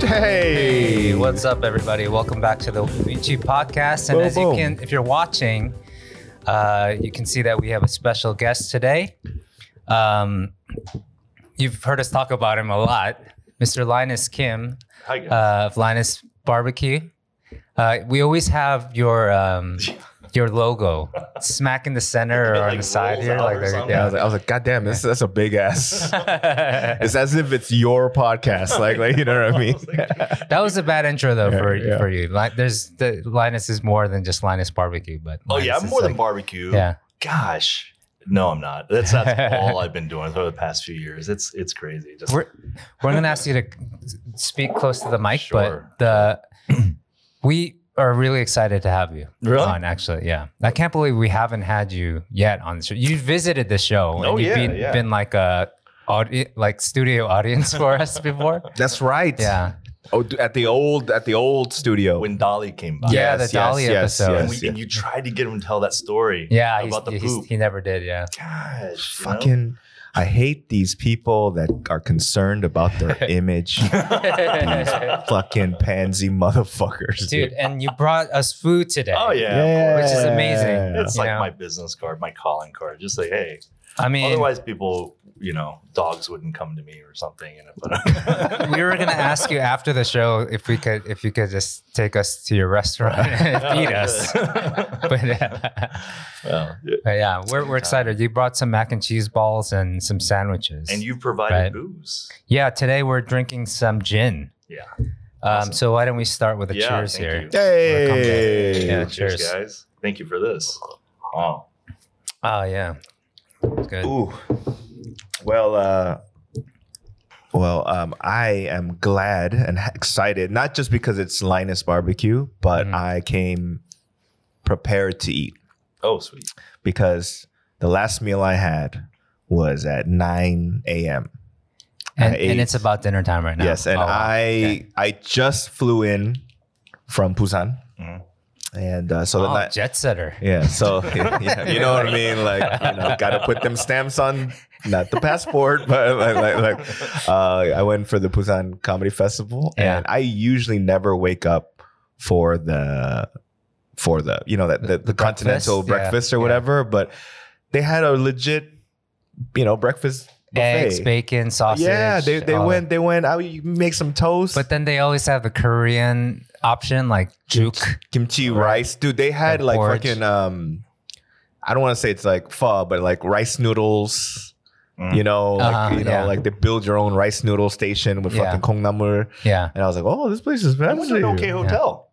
Hey, what's up, everybody? Welcome back to the Vinci podcast. And Boom, as you boom. can, if you're watching, uh, you can see that we have a special guest today. Um, you've heard us talk about him a lot, Mr. Linus Kim Hi, guys. uh, of Linus Barbecue. Uh, we always have your um, your logo smack in the center or It, on like, the side rolls here, out like or there- something. yeah, Yeah, I was like, I was like, God damn, this, that's a big ass. that it's as if it's your podcast. Like, like you know what I mean? was a bad intro though Yeah, for yeah. for you. Like, there's the Linus is more than just Linus barbecue, but oh yeah, Linus I'm is more than like- barbecue. Yeah, Gosh. No, I'm not. That's that's all I've been doing for the past few years. It's it's crazy. Just we're we're gonna ask you to speak close to the mic, Sure. but the we are really excited to have you Really? on. Actually, yeah, I can't believe we haven't had you yet on the show. You visited the show. Oh, you've yeah, been, yeah. been like a audi- like studio audience for us before. That's right. Yeah, Oh, d- at the old at the old studio. when Dolly came by. Yeah, the Dolly episode. And, Yes, we, yes. and you tried to get him to tell that story. yeah, he's- About the he's- poop. he never did. Yeah, Gosh. you know? Fucking, I hate these people that are concerned about their image. These fucking pansy motherfuckers, dude, and you brought us food today. Oh yeah. of Yeah. course. which is amazing. Yeah. It's you like know? my business card, my calling card. Just like, hey. I mean, Otherwise, people, you know, dogs wouldn't come to me or something. You know, but we were gonna ask you after the show if we could if you could just take us to your restaurant and feed us. but, uh, Well, but yeah, we're, we're excited. You brought some mac and cheese balls and some sandwiches. and you provided Right. booze. yeah, today we're drinking some gin. Yeah. Um, Awesome. so why don't we start with a Yeah, cheers thank here? you. Hey, Yeah, Cheers, cheers. guys. Thank you for this. Wow. Oh yeah, good. Ooh. Well, uh, well, um, I am glad and excited, not just because it's Linus Barbecue, but Mhm. I came prepared to eat Oh, sweet. because the last meal I had was at 9 a.m. and, I and ate- it's about dinner time right now. Yes, and Oh, wow. I Okay. I just flew in from Busan, Mhm. and uh, so the Oh, night. jet setter. Yeah, so yeah, you know what I mean. Like, you know, gotta put them stamps on, not the passport, but like, like, like uh, I went for the Busan Comedy Festival, Yeah. and I usually never wake up for the for the you know that the, the, The breakfast? continental Yeah, breakfast or yeah. whatever. But they had a legit, you know, breakfast buffet. Eggs, bacon, sausage. yeah, they they all that. went they went. I would make some toast, But then they always have the Korean option, like juke. kimchi Right. rice, dude. They had And like porridge. fucking um, I don't want to say it's like pho, but like rice noodles. Mm. You know, Uh-huh, like, you know, yeah. like they build your own rice noodle station with Yeah. fucking kongnamur, Yeah. and I was like, oh, this place is I fancy. went to an okay hotel.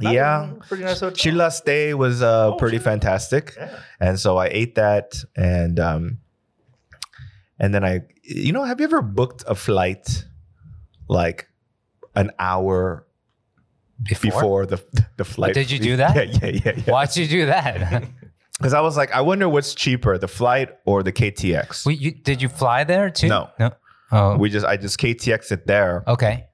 That Yeah, was a Pretty nice hotel. Chila stay was uh, Oh, pretty sure. fantastic, Yeah. and so I ate that, and um, and then I, you know, have you ever booked a flight like an hour Before. before, the the flight? did you do that? Yeah, yeah, yeah. yeah. Why'd you do that? Because I was like, I wonder what's cheaper, the flight or the KTX. we, you, did you fly there too? No. No. Oh. We just I just KTX it there, okay.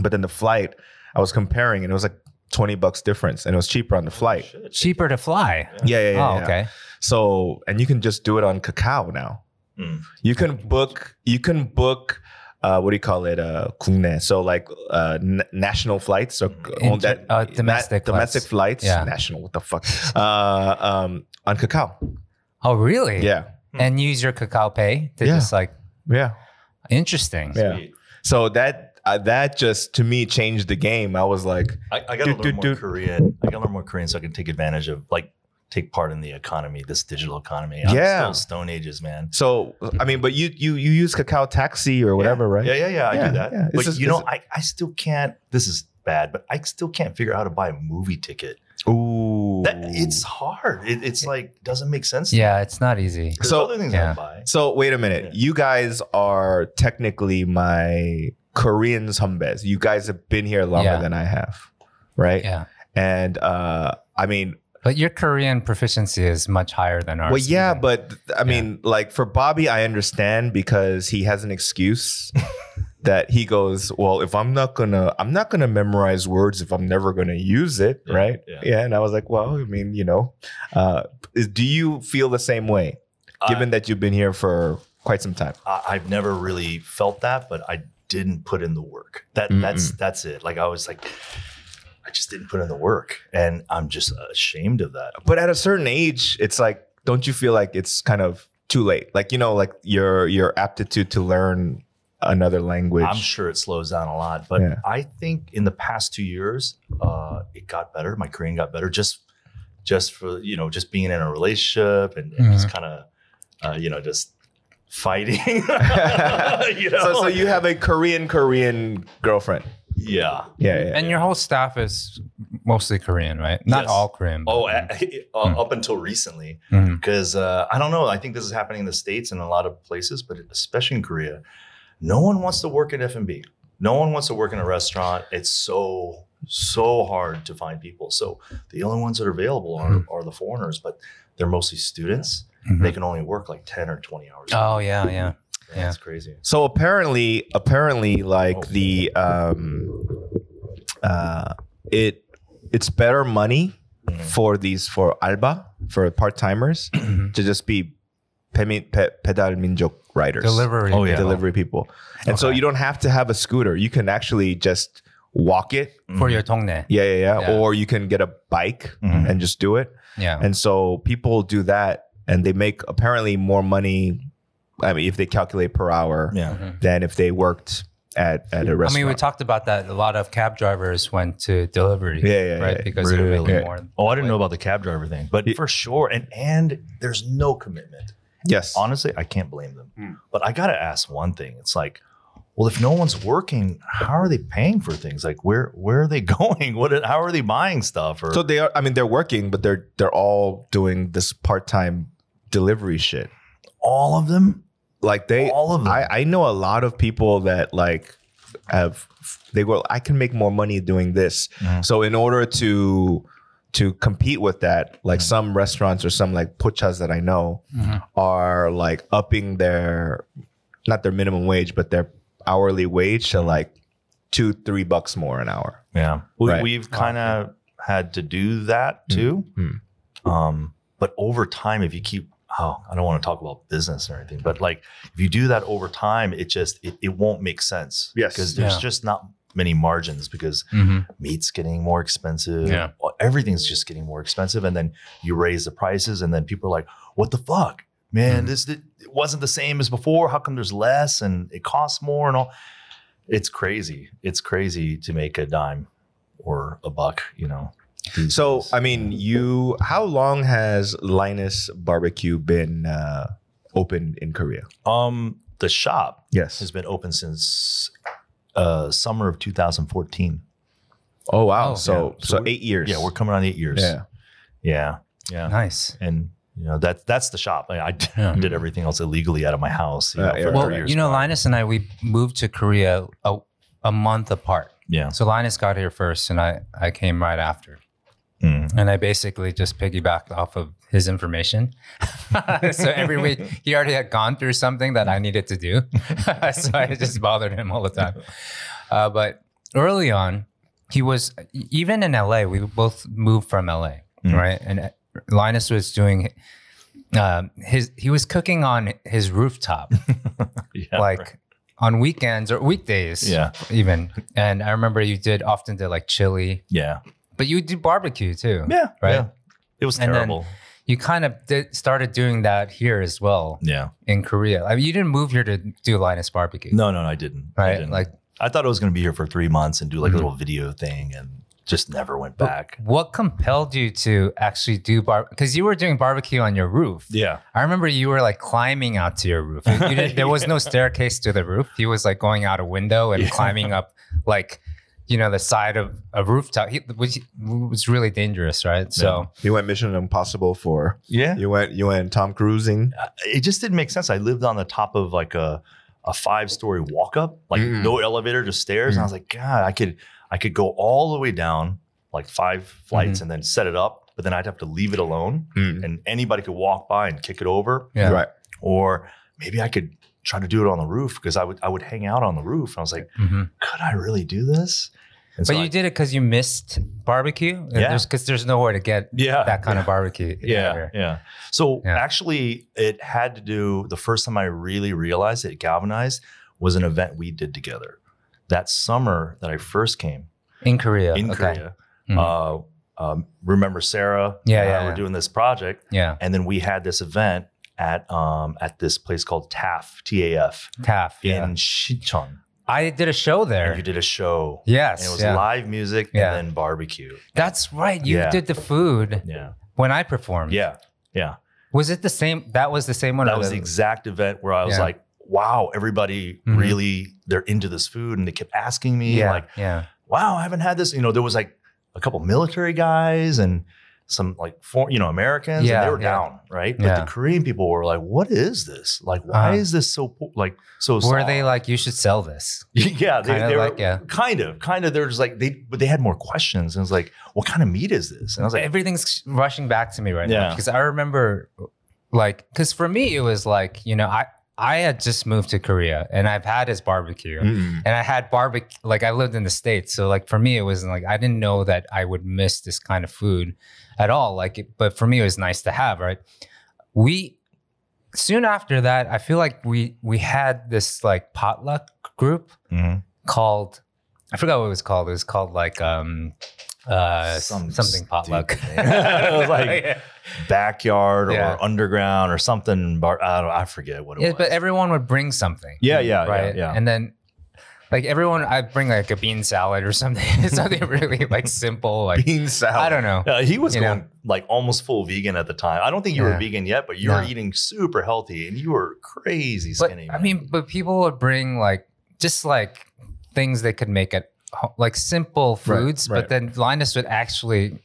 but then the flight I was comparing and it was like twenty bucks difference, and it was cheaper on the flight. Shit. Cheaper to fly. Yeah, yeah, yeah. oh, yeah. okay. So and you can just do it on Kakao now. Mm. You can book. You can book. Uh, what do you call it? Uh, 국내. So like uh, n- national flights or Mhm. on that Uh, domestic na- domestic flights. Yeah. National. What the fuck? Uh, um, on Kakao. Oh, really? Yeah. And use your Kakao Pay to Yeah. just like, Yeah. interesting. Yeah. Sweet. So that uh, that just to me changed the game. I was like, I, I gotta Dude, learn dude, more dude. Korean. I gotta learn more Korean so I can take advantage of like take part in the economy, this digital economy. I'm Yeah. still Stone Ages, man. so I mean, but you you you use Kakao Taxi or whatever, Yeah. right? Yeah, yeah, yeah. I Yeah, do that. yeah. It's But just- you know, it's- I, I still can't. This is bad, but I still can't figure out how to buy a movie ticket. Ooh, That it's hard. It, it's like doesn't make sense. to me. Yeah, it's not easy. There's So- other things yeah. I buy. so. Wait a minute. Yeah. You guys are technically my Korean humbes. You guys have been here longer Yeah. than I have, right? Yeah. And uh, I mean, But your Korean proficiency is much higher than ours. well, yeah, even. but I mean, like for Bobby, I understand because he has an excuse that he goes, "Well, if I'm not gonna, I'm not gonna memorize words if I'm never gonna use it, Yeah, right?" yeah. Yeah. and I was like, "Well, I mean, you know, uh, is, do you feel the same way?" given that you've been here for quite some time? I, I've never really felt that, but I didn't put in the work. That that's that's it. Like I was like, I just didn't put in the work, and I'm just ashamed of that. But at a certain age, it's like, don't you feel like it's kind of too late? Like you know, like your your aptitude to learn another language. I'm sure it slows down a lot, but Yeah. I think in the past two years, uh, it got better. My Korean got better just just for you know just being in a relationship and, and Mm-hmm. just kind of uh, you know just fighting. you know? So, so you have a Korean Korean girlfriend. yeah. Yeah, yeah. And your whole staff is mostly Korean, right? Not Yes. all Korean. but- Oh, a- Mm. uh, up until recently, Mhm. because uh, I don't know. I think this is happening in the states and a lot of places, but especially in Korea, no one wants to work at F and B. No one wants to work in a restaurant. It's so so hard to find people. So the only ones that are available are, Mm-hmm. are the foreigners, but they're mostly students. Mhm. They can only work like ten or twenty hours. Oh yeah, yeah. yeah. That's crazy. So apparently, apparently, like Oh. the um, uh, it it's better money Mhm. for these for alba for part timers to just be pemi- pe- pedal minjok riders, Delivery. Oh, yeah. delivery people, and so Okay. you don't have to have a scooter. You can actually just walk it. Mm-hmm. for your tongne. Yeah, yeah, yeah. Yeah. Or you can get a bike Mhm. and just do it. Yeah. And so people do that, and they make apparently more money. I mean, if they calculate per hour Yeah. Mm-hmm. than if they worked at, at a I mean, we restaurant. talked about that. A lot of cab drivers went to delivery. Yeah, yeah, right. yeah. Because they're Really? making Yeah. more. Oh, I didn't know about the cab driver thing, but Yeah. for sure, and and there's no commitment. yes. honestly, I can't blame them. Mm. But I gotta ask one thing. It's like, well, if no one's working, how are they paying for things? Like, where where are they going? What? How are they buying stuff? Or so they are. I mean, they're working, but they're they're all doing this part time delivery shit. all of them? Like they, all of them. I I know a lot of people that like have they go. I can make more money doing this. Mhm. So in order to to compete with that, like Mm-hmm. some restaurants or some like puchas that I know are like upping their not their minimum wage, but their hourly wage Mm-hmm. to like two three bucks more an hour. yeah, Oh, we, Right. we've kind of had to do that too. Mm. Um, but over time, if you keep oh, I don't want to talk about business or anything, but like if you do that over time, it just it, it won't make sense. Yes. because there's Yeah. just not many margins because Mm-hmm. meat's getting more expensive. Yeah. Well, Everything's just getting more expensive. And then you raise the prices, and then people are like, what the fuck? Mm-hmm. Mhm. Man, this it wasn't the same as before. How come there's less and it costs more and all? It's crazy. It's crazy to make a dime or a buck, you know. these So days. I mean, you how long has Linus Barbecue been uh, open in Korea? um the shop Yes. has been open since uh summer of 2014. Oh wow! Oh, so yeah. So so we're- eight years. Yeah, we're coming on eight years. yeah. Yeah. Yeah. Nice. and you know that that's the shop. I, I did- Yeah. did everything else illegally out of my house. Uh, You know, yeah. for Hmm. Well, three years you know, prior. Linus and I we moved to Korea a, a month apart. yeah, So Linus got here first, and I I came right after. Mm. and I basically just piggybacked off of his information. so every week he already had gone through something that I needed to do, so I just bothered him all the time. Uh, but early on, he was even in LA. We both moved from LA, Mm. right? And Linus was doing um, his he was cooking on his rooftop, Yeah, like right. on weekends or weekdays, yeah, even. And I remember you did often did like chili, yeah, but you would do barbecue too, yeah, right? yeah. It was And then- terrible. you kind of did, started doing that here as well yeah, in Korea. I mean, you didn't move here to do Linus Barbecue, no, no, no, I didn't. I right? didn't. Like, I thought I was going to be here for three months and do like Mhm. a little video thing, and just never went But- back. what compelled you to actually do bar? Because you were doing barbecue on your roof. Yeah, I remember you were like climbing out to your roof. You didn't- there was no staircase to the roof. He was like going out a window and Yeah. climbing up, like you know, the side of a rooftop, he, which was really dangerous, right? So You went Mission Impossible for yeah. Uh, you went you went Tom Cruising. It just didn't make sense. I lived on the top of like a a five story walk up, like Mm. no elevator, just stairs, and I was like, God, I could I could go all the way down like five flights and then set it up, but then I'd have to leave it alone. and anybody could walk by and kick it over. yeah, Mm. Right. Or maybe I could try to do it on the roof because I would I would hang out on the roof. I was like, Mhm. could I really do this? And but so you I- did it because you missed barbecue. Yeah. Because there's, nowhere to get yeah, that kind of barbecue. Yeah, anywhere. yeah. So Yeah. actually, it had to do. The first time I really realized it galvanized was an event we did together that summer that I first came In Korea. in okay. Korea. Mhm. Uh, um, remember Sarah? Yeah, and I yeah, We're yeah. doing this project, Yeah. and then we had this event at um, at this place called TAF TAF Taff. Yeah. in Shincheon. I did a show there. And you did a show. Yes. And it was yeah. live music Yeah. and then barbecue. That's right. You Yeah. did the food Yeah. when I performed. Yeah. Yeah. Was it the same? That was the same one. that or was the exact event where I was Yeah. like, wow, everybody Mhm. really they're into this food and they kept asking me Yeah. like, yeah. wow, I haven't had this. You know, there was like a couple military guys and some like for you know Americans Yeah, and they were yeah. down, right? But Yeah. the Korean people were like, what is this? Like why Uh-huh. is this so po- like so Were soft? they like, you should sell this? yeah, they, kinda they were like, yeah. kind of, kind of. They're just like they, but they had more questions, and it's like, "What kind of meat is this?" And I was like, Everything's rushing back to me right now Yeah. because I remember, like, because for me it was like, you know, I I had just moved to Korea and I've had his barbecue. Mm. and I had barbecue. Like I lived in the states, so like for me, it was like I didn't know that I would miss this kind of food at all. Like, it, but for me, it was nice to have. Right? We soon after that, I feel like we we had this like potluck group Mhm. called I forgot what it was called. It was called like um uh Some something potluck. stupid name. I was like, yeah. backyard Yeah. or underground or something. Bar- I don't. I forget what it Yeah, was. but everyone would bring something. Yeah, yeah, yeah, right? yeah. And then like everyone, I bring like a bean salad or something, something really like simple. Like Bean salad. I don't know. Uh, he was You know. going like almost full vegan at the time. I don't think you Yeah. were vegan yet, but you were No. eating super healthy and you were crazy but skinny. I man. mean, but people would bring like just like things they could make at ho- like simple Right, foods, but right. then Linus would actually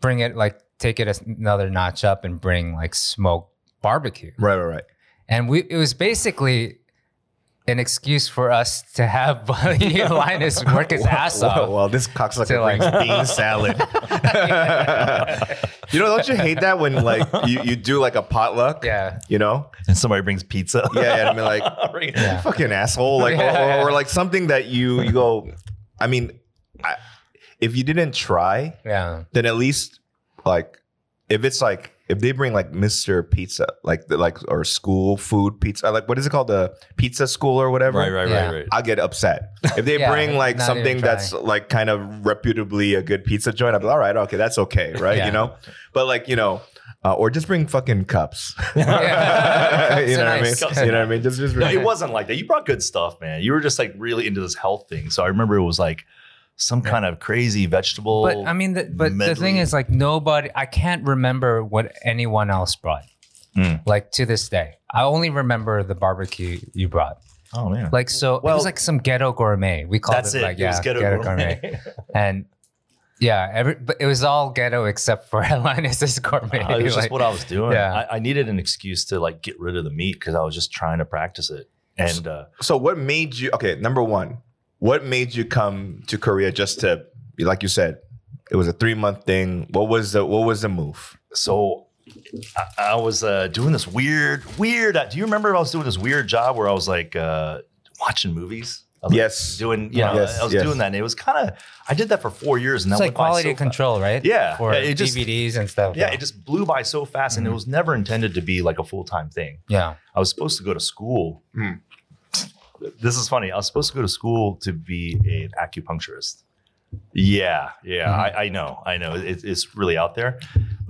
bring it like take it as- another notch up and bring like smoked barbecue. Right, right, right. and we it was basically an excuse for us to have Bunny and Linus work his Well- ass well, off. Well, this cocksucker To, like- brings bean salad. you know, don't you hate that when like you, you do like a potluck? Yeah, You know? and somebody brings pizza. Yeah, yeah. And I mean, like, Bring- Yeah. you fucking asshole. Like, or- Yeah. or, or, like something that you you go. I mean, I, if you didn't try, yeah, then at least like if it's like if they bring like Mr. Pizza, like the like or school food pizza, like what is it called, the pizza school or whatever. Right, right, Yeah. right, right. I get upset if they Yeah, bring like not something even try. that's like kind of reputably a good pizza joint. I'm like, all right, okay, that's okay, right? Yeah. You know, but like you know, uh, or just bring fucking cups. Yeah. you know Cups are what I nice. mean? You know what I mean? Just just No, bring it wasn't like that. You brought good stuff, man. You were just like really into this health thing. So I remember it was like some kind of crazy vegetable. but I mean, the, but the thing medley. is, like, nobody. I can't remember what anyone else brought. Mm. Like to this day, I only remember the barbecue you brought. oh man, Like so, it Well- was like some ghetto gourmet. We called that's it, it. like it was yeah, ghetto, gourmet. and yeah, every but it was all ghetto except for Linus's gourmet. Uh, it was Like, just what I was doing. Yeah. I, I needed an excuse to like get rid of the meat because I was just trying to practice it. And uh, So what made you okay? Number one, what made you come to Korea just to like you said, it was a three month thing. What was the what was the move? so I, I was uh, doing this weird, weird. do you remember I was doing this weird job where I was like uh, watching movies? I was, like, Yes. doing. You know, Yes, I was yes. doing that, and it was kind of. I did that for four years, and It's that like went by quality so fast. control, right? Yeah, for yeah, it just- DVDs and stuff. Yeah, it just blew by so fast, Mm-hmm. and it was never intended to be like a full time thing. yeah. I was supposed to go to school. Hmm. This is funny. I was supposed to go to school to be an acupuncturist. Yeah, yeah, Mhm. I, I know, I know. It, it's really out there,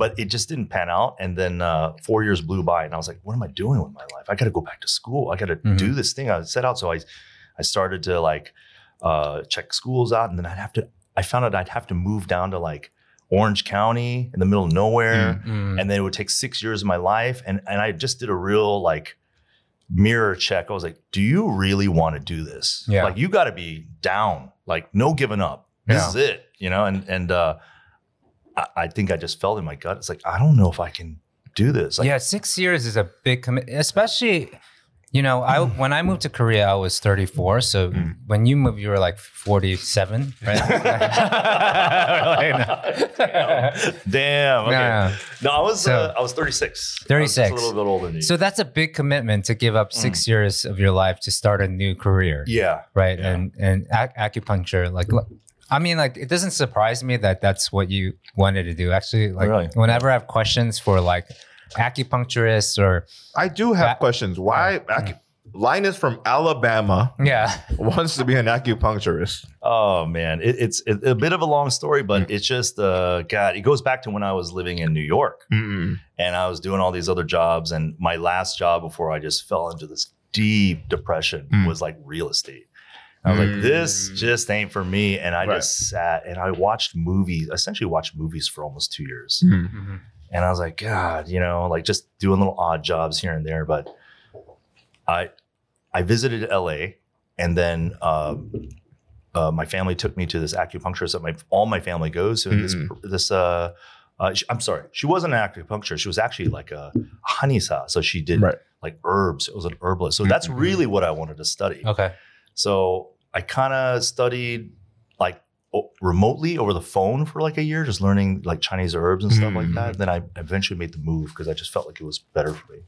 but it just didn't pan out. And then uh, four years blew by, and I was like, "What am I doing with my life? I got to go back to school. I got to Mhm. do this thing I set out." So I, I started to like uh, check schools out, and then I'd have to. I found out I'd have to move down to like Orange County in the middle of nowhere Mm. and then it would take six years of my life and and i just did a real like mirror check i was like do you really want to do this Yeah. like you got to be down like no giving up this Yeah. is it you know and and uh I, I think i just felt in my gut it's like i don't know if i can do this like yeah, six years is a big commit, especially. You know, I Mm. when I moved to Korea, I was 34. So Mm. when you moved, you were like 47, right? Damn. Damn. Okay. Yeah. No, I was So- uh, I was 36. I was just 36. a little bit older than you. So that's a big commitment to give up six years of your life to start a new career, Mm. yeah. right? Yeah. And and ac- acupuncture, like look, I mean, like it doesn't surprise me that that's what you wanted to do. Actually, like Really? whenever I have questions for like acupuncturists or I do have That- questions. Why acu- Linus from Alabama yeah, wants to be an acupuncturist? Oh man, it, it's a- a bit of a long story, but Mm. it's just uh, God. It goes back to when I was living in New York Mm-mm. and I was doing all these other jobs, and my last job before I just fell into this deep depression Mm. was like real estate. I was like, this Mm. just ain't for me, and I Right. just sat and I watched movies. Essentially, watched movies for almost two years, Mm. and I was like, God, you know, like just doing little odd jobs here and there. But I, I visited LA, and then um, uh, my family took me to this acupuncturist that my all my family goes to. and This this uh, uh, sh- I'm sorry, she wasn't an acupuncturist. She was actually like a hanisa, so she did Right. like herbs. It was an herbalist. So that's Mhm. really what I wanted to study. okay, So I kind of studied like o- remotely over the phone for like a year, just learning like Chinese herbs and stuff like Mhm. that. Then I eventually made the move because I just felt like it was better for me.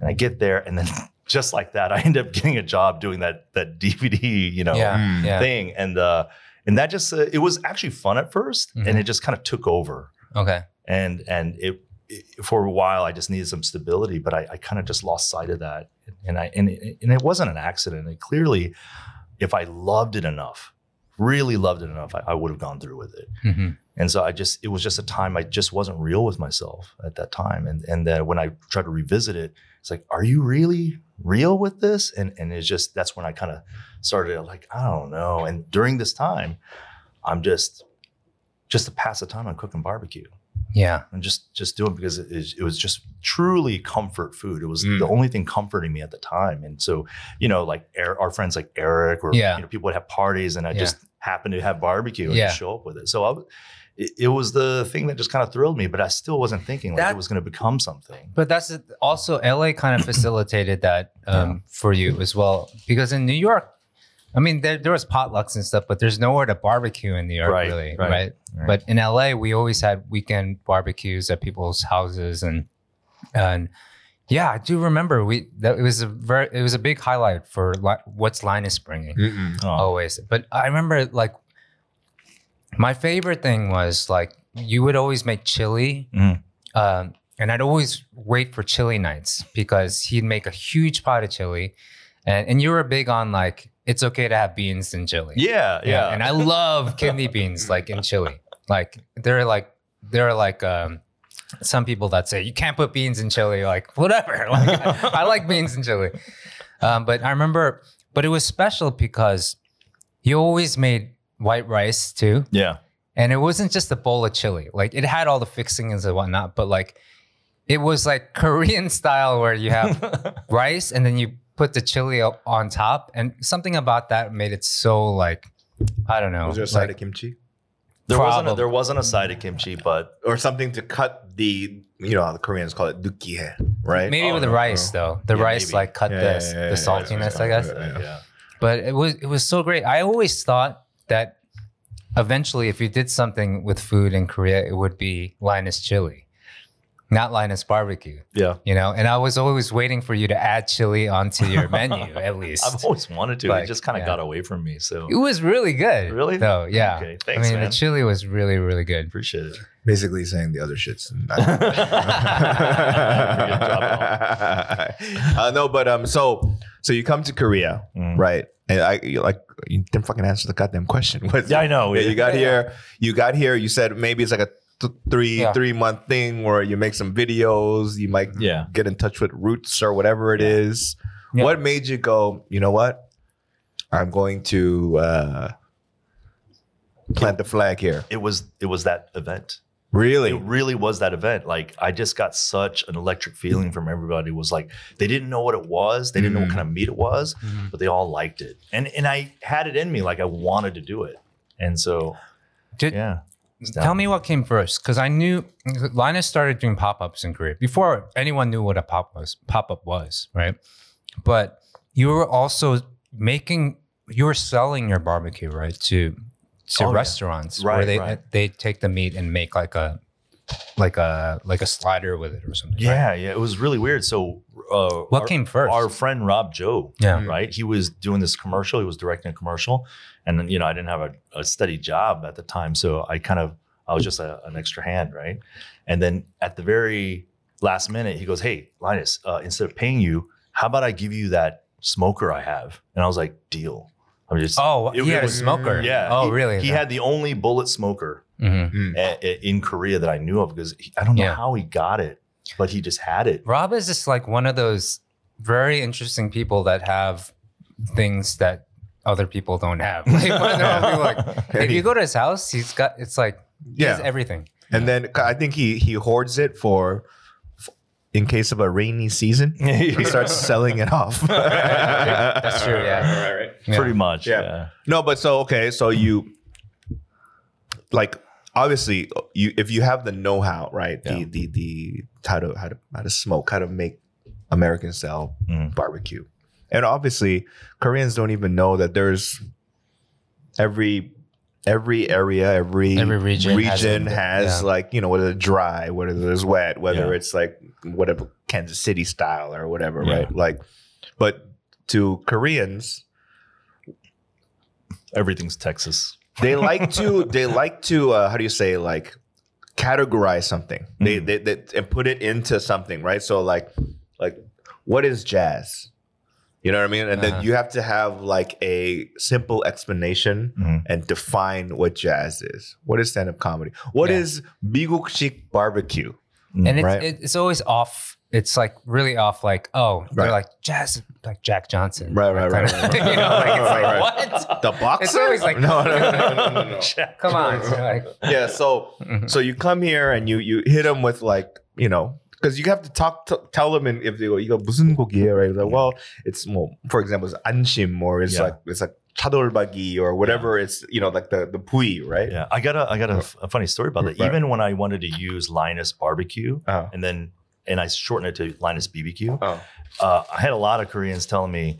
And I get there, and then just like that, I end up getting a job doing that that DVD, you know, yeah, Mm. yeah, thing. And uh, and that just uh, it was actually fun at 1st Mhm. and it just kind of took over. okay, And and it, it- for a while, I just needed some stability, but I, I kind of just lost sight of that. And I and it, and it wasn't an accident. It clearly if I loved it enough, really loved it enough, I, I would have gone through with it. hmm And so I just, it was just a time I just wasn't real with myself at that time. And and that when I tried to revisit it, it's like, are you really real with this? And and it's just that's when I kind of started like, I don't know. And during this time, I'm just just to pass the time, I'm cooking barbecue yeah, and just just do it because it, is- it was just truly comfort food. It was Mm. the only thing comforting me at the time. And so, you know, like Er- our friends like Eric or Yeah. you know, people would have parties, and I Yeah. just happened to have barbecue and Yeah. just show up with it. So I, w- it, it was the thing that just kind of thrilled me, but I still wasn't thinking like That- it was going to become something. But that's it- also LA kind of facilitated that um, for you as well, because in New York, I mean, there, there was potlucks and stuff, but there's nowhere to barbecue in New York, Right, really, right, right? right. But in LA, we always had weekend barbecues at people's houses, and and yeah, I do remember we that it was a very it was a big highlight for li- what's Linus bringing Mm-mm. Oh, always. But I remember like my favorite thing was like you would always make chili, Mm. um, and I'd always wait for chili nights because he'd make a huge pot of chili, and and you were big on like it's okay to have beans and chili. yeah, yeah, and I love kidney beans like in chili. Like they're like they're like um some people that say you can't put beans in chili, like whatever. Like, I, I like beans in chili. Um, but I remember, but it was special because he always made white rice too. yeah. And it wasn't just a bowl of chili. Like it had all the fixings and whatnot, but like it was like Korean style where you have rice and then you put the chili o- on top. And something about that made it so like, I don't know. Was there a Oh, like- side of kimchi There wasn't a, Probably. there wasn't a side of kimchi, but or something to cut the? You know how the Koreans call it dukkihae, right? Maybe Oh, with the no, rice though. The Yeah, rice maybe. like cut Yeah, the yeah, yeah, yeah, the yeah, saltiness, I yeah, guess. yeah, uh, yeah. But it was it was so great. I always thought that eventually if you did something with food in Korea, it would be Linus chili, not Linus barbecue. Yeah. You know, and I was always waiting for you to add chili onto your menu at least. I've always wanted to. Like, it just kind of yeah. got away from me. So it was really good. Really? Though, yeah. Okay, I thanks, mean man. the chili was really, really good. appreciate it. Basically saying the other shits. And Good job, Paul. uh, no, but um, so so you come to Korea, Mm. right? And I you like you didn't fucking answer the goddamn question. What's- Yeah, I know. Yeah, you got Yeah, yeah. here. You got here. You said maybe it's like a th- three Yeah. three month thing where you make some videos. You might Yeah. get in touch with Roots or whatever it is. Yeah. What made you go? You know what? I'm going to uh, plant the flag here. It was it was that event. Really? It really was that event. Like I just got such an electric feeling from everybody. It was like they didn't know what it was, they didn't know what Mm. Mhm. kind of meat it was, but they all liked it. And and I had it in me, like I wanted to do it. And so Did, yeah. Tell me what came first, because I knew Linus started doing pop ups in Korea before anyone knew what a pop was pop up was, right? But you were also making, you were selling your barbecue, right, to to Oh, yeah. restaurants Right, where they right. they take the meat and make like a like a like a slider with it or something. right? Yeah, yeah, it was really weird. So, uh, What our, came first? our friend Rob Joe, yeah. Mm. right? He was doing this commercial. He was directing a commercial, and then, you know, I didn't have a, a steady job at the time, so I kind of I was just a, an extra hand, right? And then at the very last minute, he goes, "Hey, Linus, uh, instead of paying you, how about I give you that smoker I have?" And I was like, "Deal." I'm just Oh, It he had a was- Mm, smoker. yeah. Oh, He- really? He had the only bullet smoker Mhm. a- a- in Korea that I knew of because he, I don't know Yeah. how he got it, but he just had it. Rob is just like one of those very interesting people that have things that other people don't have. Like, one of those people, like, if you go to his house, he's got it's like he has Yeah. everything. And then I think he he hoards it for, f- in case of a rainy season. He starts selling it off. That's true. Yeah. Right, right. Yeah. Pretty much. Yeah. Yeah. No, but so okay, so you like obviously you if you have the know-how, right? Yeah. The the the how to how to how to smoke, how to make American style Mm. barbecue. And obviously Koreans don't even know that there's every every area, every Every region has region it. has Yeah. like, you know, whether it's dry, whether it's wet, whether Yeah. it's like whatever Kansas City style or whatever, Yeah. right? Like but to Koreans, Everything's Texas. they like to they like to uh, how do you say like categorize something they, Mm. they they and put it into something right so like like what is jazz you know what i mean and Uh-huh. then you have to have like a simple explanation Mhm. and define what jazz is what is stand-up comedy What Yeah. is biguk chic barbecue And it's Right. it it's always off. It's like really off. Like oh, they're Right. like jazz, like Jack Johnson. Right, right, right, right, right. you know, like it's like Right, right. what? the boxer always like- no no no no, no, no, no. Come on. So, like, yeah so mhm. So you come here and you you hit them with like you know because you have to talk to, tell them and if they go you go 무슨 곡이에요 right like well it's well for example it's anshim or it's Yeah. like it's like 차돌박이 or whatever it's you know like the the pui right Yeah. I got a I got a, f- a funny story about that. Right. Even when I wanted to use Linus barbecue Oh. and then and I shortened it to Linus BBQ, Oh. uh, I had a lot of Koreans telling me,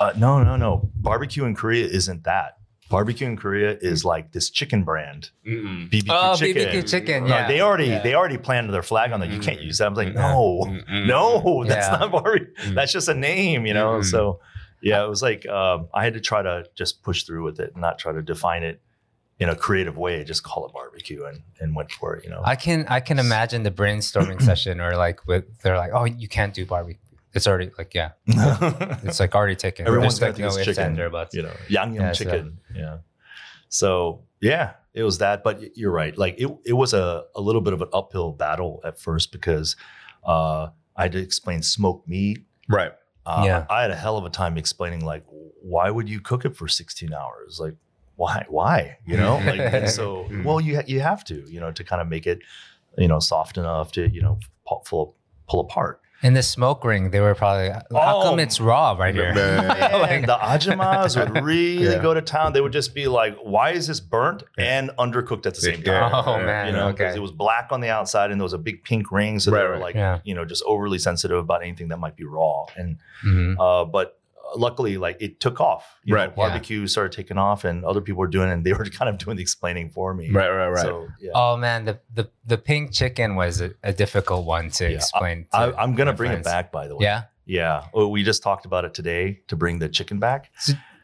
uh, no, no, no, barbecue in Korea isn't that. Barbecue in Korea is like this chicken brand, Mm-mm. BBQ oh, chicken. BBQ chicken. No, Yeah. they already Yeah. they already planted their flag on that. You can't use that. I was like, Yeah. no, no, Mm-hmm. Yeah. that's Mm-hmm. not barbecue. Mm. That's just a name, you know. Mm. So yeah, it was like um, I had to try to just push through with it, and not try to define it in a creative way. Just call it barbecue and and went for it, you know. I can I can imagine the brainstorming session or like with they're like, oh, you can't do barbecue. It's already like yeah, it's like already taken. Everyone's There's, like gonna think it's ifs, chicken. ands, or buts. you know, yang yum Yeah, so- chicken. Yeah. So yeah, it was that. But y- you're right. Like it, it was a, a little bit of an uphill battle at first because uh, I had to explain smoked meat right Uh, Yeah. I had a hell of a time explaining like why would you cook it for 16 hours? Like why why you know? Like, and so Mm. well you ha- you have to you know to kind of make it you know soft enough to you know pull pull, pull apart. In the smoke ring, they were probably how Oh. come it's raw right here? Man. And the ajamas would really Yeah. go to town. They would just be like, why is this burnt and undercooked at the same Yeah. time? Oh man, You know, because okay. it was black on the outside and there was a big pink ring. So Right, they were right. like, Yeah. you know, just overly sensitive about anything that might be raw. And Mhm. Uh, but luckily, like it took off. You know, Right. barbecue started taking off, and other people were doing, it, and they were kind of doing the explaining for me. right right right So yeah. Oh man, the, the the pink chicken was a, a difficult one to Yeah, I- explain. To I, I'm gonna my bring it friends. back, by the way. Yeah, yeah. Oh, we just talked about it today to bring the chicken back.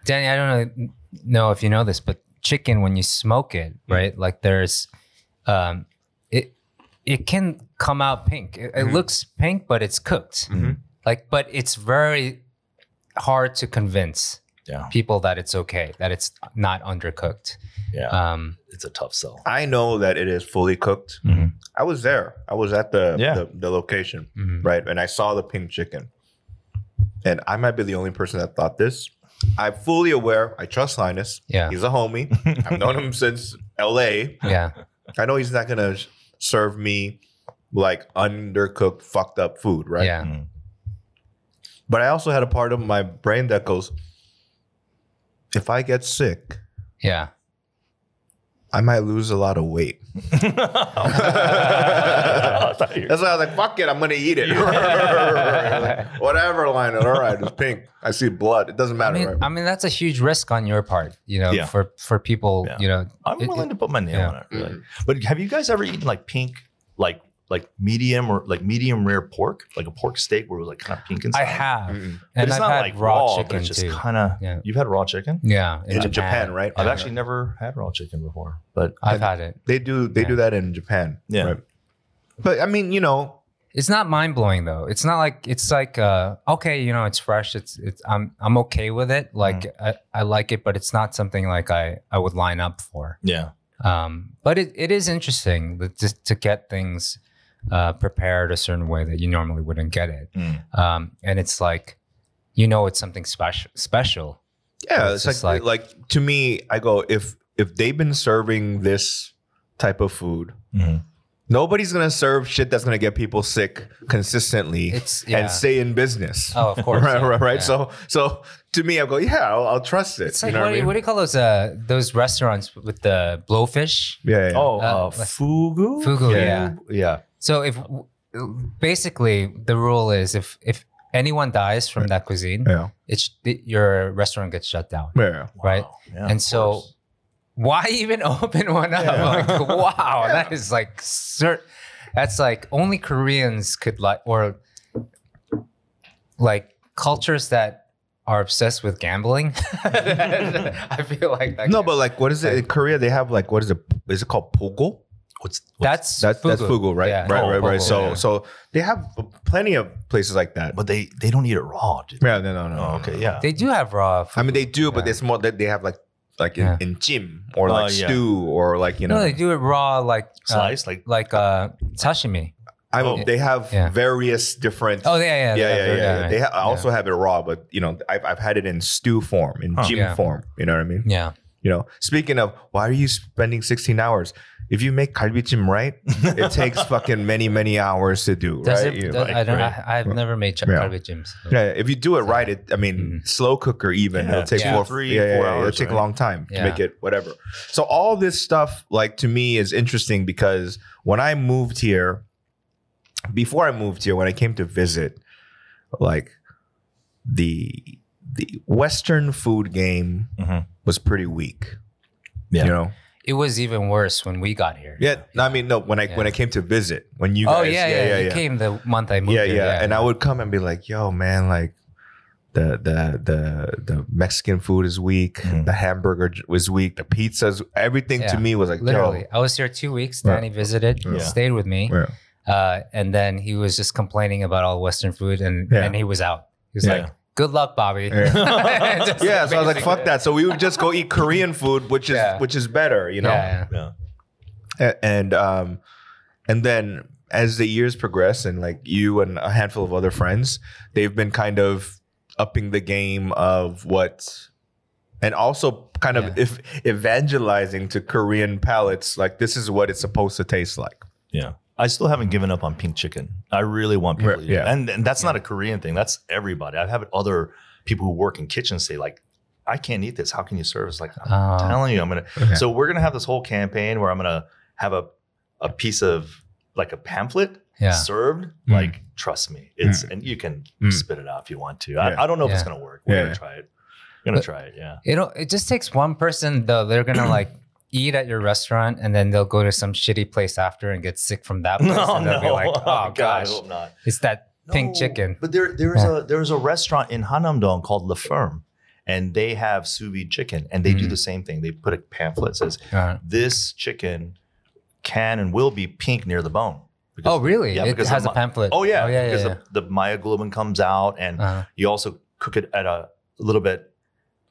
Danny, I don't know, know if you know this, but chicken when you smoke it, right? Like there's, um, it it can come out pink. It, it Mm-hmm. Mhm. looks pink, but it's cooked. Mhm. Like, but it's very hard to convince Yeah, people that it's okay, that it's not undercooked. yeah. Um, Uh, it's a tough sell. I know that it is fully cooked Mhm. I was there I was at the, Yeah. the the location mhm. right? And I saw the pink chicken. And I might be the only person that thought this. I'm fully aware. I trust Linus. Yeah. He's a homie. I've known him since LA. Yeah. I know he's not going to serve me like undercooked, fucked up food, right? Yeah. Mm. But I also had a part of my brain that goes, if I get sick, Yeah. I might lose a lot of weight. I thought you were- That's why I was like, fuck it, I'm gonna eat it. Yeah. Whatever, Lionel. All right, it's pink. I see blood. It doesn't I matter, mean, right? I mean, that's a huge risk on your part, you know, Yeah. for for people, Yeah. you know, I'm It- willing to put my nail yeah. Mm-hmm. on it. Really. But have you guys ever eaten like pink like like medium or like medium rare pork, like a pork steak where it was like kind of pink inside. I have, Mm-mm. but and it's I've not had like raw, but chicken it's just too. kind of. Yeah. You've had raw chicken. yeah, In Japan, right? I've actually never had raw chicken before, but I've had it. They do they Yeah. do that in Japan. Yeah. But I mean, you know, It's not mind blowing though. It's not like it's like uh, okay, you know, it's fresh. It's it's I'm I'm okay with it. Mm-hmm. Like I, I like it, but it's not something like I I would line up for. yeah, Um, but it, it is interesting that to, to get things uh, prepared a certain way that you normally wouldn't get it. Mm. Um, and it's like you know it's something special special. yeah, it's, It's just like, like to me, I go if if they've been serving this type of food, Mhm. nobody's gonna serve shit that's gonna get people sick consistently It's yeah. and stay in business. oh, of course. right, yeah, right, right. yeah. So, so to me, I go, yeah, I'll, I'll trust it. it's you like know what I what, do you- mean? what do you call those uh, those restaurants with the blowfish? yeah, yeah. Oh, Uh, uh, what- fugu. Fugu, yeah. yeah. So if basically the rule is if if anyone dies from that cuisine, yeah, it's your restaurant gets shut down. yeah. Right. Wow. Yeah, And of so- course. Why even open one up? Yeah. Like, wow, that is like cert- that's like only Koreans could like or like cultures that are obsessed with gambling. I feel like that No, but like, what is it in Korea? They have like, what is it? Is it called pogo? what's, that's what's That's that's fugu, right? Yeah. Right, Oh, right, right. fugu, so, yeah. so they have plenty of places like that. but they they don't eat it raw. Do they? yeah, no, no, no. Oh, no, okay, no. yeah. They do have raw. Fugu. I mean, they do, but Yeah. it's more that they have like, like in, Yeah. in gym or Oh, like yeah. stew or like you know. no, they do it raw like uh, Slice like like uh, sashimi. I Oh. mean, they have Yeah. various different. Oh yeah, yeah, yeah, yeah, yeah. right. They ha- I also have it raw, but you know, I've, I've had it in stew form, in Huh. gym Yeah. form. You know what I mean? yeah. You know, speaking of, why are you spending 16 hours? If you make kalbichim right, it takes fucking many, many hours to do, Does right? it, You- does- right, I don't. right. I, I've never made ch- Yeah. private gyms. yeah, if you do it right, it I mean, Mm. slow cooker even Mm-hmm. Yeah, it'll take two, four, three, yeah, yeah, four yeah, hours, It'll take right? a long time Yeah. to make it whatever. So all this stuff, like to me, is interesting because when I moved here, before I moved here, when I came to visit, like the the Western food game Mhm. was pretty weak. Yeah. You know, It was even worse when we got here. Yeah, no, I mean, no. When I when Yeah. I came to visit, when you oh guys, yeah, yeah, yeah, You came the month I moved. yeah, here, yeah. And I would come and be like, "Yo, man, like the the the the Mexican food is weak. Mhm. The hamburger j- was weak. The pizzas, everything Mm-hmm. Yeah. to me was like, literally, yo, I was here two weeks. Yeah. Danny visited, Yeah. stayed with me, yeah, uh, and then he was just complaining about all Western food, and Yeah. and he was out. He was Yeah. like, "Good luck, Bobby." Yeah. Just yeah." So I was like, basically. "Fuck that." So we would just go eat Korean food, which is Yeah. which is better, you know. Yeah, yeah. A- and um and then as the years progress and like you and a handful of other friends they've been kind of upping the game of what and also kind of Yeah. if evangelizing to korean palates like this is what it's supposed to taste like Yeah. I still haven't given up on pink chicken. I really want people Right, to eat it. yeah. And, and that's not a Korean thing. That's everybody. I've had other people who work in kitchens say, like, I can't eat this. How can you serve? It's like, I'm yeah. Oh, telling you, I'm going to. Okay. So we're going to have this whole campaign where I'm going to have a, a piece of like a pamphlet yeah. Hmm. served. Mm. Like, trust me. It's, and you can Mm. spit it out if you want to. Yeah. I, I don't know if it's Yeah. going to work. We're Yeah. going to try it. We're going But- to try it. Yeah. It it just takes one person though. They're gonna like eat at your restaurant and then they'll go to some shitty place after and get sick from that place. and they'll be like, oh, I gosh, hope not. it's that pink No, chicken. But there there is a there is a restaurant in Hanamdong called La Firm, and they have sous vide chicken, and they do Mm. the same thing. They put a pamphlet that says Uh, this chicken can and will be pink near the bone. Because- oh really? Yeah, it because has the a pamphlet. Oh yeah, Oh yeah. because yeah, yeah. The, the myoglobin comes out, and Uh-huh. you also cook it at a little bit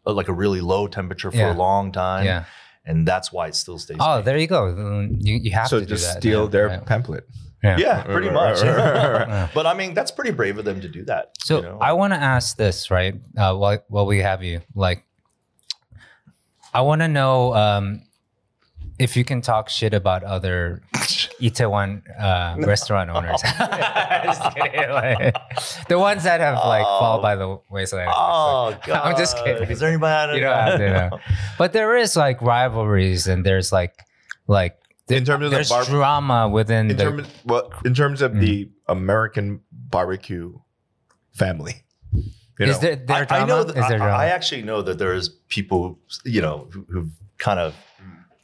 uh, like a really low temperature for Yeah. a long time, yeah. and that's why it still stays. Oh, pink. there you go. Mm, You, you have so to do just that. steal yeah, their right. pamphlet yeah. yeah, pretty much. Uh, but I mean, that's pretty brave of them to do that. So you know? I want to ask this, right? Uh, while while we have you, like, I want to know um, if you can talk shit about other Itaewon uh, restaurant owners. Just kidding, like, the ones that have like fall Oh. by the wayside. Oh god! I'm just kidding. Is there anybody? out you there? don't have to know. But there is like rivalries, and there's like like in terms of the there's bar- drama within in the. terms well in terms Mm-hmm. of the american barbecue family you is know? there, there drama? I, I know that, is there I, drama? I actually know that there's people, you know, who, who've kind of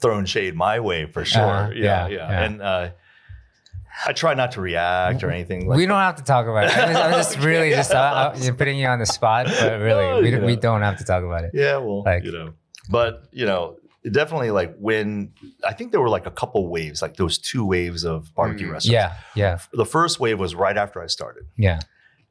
thrown shade my way for sure. Uh-huh. Yeah, yeah, yeah, yeah. And uh, I try not to react or anything. Like we don't have to talk about it. I'm just, I'm just really just uh, uh, putting you on the spot, but really, we, No, don't- we yeah. don't have to talk about it. Yeah, well, Like- you know, but you know, definitely like when I think there were like a couple waves, like those two waves of barbecue Mm. restaurants. Yeah, yeah, The first wave was right after I started, yeah.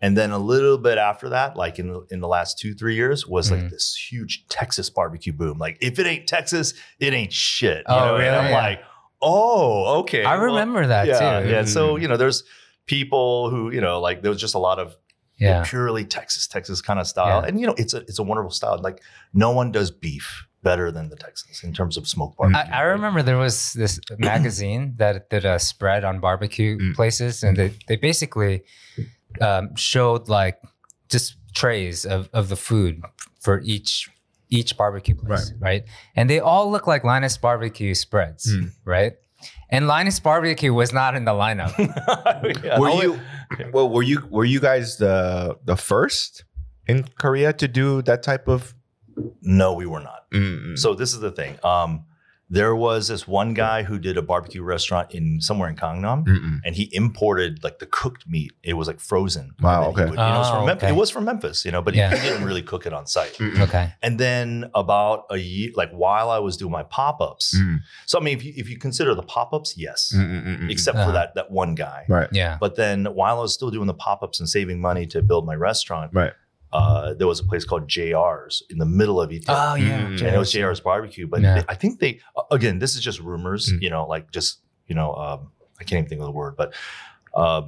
and then a little bit after that, like in the, in the last two three years, was like Mhm. this huge Texas barbecue boom. Like if it ain't Texas, it ain't shit. You Oh, know? really? And I'm Yeah. like, oh, okay. I well, remember that yeah, too. Mm-hmm. yeah. So Mm. you know, there's people who you know, like there was just a lot of Yeah. purely Texas, Texas kind of style. Yeah. And you know, it's a it's a wonderful style. Like no one does beef better than the Texans in terms of smoke barbecue. I, I remember there was this magazine that did a spread on barbecue Mm. places, and they, they basically um, showed like just trays of, of the food for each each barbecue place, right? And they all look like Linus Barbecue spreads, Mm. right? And Linus Barbecue was not in the lineup. Yeah, were only- you well were you were you guys the the first in korea to do that type of No, we were not. Mm, mm. So this is the thing. Um, there was this one guy who did a barbecue restaurant in somewhere in Gangnam. Mm, And he imported like the cooked meat. It was like frozen. Wow, And then okay. he would- you know, it, was Oh, from Memphis, okay. it was from Memphis, you know, but he- Yeah. he didn't really cook it on site. mm, mm, okay. And then about a year, like while I was doing my pop ups. mm, So I mean, if you, if you consider the pop ups, yes, mm, mm, mm, mm. except Uh-huh. for that that one guy. right Yeah. But then while I was still doing the pop ups and saving money to build my restaurant, right uh, there was a place called JR's in the middle of Italy. Oh yeah. Mm. and it was JR's barbecue. But Yeah. they- I think they, uh, again, this is just rumors, Mm. you know, like just, you know, um, I can't even think of the word, but um,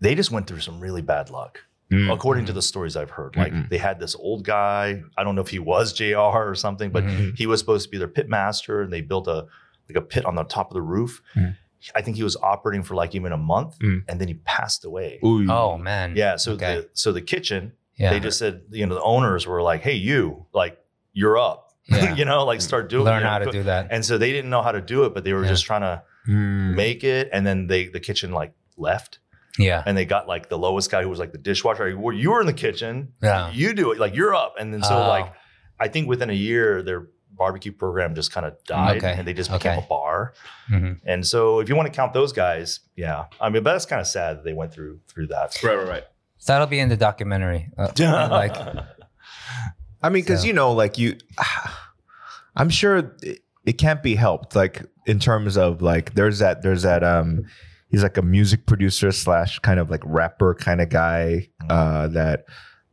they just went through some really bad luck, Mm. according to the stories I've heard. Like Mm-mm. they had this old guy, I don't know if he was JR or something, but Mhm. he was supposed to be their pit master and they built a like a pit on the top of the roof Mm. i think he was operating for like even a month Mm. and then he passed away Ooh. Oh man. yeah so Okay. the so the kitchen Yeah. they just said you know the owners were like hey you like you're up Yeah. you know like start doing Learn you know, how to cook. do that. and so they didn't know how to do it but they were Yeah. just trying to Mm. make it and then they the kitchen like left yeah. and they got like the lowest guy who was like the dishwasher like, well you were in the kitchen Yeah. you do it like you're up and then so Oh. like I think within a year, their barbecue program just kind of died Okay. and they just became Okay. a bar. Mhm. And so if you want to count those guys, yeah. I mean, but that's kind of sad that they went through through that. right right right That'll be in the documentary. Uh, like I mean, because So- you know, like you, I'm sure it, it can't be helped. Like in terms of like, there's that, there's that. Um, he's like a music producer slash kind of like rapper kind of guy. Uh, that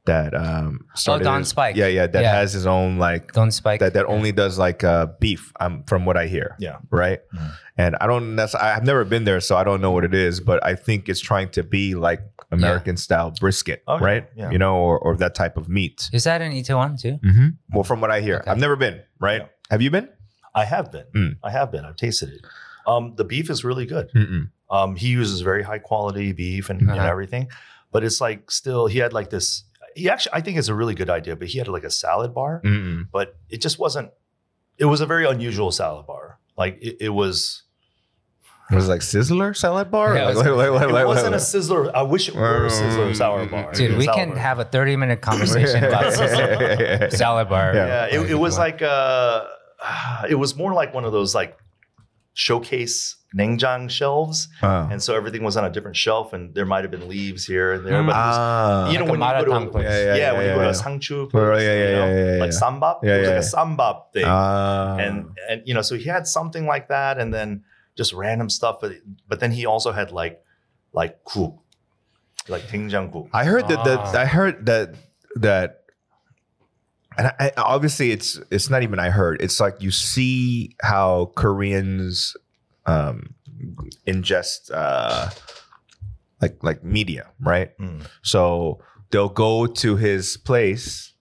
that um started Oh, Don his- Spike. Yeah, yeah, that Yeah. has his own like don't spike that that only does like uh beef. Um, from what I hear. Yeah. Right. Mhm. And I don't. That's I've never been there, so I don't know what it is. But I think it's trying to be like American style brisket, Okay, right? Oh, yeah. You know, or or that type of meat. Is that in Itaewon too? Mm-hmm. Well, from what I hear, Okay. I've never been. Right? Yeah. Have you been? I have been. Hmm. Mm. I have been. I've tasted it. Um, the beef is really good. Mm-mm. Um, he uses very high quality beef and, and Uh-huh. everything, but it's like still he had like this. He actually, I think it's a really good idea, but he had like a salad bar. Hmm. Mm-mm. but it just wasn't it was a very unusual salad bar like it, it was It was like Sizzler salad bar. Yeah, it Like- was- like- like- it like- like- wasn't a like- sizzler i wish it Mm, were a sizzler salad bar Dude, we Salad can bar. have a 30 minute conversation about Sizzler. salad bar. Yeah. yeah it, it was like uh it was more like one of those like showcase nanjang shelves Uh, and so everything was on a different shelf and there might have been leaves here and there Mm. but it was, ah. you know Like a when you go maratang to place. Yeah, yeah, yeah, yeah, when you yeah, go yeah. to sangchu Right, place, yeah, yeah, you know, yeah, yeah, like yeah. sambap Yeah, it was yeah, like a sambap thing Ah. and and you know so he had something like that and then just random stuff but but then he also had like like gu like tingjang gu I heard that that Ah. I heard that that and I, I- obviously it's it's not even I heard it's like you see how Koreans um ingest uh like like media right Mm. so they'll go to his place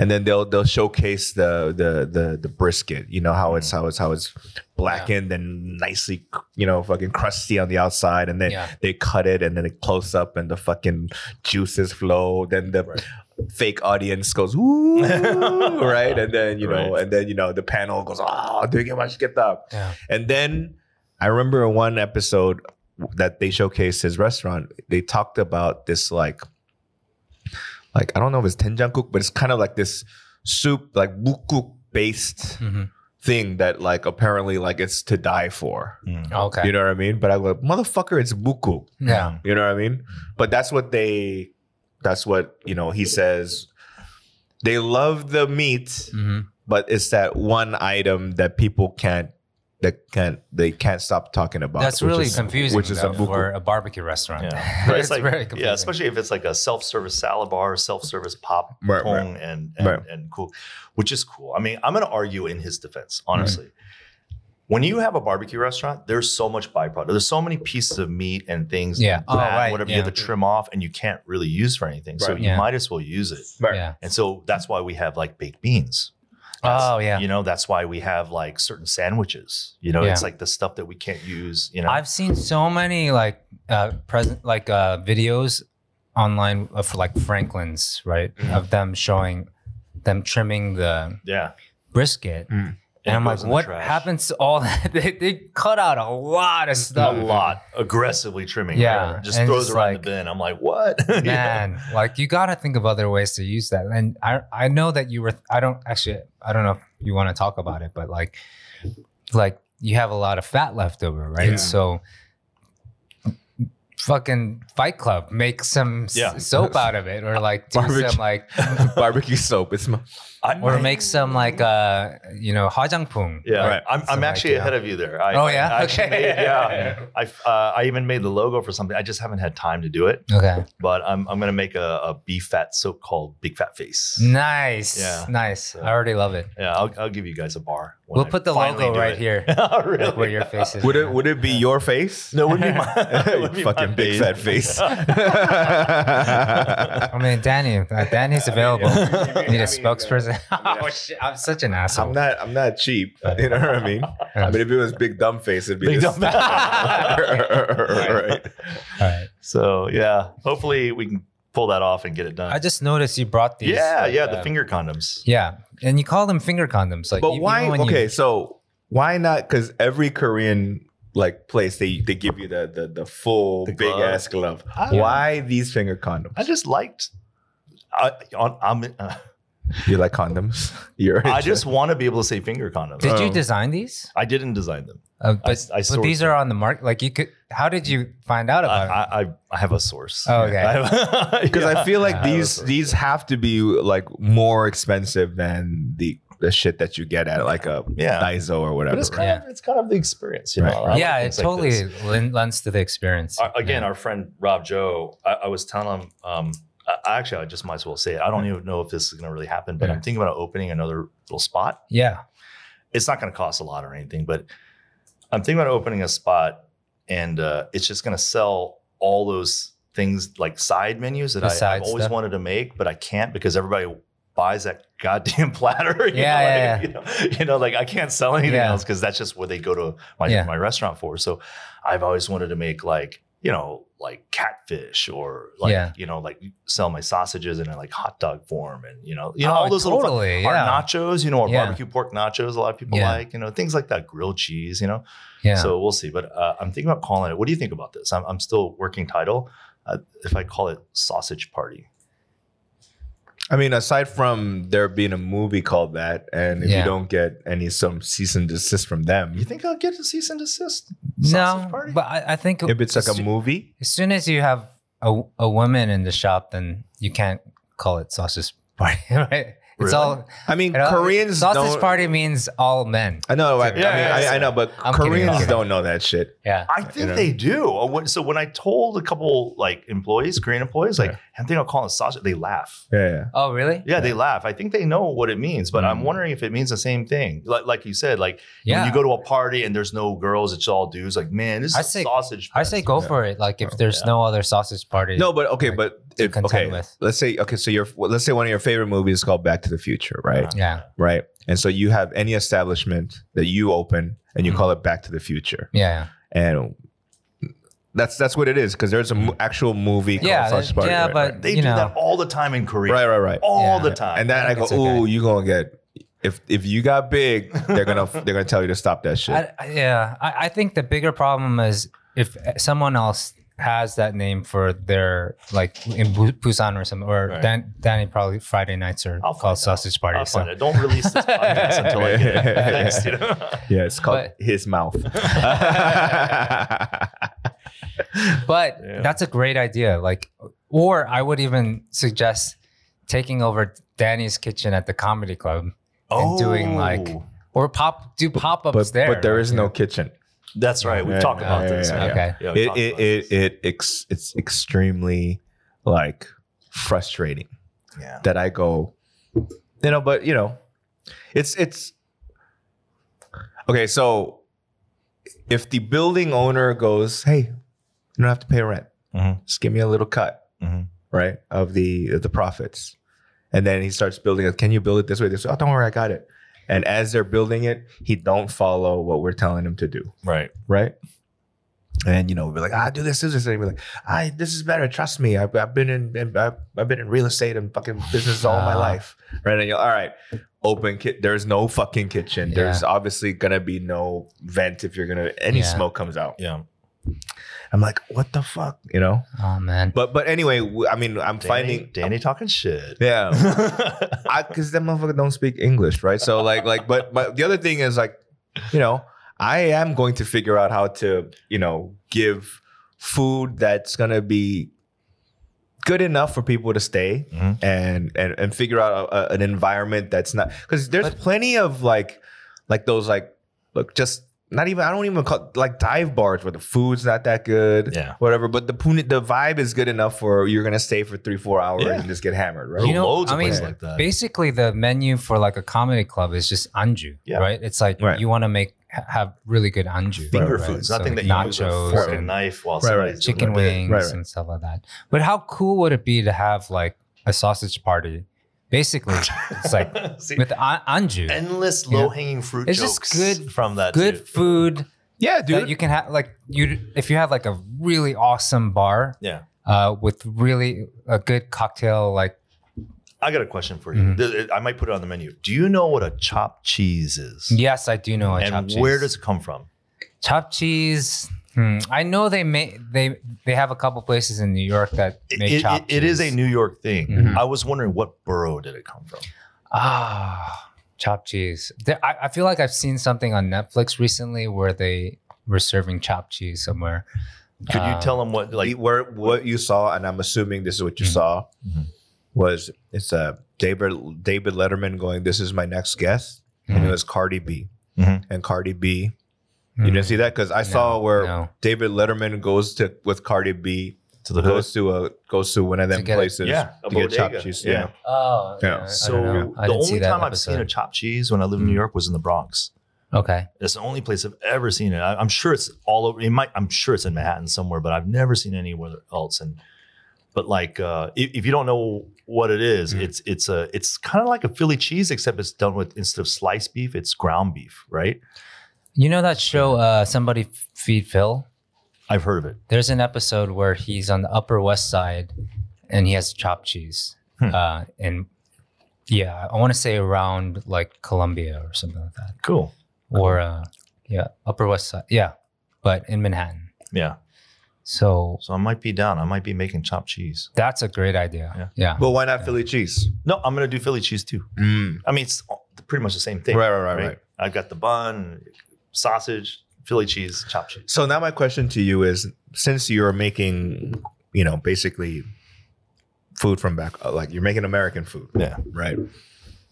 and then they'll they'll showcase the the the, the brisket you know how it's how it's how it's blackened and nicely you know fucking crusty on the outside and then Yeah. they cut it and then it close up and the fucking juices flow. Then the Right. fake audience goes, ooh, right? And then, you know, Right. and then, you know, the panel goes, oh, do you get much get up? Yeah. And then I remember in one episode that they showcased his restaurant, they talked about this like, like, I don't know if it's tenjangkuk, but it's kind of like this soup, like bukuk based Mhm. thing that like apparently like it's to die for. mm. Okay. You know what I mean? But I go, motherfucker, it's buku. yeah. You know what I mean? But that's what they that's what, you know, he says they love the meat, hmm but it's that one item that people can't that can't they can't stop talking about. That's which really is- confusing which is a though, buku. for a barbecue restaurant. Yeah. But it's it's like, very confusing. yeah, especially if it's like a self-service salad bar, self-service pop Right, pong, right. and and, Right. and cool, which is cool. I mean, I'm gonna argue in his defense, honestly. When you have a barbecue restaurant, there's so much byproduct. There's so many pieces of meat and things, Yeah. that, Oh, right, whatever yeah. you have to trim off, and you can't really use for anything. So Right. you Yeah. might as well use it. Right. Yeah. And so that's why we have like baked beans. That's- Oh yeah. You know, that's why we have like certain sandwiches. You know, Yeah. it's like the stuff that we can't use. You know, I've seen so many like uh present like uh videos online of like Franklin's, right? Mm-hmm. Of them showing them trimming the yeah. brisket. Mm. And I'm it like, goes in the what trash. happens to all that? They, they cut out a lot of a stuff. lot aggressively trimming. Mm-hmm. Yeah, Yeah, just and throws just it around like- the bin. I'm like, what? You know? Man, like you gotta think of other ways to use that. And I I know that you were I don't actually I don't know if you want to talk about it, but like like you have a lot of fat left over, right? Yeah. So fucking Fight Club make some s- Yeah. soap out of it, or like do Barbecue. some like Barbecue soap. It's my, I- or make some like uh you know hajangpung. Yeah, Right. I'm, I'm Some actually idea. ahead of you there. I, Oh, yeah? I actually Okay. made- yeah. I uh, I even made the logo for something. I just haven't had time to do it, Okay. but I'm I'm gonna make a, a beef fat soap called Big Fat Face. Nice. Yeah. Nice. I already love it. Yeah, I'll, I'll give you guys a bar. when We'll I put the finally logo do right it. here. Oh, really? like where your face is. would it would it be your face? No, it wouldn't be my it wouldn't be you my fucking big fat face. I mean, Danny. Uh, Danny's available. I mean, Need a uh, spokesperson. mean, oh shit! I'm such an I'm asshole. not. I'm not cheap. You know what I mean? I mean, if it was big dumb face, it'd be Big this. dumb right. All right. So yeah, hopefully we can pull that off and get it done. I just noticed you brought these. yeah, like, yeah, the um, finger condoms. Yeah, and you call them finger condoms. Like, But e- why? even when you- Okay, so why not? Because every Korean like place, they they give you the the, the full The big glove. ass glove. I- Why these finger condoms? I just liked. I, on, I'm, uh, you like condoms? You're. I just want to be able to say finger condoms. did you Um, design these? I didn't design them. Uh, I, but, I but sourced these them. are on the market. Like, you could. How did you find out I, about it? I, I- I have a source. Oh, okay. because I feel like Yeah, these these have to be like more expensive than the the shit that you get at like a Yeah. Daiso or whatever. But it's right? kind of it's kind of the experience, you know. Right. I like yeah, it things like totally this. lin- lends to the experience. Our- again, our friend Rob Joe, I, I was telling him. Um, I, actually, I just might as well say it. I don't even know if this is going to really happen, but Yeah. I'm thinking about opening another little spot. yeah. It's not going to cost a lot or anything, but I'm thinking about opening a spot, and uh, it's just going to sell all those things like side menus that The I, side have always stuff. wanted to make, but I can't because everybody buys that goddamn platter. you Yeah, know, like, You, know, you know, like I can't sell anything Yeah. else because that's just what they go to my Yeah. my restaurant for. So I've always wanted to make like you know like catfish or like Yeah. you know like sell my sausages in a like hot dog form and you know you know Oh, all those little totally. our yeah. nachos, you know, our Yeah. barbecue pork nachos, a lot of people Yeah. like, you know, things like that, grilled cheese, you know. yeah. So we'll see. But uh, I'm thinking about calling it. What do you think about this? I'm, I'm still working title. Uh, if I call it Sausage Party, I mean, aside from there being a movie called that, and if Yeah. you don't get any some cease and desist from you them, think I'll get a cease and desist? no, sausage party? but I, I think if it's like a movie, As soon as you have a, a woman in the shop, then you can't call it sausage party, right? It's Really? all I mean, you know, Koreans uh, Sausage don't. party means all men. I know, I, I mean, Yeah, yeah, yeah. I, I know, but I'm kidding, I'm Koreans kidding. don't know that shit. Yeah. I think know. they do. Uh, when- So when I told a couple like employees, Korean employees, like Yeah. I think I'll call it sausage, they laugh. Yeah, yeah. Oh, really? Yeah, they laugh. I think they know what it means, but I'm Mm. wondering if it means the same thing. Like, like you said, like Yeah. when you go to a party and there's no girls, it's all dudes. Like, man, this is I a say- sausage. I say go Yeah. for it. Like if Oh, there's yeah. no other sausage party. No, but okay, Like, but to if, contend okay, with. let's say okay, so your well, let's say one of your favorite movies is called Back to the Future, right? Uh-huh. Yeah. Right, and so you have any establishment that you open and you Mm-hmm. Mhm. call it Back to the Future, Yeah. and that's that's what it is because there's an actual movie called Mm-hmm. Yeah. Sausage Yeah. Party. yeah right, but right. They you do know, that all the time in Korea. right, right, right. All Yeah. the time. and then I, I go, think it's okay. ooh, you gonna get if if you got big, they're gonna they're gonna tell you to stop that shit. I, I- yeah. I, I think the bigger problem is if someone else has that name for their like in Bu- Busan or something, or Right. Dan, Danny probably Friday nights are I'll find called out. sausage party. I'll so. find it. Don't release this podcast until I get it fixed. You know? Yeah, it's called But- his mouth. But Yeah. that's a great idea. Like, or I would even suggest taking over Danny's kitchen at the comedy club and doing like Oh, or pop do pop ups but there. but there is no Like, kitchen. That's right. We've Yeah, talked yeah, about yeah, this. yeah, man. yeah. Okay. Yeah, we It talked it about it, this. it ex, it's extremely like frustrating yeah. that I go, you know. But you know, it's it's okay. So if the building owner goes, hey, you don't have to pay rent. Mm-hmm. Mhm. Just give me a little cut. Mhm. right of the of the profits and then he starts building it can you build it this way this way? oh don't worry i got it and as they're building it he don't follow what we're telling him to do Right. right and you know we're like ah do this do this and we're like i this is better trust me i've, I've been in, in I've, I've been in real estate and fucking business all my Ah. life right and you're all right open kit there's no fucking kitchen there's obviously gonna be no vent if you're gonna any Yeah. smoke comes out Yeah. i'm like what the fuck you know Oh man. but but anyway w- i mean i'm Danny, finding Danny talking shit. yeah Mm-hmm. yeah. I because that motherfucker don't speak English, right? So like like but but the other thing is like, you know, I am going to figure out how to you know give food that's gonna be good enough for people to stay Mhm. and and and figure out a, a- an environment that's not because there's But- plenty of like like those like look just. Not even I don't even call like dive bars where the food's not that good, Yeah. whatever. But the puni- the vibe is good enough for you're gonna stay for three four hours Yeah. and just get hammered, right? You know, loads I of mean, places like uh, that. Basically, the menu for like a comedy club is just anju, Yeah. right? It's like Right. you want to make ha- have really good anju, Finger right? foods, So, nothing like, that you use a fork nachos and and knife while Right, right. somebody's doing chicken their bit. wings Right, right. and stuff like that. But how cool would it be to have like a sausage party? Basically, it's like See, with an- anju, endless Yeah. low hanging fruit It's just jokes good- from that. good dude. food Yeah, dude. that you can have. Like you, if you have like a really awesome bar Yeah. uh, with really a good cocktail, like I got a question for you. Mhm. Th- I might put it on the menu. Do you know what a chopped cheese is? yes, I do know a and chopped cheese. where does it come from? chopped cheese? Hmm. I know they make they they have a couple places in New York that It- make it- chopped it- it is a cheese. New York thing. Mhm. I was wondering what borough did it come from? Ah, chopped cheese. There, I, I feel like I've seen something on Netflix recently where they were serving chopped cheese somewhere. Could you Um, tell them what like like where what you saw, and I'm assuming this is what you Mhm. saw, Mhm. was it's a uh, David David Letterman going, "This is my next guest," and it Mhm. was Cardi B, Mhm. and Cardi B. Mm. You didn't see that because I saw No, where hmm, no. David Letterman goes to with Cardi B to the hood? goes to a goes to one of them To get a- places Yeah, a to get chopped bodega, cheese. yeah. Yeah, Oh, Yeah. I- I don't So know. I the didn't see only that time I've seen a episode. chopped cheese when I lived in New York was in the Bronx. okay, It's the only place I've ever seen it. I, am sure it's all over. It might. I'm sure it's in Manhattan somewhere, but I've never seen anywhere else. And but like, uh, if, if you don't know what it is, Mm-hmm. Mm. it's it's a it's kind of like a Philly cheese, except it's done with instead of sliced beef, it's ground beef, right? you know that show? Uh, Somebody F- feed Phil. I've heard of it. There's an episode where he's on the Upper West Side, and he has chopped cheese. Hmm. Uh, and yeah, I want to say around like Columbia or something like that, Cool. or uh, yeah, Upper West Side. Yeah, but in Manhattan. Yeah. So So I might be down. I might be making chopped cheese. That's a great idea. Yeah. but why not Philly cheese? No, I'm gonna do Philly cheese too. I mean, it's all- pretty much the same Right, thing. right, right, right. I've got the bun, sausage, Philly cheese, chopped cheese. So now my question to you is, since you're making, you know, basically food from back, uh, like you're making American food, Yeah. right?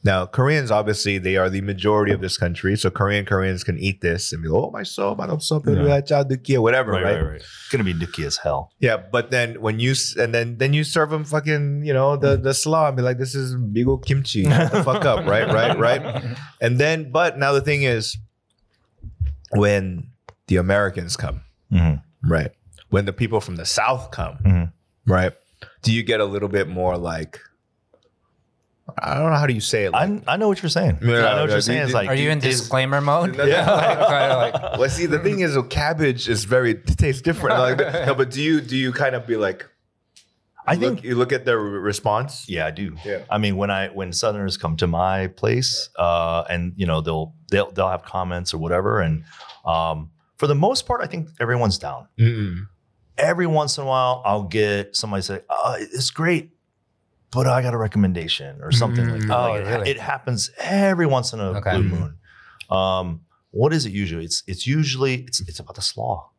Now Koreans, obviously, they are the majority of this country, so Korean Koreans can eat this and be, oh my soul, my soul, Yeah. whatever, right, Gonna be nookie as hell. Yeah, but then when you s- and then then you serve them fucking, you know, the the slaw and be like, this is bigo kimchi, Shut the fuck up, right, right, right. And then, but now the thing is, when the Americans come. Right. When the people from the South come, Mhm. right? Do you get a little bit more like I don't know how do you say it? Like, I, I know what you're saying. Yeah, I know what yeah, you're saying. It's dude, like Are you in is- disclaimer mode? No, no, no. Like, kinda like, well, see, the thing is, well, cabbage is very it tastes different. Like, no, but do you do you kind of be like? I look- think. you look at their re- response. Yeah, I do. Yeah. I mean, when I when Southerners come to my place, uh, and you know they'll they'll they'll have comments or whatever, and um, for the most part, I think everyone's down. Mm-mm. every once in a while I'll get somebody say, oh, it's great, but I got a recommendation or something like Mm, that. oh, Like, it, really? it happens every once in a Okay. blue Mm-hmm. moon. Um, what is it usually? It's it's usually it's it's about the slaw.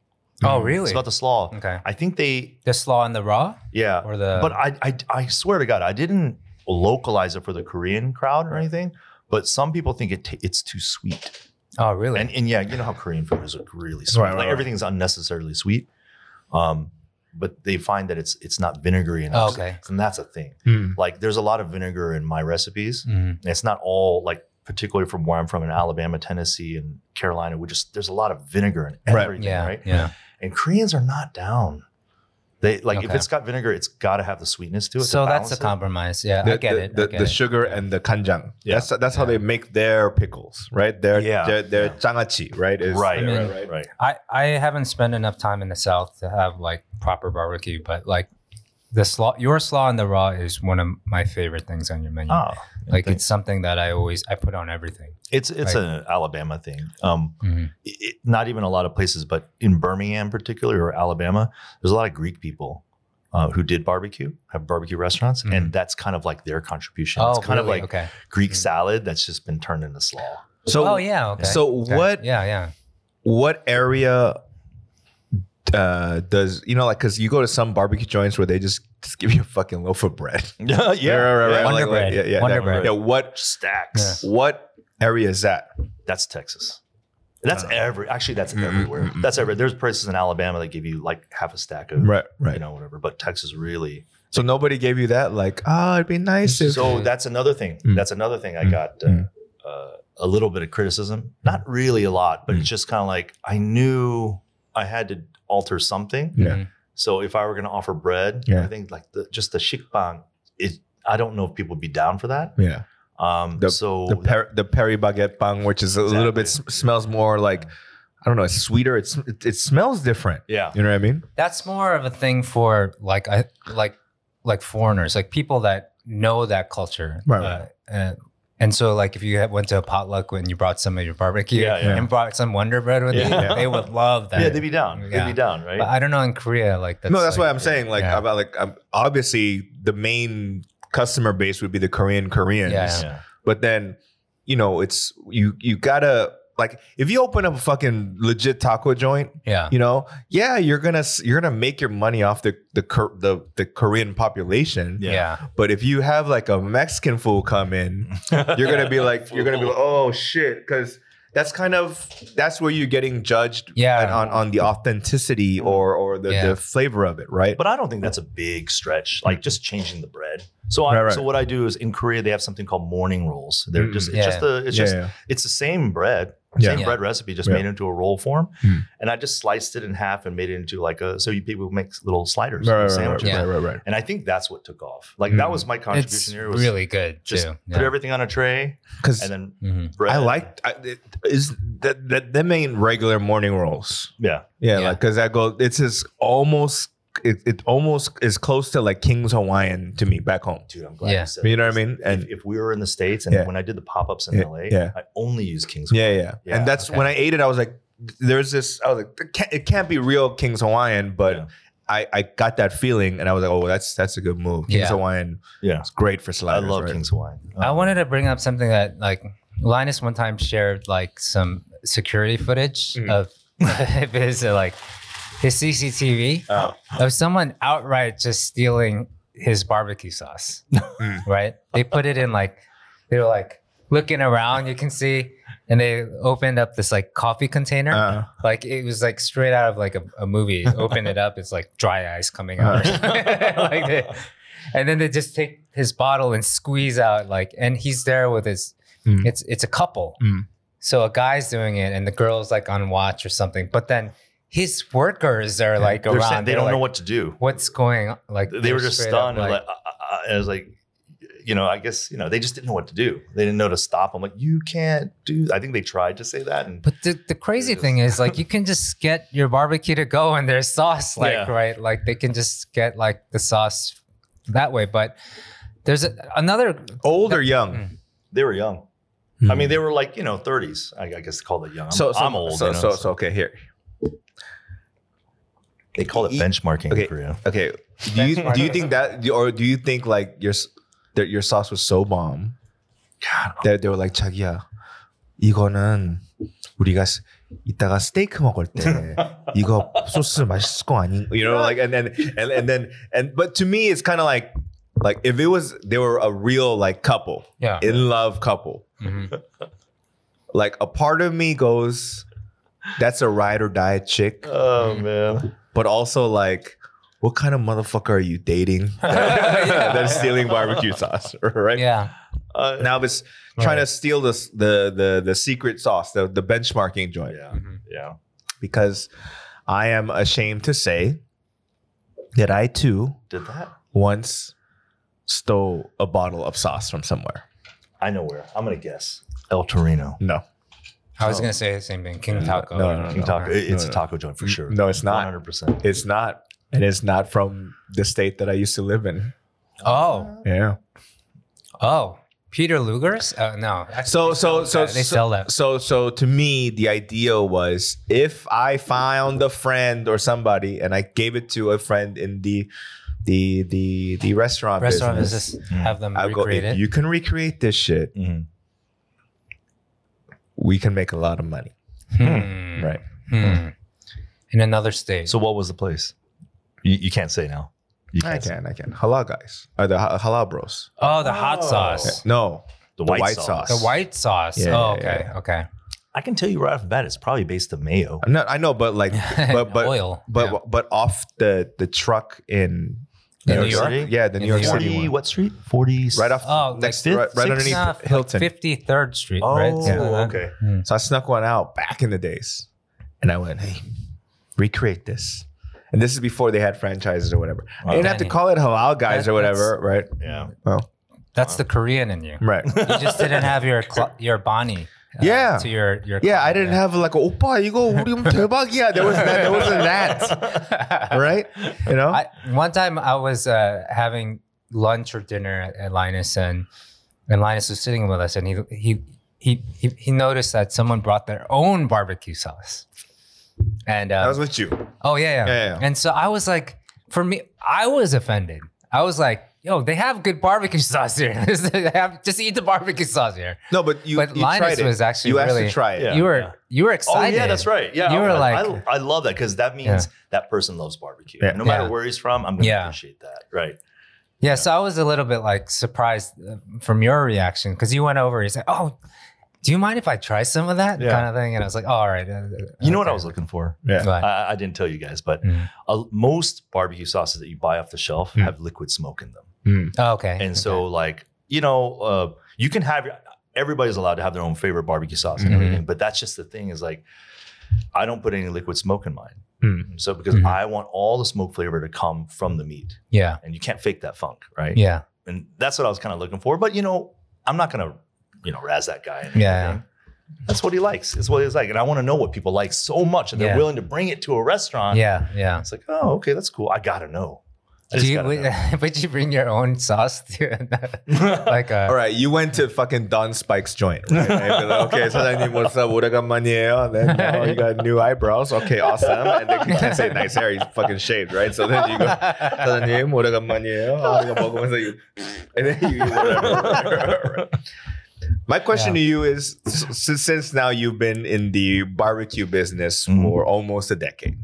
Oh, It's really? about the slaw. okay. I think they The slaw and the raw, yeah. or the but I, I I swear to God, I didn't localize it for the Korean crowd or anything. But some people think it ta it's too sweet. oh, really? And, and yeah, you know how Korean food is like really sweet. Right, right, like right. everything's unnecessarily sweet. Um, but they find that it's it's not vinegary enough. Oh, Okay. And that's a thing. Like there's a lot of vinegar in my recipes. Mhm. Mm. And it's not all like particularly from where I'm from in Alabama, Tennessee, and Carolina. We just there's a lot of vinegar in Right. everything, Yeah, right? yeah. And Koreans are not down. They like if Okay. it's got vinegar, it's got to have the sweetness to it. to So that's balance the it. compromise. Yeah, The, I get the, it. The, I get the it. sugar and the kanjang. Yeah. That's that's how they make their pickles, right? Their Yeah. their, their Yeah. jangachi, right? Is- Right, I mean- right, right, Right. I, I haven't spent enough time in the South to have like proper barbecue, but like the slaw, your slaw and the raw is one of my favorite things on your menu. Oh, like thank- it's something that I always I put on everything. it's it's like- an Alabama thing. Um, Mhm. it- it, not even a lot of places, but in Birmingham, particularly or Alabama, there's a lot of Greek people uh, who did barbecue, have barbecue restaurants, and that's kind of like their contribution. Mm-hmm. Oh, it's kind of really? like okay. Greek Mm. salad that's just been turned into slaw. So oh yeah. Okay. so Okay. what Yeah, yeah. what area uh, does you know like because you go to some barbecue joints where they just just give you a fucking loaf of bread. yeah, right, right, right. like- Wonder like- bread. yeah, yeah, Wonder yeah. bread. Yeah, what Stacks. what area is that? That's Texas. That's Uh, every. Actually, that's mm, mm, everywhere. mm, mm. That's everywhere. There's places in Alabama that give you like half a stack of, Right, right. you know, whatever. But Texas really. So nobody gave you that, like, ah, it'd be nice if So that's another thing. Mm. That's another thing I Mm. got uh, Mm. uh, a little bit of criticism. Not really a lot, but it's Mm. just kind of like I knew I had to alter something. Yeah. Mhm. So if I were going to offer bread, Yeah. I think like the, just the shikbang, it, I don't know if people would be down for that. yeah. Um, The- so the per- the Perry baguette bang, which is a little bit Exactly. s- smells more like I don't know, it's sweeter. It's it, it smells different. yeah, You know what I mean? That's more of a thing for like I like like foreigners, like people that know that culture. Right, Uh, and, and so like if you had- went to a potluck and you brought some of your barbecue Yeah, yeah. and brought some Wonder Bread with you, Yeah. they would love that. yeah, they'd be down. Yeah. They'd be down, right? But I don't know in Korea, like that's no, that's like, what I'm saying. Like yeah. about like um, obviously the main customer base would be the Korean Koreans, Yeah. yeah. but then you know it's you you gotta like if you open up a fucking legit taco joint, yeah. you know, yeah, you're gonna s- you're gonna make your money off the the Kor- the, the Korean population, Yeah. Yeah. But if you have like a Mexican fool come in, you're gonna be like, you're gonna be like, oh shit, because that's kind of that's where you're getting judged Yeah. and on on the authenticity or or the, Yeah. the flavor of it, right? Mm-hmm. But I don't think that's a big stretch. Like just changing the bread. So I, Mm-hmm. Right, right. so what I do is in Korea they have something called morning rolls. They're Mm. just it's Yeah. just a it's yeah, just yeah. it's the same bread, Yeah. same Yeah. bread recipe, just Yeah. made into a roll form. Hmm. And I just sliced it in half and made it into like a so you people make little sliders, Right, right, right, right, sandwiches. Yeah. right, right, right. And I think that's what took off. Like Mm. that was my contribution It's here was really good just too. put everything on a tray and Because then Mhm. bread. I liked I, it, is that that them ain't regular morning rolls. yeah. Yeah, Yeah. like because that goes, it's just almost it, it almost is close to like King's Hawaiian to me back home. Dude, I'm glad Yeah. you said You know what this. I mean? And if, if we were in the States and Yeah. when I did the pop-ups in Yeah, LA, yeah. I only used King's Yeah, yeah. Yeah, and that's okay. when I ate it, I was like, there's this, I was like, it can't, it can't be real King's Hawaiian, but Yeah. I, I got that feeling and I was like, oh, that's that's a good move. King's Yeah. Hawaiian Yeah. is great for I sliders. love right? King's Hawaiian. I wanted to bring up something that like Linus one time shared like some security footage Mm-hmm. Mhm. of his uh, like his CCTV Uh, Oh. of someone outright just stealing his barbecue sauce. Hmm. Mm. Right? They put it in like they were like looking around, you can see, and they opened up this like coffee container. Uh, Like it was like straight out of like a, a movie. Open it up, it's like dry ice coming out. Uh. like they, and then they just take his bottle and squeeze out like, and he's there with his. Hmm. Mm. It's it's a couple, Mm. so a guy's doing it and the girl's like on watch or something. But then his workers are like They're saying around. they They're don't know like, what to do. what's going on. Like they they're were just straight up, stunned. and like, I, I, I was like, you know, I guess you know they just didn't know what to do. They didn't know to stop. I'm like, you can't do. I think they tried to say that, and But the, the crazy It is. thing is, like, you can just get your barbecue to go and there's sauce, like, Yeah. right? Like, they can just get like the sauce that way. But there's a, another, old or Mm. young? they were young. I mean, they were like you know 30s. I, I guess they call it young. Hmm. Hmm. I'm, so, so I'm old. So, you know, so, so, okay, here. They call it E- benchmarking okay. in Korea. Okay. Do you do you think that or do you think like your s- that your sauce was so bomb God, that they were like 자기야 이거는 우리가 스- 이따가 스테이크 먹을 때 이거 소스 맛있을 거 아닌 you know like and then and, and then and but to me it's kind of like like if it was they were a real like couple Yeah. in love couple Mhm. like a part of me goes that's a ride or die chick oh man. but also like what kind of motherfucker are you dating that- that's stealing barbecue sauce right Yeah. Uh, now it's trying to steal this the the the secret sauce the, the benchmarking joint yeah, Mhm. yeah. because i am ashamed to say that i too Did that? once stole a bottle of sauce from somewhere I know where. I'm gonna guess. El Torino. no I was gonna say the same thing. King Taco. Oh. No, no, no. King taco. it- No, It's a no. taco joint for sure. no it's not 100%. it's not and it's not from the state that i used to live in Oh, yeah oh, Peter Luger's? Uh, no. so so so that. They sell that. So so to me, the idea was if I found a friend or somebody and I gave it to a friend in the the the the restaurant, Restaurant business, business have them Hmm. I'll go. If recreate it. you can recreate this shit, Mhm. we can make a lot of money, Hmm. right? Hmm. In another state. So what was the place? You, you can't say now. You I can't say. can, I can. Halal guys or the ha- halal bros? oh, the hot Oh. sauce. No, The The white, white sauce. sauce. The white sauce. Yeah, oh, yeah, okay. yeah. Okay. I can tell you right off the bat, it's probably based on mayo. no, I know, but like, but but oil. but yeah. but off the the truck in In New York? yeah, the In New York New York? City 40, one. what street? 40. right off Oh, next like right, fifth, right sixth? underneath Nah, uh, like Hilton. 53rd Street, Oh, right? Something like that. okay. Hmm. So I snuck one out back in the days, and I went, "Hey, recreate this." And this is before they had franchises or whatever. Wow. I didn't have to Danny. call it halal guys That- or whatever, right? Yeah. That's the Korean in you. Right. You just didn't have your cl- your Bonnie. uh, Yeah. To your your. Yeah, I client, didn't have like a opa. You go, what do you Yeah, there wasn't that. There wasn't that, right? You know. I, one time I was uh, having lunch or dinner at, at Linus, and and Linus was sitting with us, and he he he he, he noticed that someone brought their own barbecue sauce, and I uh, was with you. oh yeah yeah. Yeah, yeah. and so I was like, for me, I was offended. I was like, yo, they have good barbecue sauce here. They have- just eat the barbecue sauce here. No, but you. But you Linus tried it. was actually You asked really- to try it. Yeah. you were yeah. you were Oh excited. yeah, that's right. Yeah, You were I- like- I, I love that because that means Yeah. that person loves barbecue. Yeah. No matter Yeah. where he's from, I'm gonna Yeah. appreciate that. Right. Yeah, so I was a little bit like surprised uh, from your reaction because you went over. You said, "Oh, do you mind if I try some of that Yeah. kind of thing?" And I was like, oh, "All right." You know what I was looking for? Yeah. Like, I, I didn't tell you guys, but Mm. uh, most barbecue sauces that you buy off the shelf Mm. have liquid smoke in them. Mm. oh, okay. And okay. so, like, you know, uh, you can have your, everybody's allowed to have their own favorite barbecue sauce and Mhm. everything, but that's just the thing is like, I don't put any liquid smoke in mine. Mm. So, because Mhm. I want all the smoke flavor to come from the meat yeah, and you can't fake that funk, right? yeah, And that's what I was kind of looking for. But, you know, I'm not going to, you know, razz that guy. and Yeah. everything. That's what he likes. It's what he's like. And I want to know what people like so much and they're Yeah. willing to bring it to a restaurant. yeah, yeah. It's like, oh, okay, that's cool. I got to know. I Do just you gotta would, know. would you bring your own sauce to like uh, All right, you went to fucking Don Spike's joint. Right? And you're like, okay, so I need what's up? 오래간만이에요. Then now you got new eyebrows. Okay, awesome. And then you can't say nice hair. He's fucking shaved, right? So then you go, 사장님 오래간만이에요. 아, 이거 먹으면서 you, and then you eat whatever. My question to you is: s- since now you've been in the barbecue business Mhm. for almost a decade,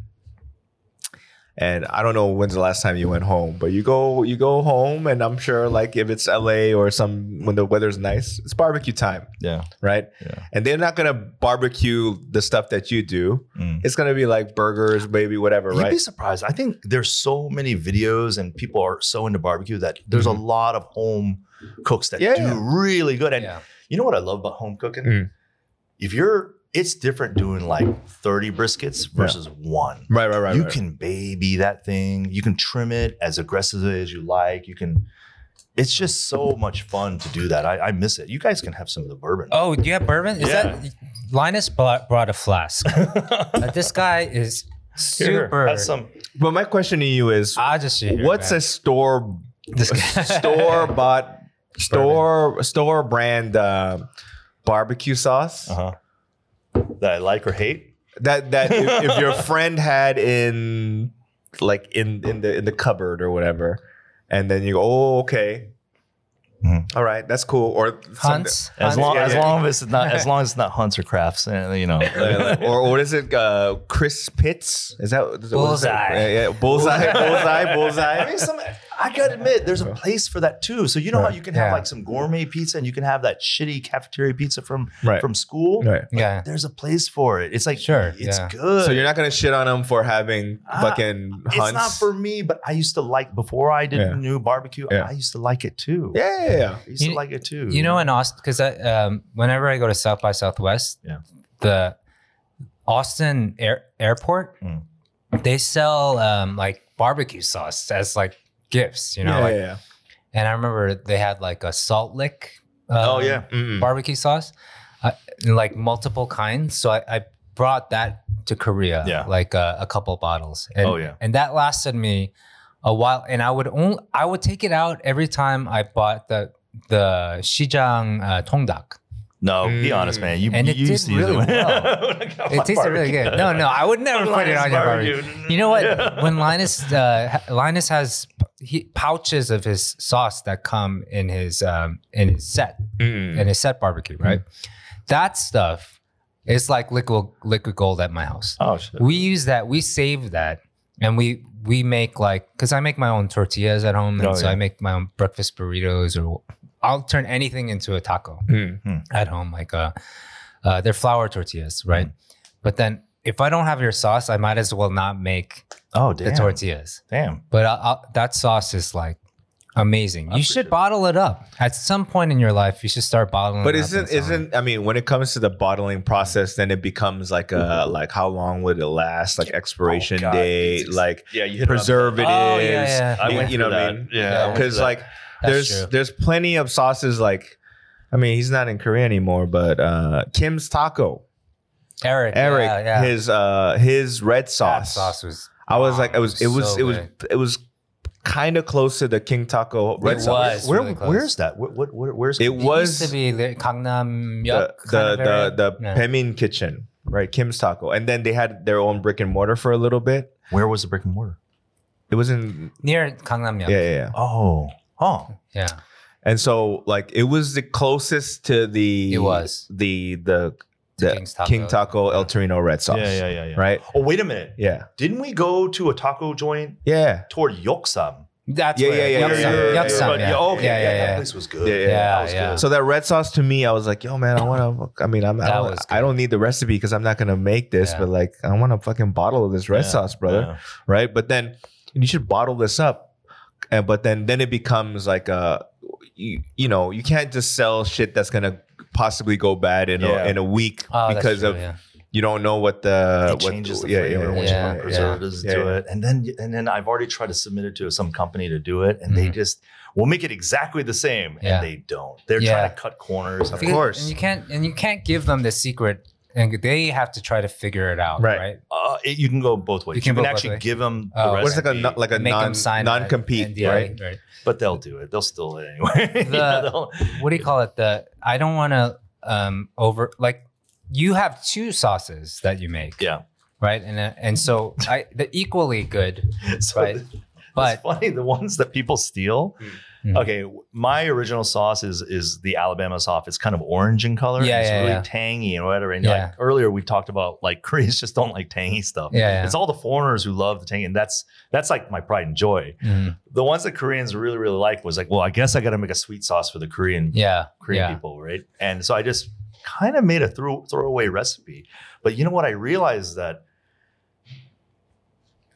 and I don't know when's the last time you went home, but you go you go home, and I'm sure like if it's LA or some when the weather's nice, it's barbecue time, Yeah. right? Yeah. And they're not gonna barbecue the stuff that you do. Mm. It's gonna be like burgers, maybe whatever, You'd right? be surprised. I think there's so many videos and people are so into barbecue that there's a lot of home cooks that Mm-hmm. Yeah. do really good. And yeah, you know what I love about home cooking? Mm. If you're, it's different doing like 30 briskets versus one. right, right, right. you right. can baby that thing. You can trim it as aggressively as you like. You can. It's just so much fun to do that. I, I miss it. You guys can have some of the bourbon. Oh, do you have bourbon? Is Yeah. that Linus brought, brought a flask? Uh, this guy is Here, super. Have some. But my question to you is: I just see What's man. a store This guy- store bought store store brand uh, barbecue sauce Uh huh. That I like or hate. that that if, if your friend had in like in in the in the cupboard or whatever, and then you go, oh okay, Mhm. All right, that's cool. Or some- Hunts. As Hunts. long yeah, as yeah. long as it's not as long as it's not hunts or crafts, eh, and you know. Yeah, uh, like- or what is it? Uh, Chris Pitts? Is that what is it- what is it? Bullseye. Yeah, yeah, bullseye, bullseye, bullseye. I mean, some, I gotta admit, there's a place for that too. So you know how Right. you can have Yeah. like some gourmet pizza, and you can have that shitty cafeteria pizza from Right. from school. Right. yeah. There's a place for it. It's like Sure, it's yeah. good. So you're not gonna shit on him for having Ah, fucking hunts. It's not for me, but I used to like before I did Yeah. new barbecue. Yeah. I used to like it too. Yeah, yeah, yeah. I used to You- like it too. You know, in Austin, because um, whenever I go to South by Southwest, Yeah. the Austin air, airport, Mm. they sell um, like barbecue sauce as like gifts, you know. yeah, like, yeah, yeah. And I remember they had like a salt lick. Oh um, yeah. Mm. barbecue sauce, uh, like multiple kinds. So I, I brought that to Korea, Yeah. like uh, a couple bottles. And, Oh, yeah. and that lasted me a while. And I would only I would take it out every time I bought the the Shijang uh, tongdak. No, be Mm. honest, man. You, And you it did used to use really it. well. When I got my It tasted really barbecue. good. No, no, I would never put it Linus on your barbecue. You know what? When Linus uh, ha- Linus has he, pouches of his sauce that come in his um, in his set, Mm. and it's set barbecue, right? That stuff is like liquid liquid gold at my house. oh shit. We use that, we save that, and we we make like because I make my own tortillas at home, and Oh, so yeah. I make my own breakfast burritos, or I'll turn anything into a taco Mm. at home, like uh, uh they're flour tortillas, right? But then if I don't have your sauce, I might as well not make Oh the damn. tortillas. Damn. But I, I, that sauce is like. Amazing! You That's should good. bottle it up at some point in your life. You should start bottling. But it up in isn't some- isn't I mean when it comes to the bottling process, then it becomes like a like how long would it last? Like expiration God, date, it's- like Yeah, you preservatives. Oh, yeah, yeah. I went You through know what I that. mean? Yeah, I went because through that. like That's there's true. there's plenty of sauces like. I mean, he's not in Korea anymore, but uh, Kim's Taco, Eric, Eric, yeah, yeah. his uh, his red That sauce. sauce was I was like, it was, it was, So it was, good. it was kind of close to the King Taco red It sauce. was Where, really close. where's that? Where, what, where, where's It It was used to be the Gangnam the Yeok the kind of area. the, the Yeah. Pemin Kitchen, right? Kim's Taco, and then they had their own brick and mortar for a little bit. Where was the brick and mortar? It was in near Gangnam yeah, Yeok. yeah, Yeah. yeah. Oh, oh, And so like it was the closest to the It was. the the, To the King's Taco. King Taco El Torino red sauce, yeah, yeah, yeah, yeah. right? Oh, wait a minute. Yeah, Didn't we go to a taco joint yeah. toward Yoksam? That's Yeah, where, yeah, yeah, Yeoksan, yeah, yeah, yeah, Yeoksan, But, yeah. yeah, okay, yeah, yeah, That yeah. place was good. Yeah, yeah. That was Yeah, yeah. good. So that red sauce to me, I was like, yo, man, I want to. I mean, I'm, I, That don't, was I don't need the recipe because I'm not gonna make this, Yeah. but like, I want a fucking bottle of this red Yeah, sauce, brother. Yeah. right? But then you should bottle this up, and but then then it becomes like a you, you know you can't just sell shit that's gonna possibly go bad in Yeah. a, in a week Oh, that's because true, of yeah. you don't know what the it what changes the yeah, flavor yeah, when yeah, you want yeah, preservatives yeah, to yeah. it, and then and then I've already tried to submit it to some company to do it, and they Mhm. just will make it exactly the same, Yeah. and they don't. They're Yeah. trying to cut corners. Of Because- course. and you can't and you can't give them the secret, and they have to try to figure it out, Right. right? Uh, it, you can go both ways. You can You can go both actually ways. give them Oh, the Right. What's like a recipe, non- like a Make non them sign non compete NDA, right? right? but they'll do it. They'll steal it anyway. You The- know, they'll- What do you call it? The I don't want to um over like you have two sauces that you make, yeah. right? And uh, and so I the equally good, So right? th- But it's funny the ones that people steal. Mm. Okay, w- my original sauce is is the Alabama sauce. It's kind of orange in color. and Yeah, it's yeah, really yeah. tangy and whatever. And Yeah. like earlier we talked about like Koreans just don't like tangy stuff. Yeah, yeah. It's all the foreigners who love the tangy, and that's that's like my pride and joy. Mm. The ones that Koreans really really like was like, well, I guess I got to make a sweet sauce for the Korean yeah, Korean yeah. people, right? And so I just kind of made a throw, throwaway recipe. But you know what? I realized that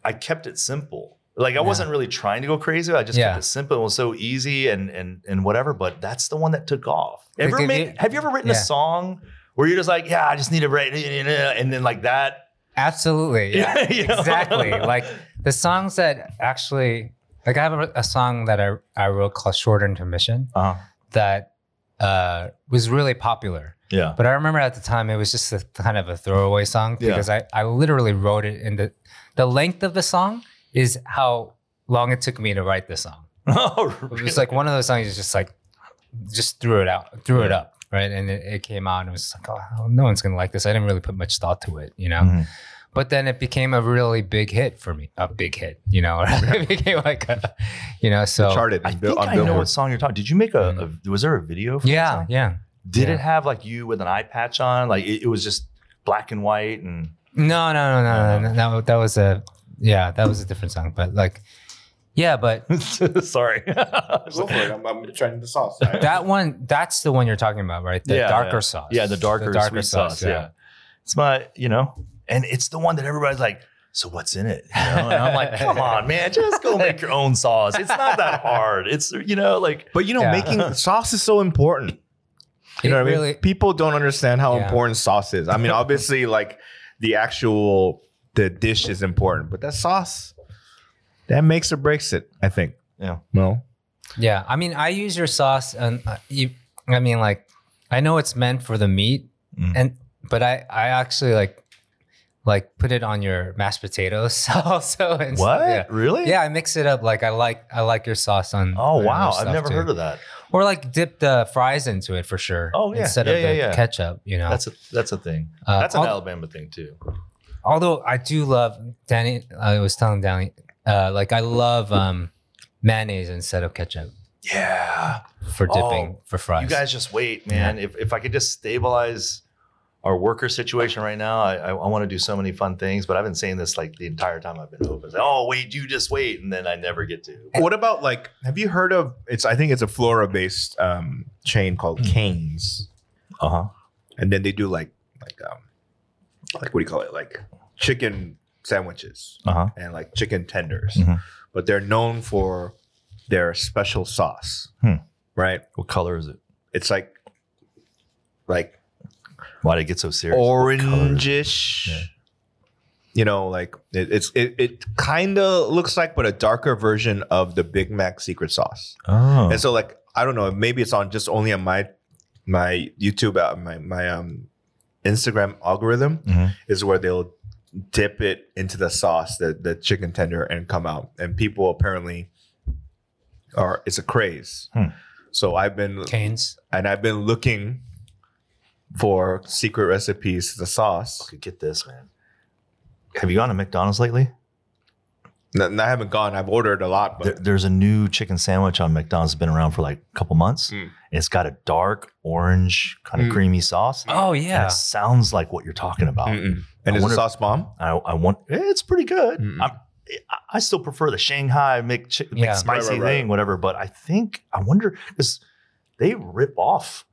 I kept it simple. Like Yeah. I wasn't really trying to go crazy. I just Yeah. kept it simple. It was so easy and and and whatever. But that's the one that took off. Like, Ever did made, you- have you ever written a Yeah. song where you're just like, yeah, I just need to write, and then like that. Absolutely. Yeah. You know? exactly. Like the songs that actually, like I have a, a song that I, I wrote called Short Intermission Uh-huh. that uh, was really popular. yeah, But I remember at the time it was just a, kind of a throwaway song Yeah. because I, I literally wrote it in the, the length of the song is how long it took me to write the song. oh, It was like one of those songs that's just like, just threw it out, threw it up. Right. And it, it came out and it was like, oh, no one's going to like this. I didn't really put much thought to it, you know? Mhm. But then it became a really big hit for me. A big hit, you know. it became like a, you know, so Charted I in think Bill- on I know Billboard. what song you're talking. Did you make a, a was there a video? For that uh, Mm-hmm. yeah, song? yeah. Did Yeah. it have like you with an eye patch on? Like it, it was just black and white and No, no, no, no, no, no. That, that was a yeah, that was a different song. But like, yeah, but sorry. Go for it. I'm, I'm trying the sauce. that one, that's the one you're talking about, right? The Yeah, darker yeah. sauce. yeah, the darker, sweet sauce. Yeah. It's my, you know, and it's the one that everybody's like, so what's in it? You know? And I'm like, come on, man, just go make your own sauce. It's not that hard. It's you know, like But you know, Yeah. making sauce is so important. You It know what I really- mean? People don't understand how Yeah. important sauce is. I mean, obviously, like the actual the dish is important, but that sauce that makes or breaks it. I think. Yeah. No. Yeah, I mean, I use your sauce, and uh, you, I mean, like, I know it's meant for the meat, Mm. and but I, I actually like, like, put it on your mashed potatoes also. And what? Yeah. Really? Yeah, I mix it up. Like I like I like your sauce on. Oh wow, I've never heard of that. Or like dip the fries into it for sure. Oh, yeah. Instead Yeah, of yeah, the yeah. ketchup, you know. That's a that's a thing. Uh, That's an al- Alabama thing too. although I do love Danny. I was telling Danny, uh, like I love um, mayonnaise instead of ketchup Yeah. for dipping Oh, for fries. You guys just wait, man. If, if I could just stabilize our worker situation right now, I, I, I want to do so many fun things, but I've been saying this like the entire time I've been open. It's like, oh, wait, you just wait. And then I never get to. What about like? Have you heard of? It's I think it's a Florida-based um, chain called Mm. Canes, Uh huh. and then they do like like um like what do you call it? Like chicken sandwiches Uh huh. and like chicken tenders, Mm-hmm. Mhm. but they're known for their special sauce, Hmm. right? What color is it? it's like like Why did it get so serious? orangish Yeah. you know like it, it's it, it kind of looks like but a darker version of the big mac secret sauce oh. and so like i don't know maybe it's on just only on my my youtube uh, my my um instagram algorithm Mhm. is where they'll dip it into the sauce the, the chicken tender and come out and people apparently are it's a craze Hmm. so i've been Canes. and I've been looking for secret recipes to the sauce. Okay, get this, man. Have you gone to McDonald's lately? N- n- I haven't gone. I've ordered a lot, There, but there's a new chicken sandwich on McDonald's. It's been around for like a couple months. Mm. And it's got a dark orange, kind of Mm. creamy sauce. Oh And yeah. it sounds like what you're talking about. Mm-mm. I and is wonder- a sauce bomb? I, I want eh, it's pretty good. Mm-mm. I'm, I- I still prefer the Shanghai Mc, chi- Yeah. McSpicy Right, right, right. thing, whatever. But I think I wonder because they rip off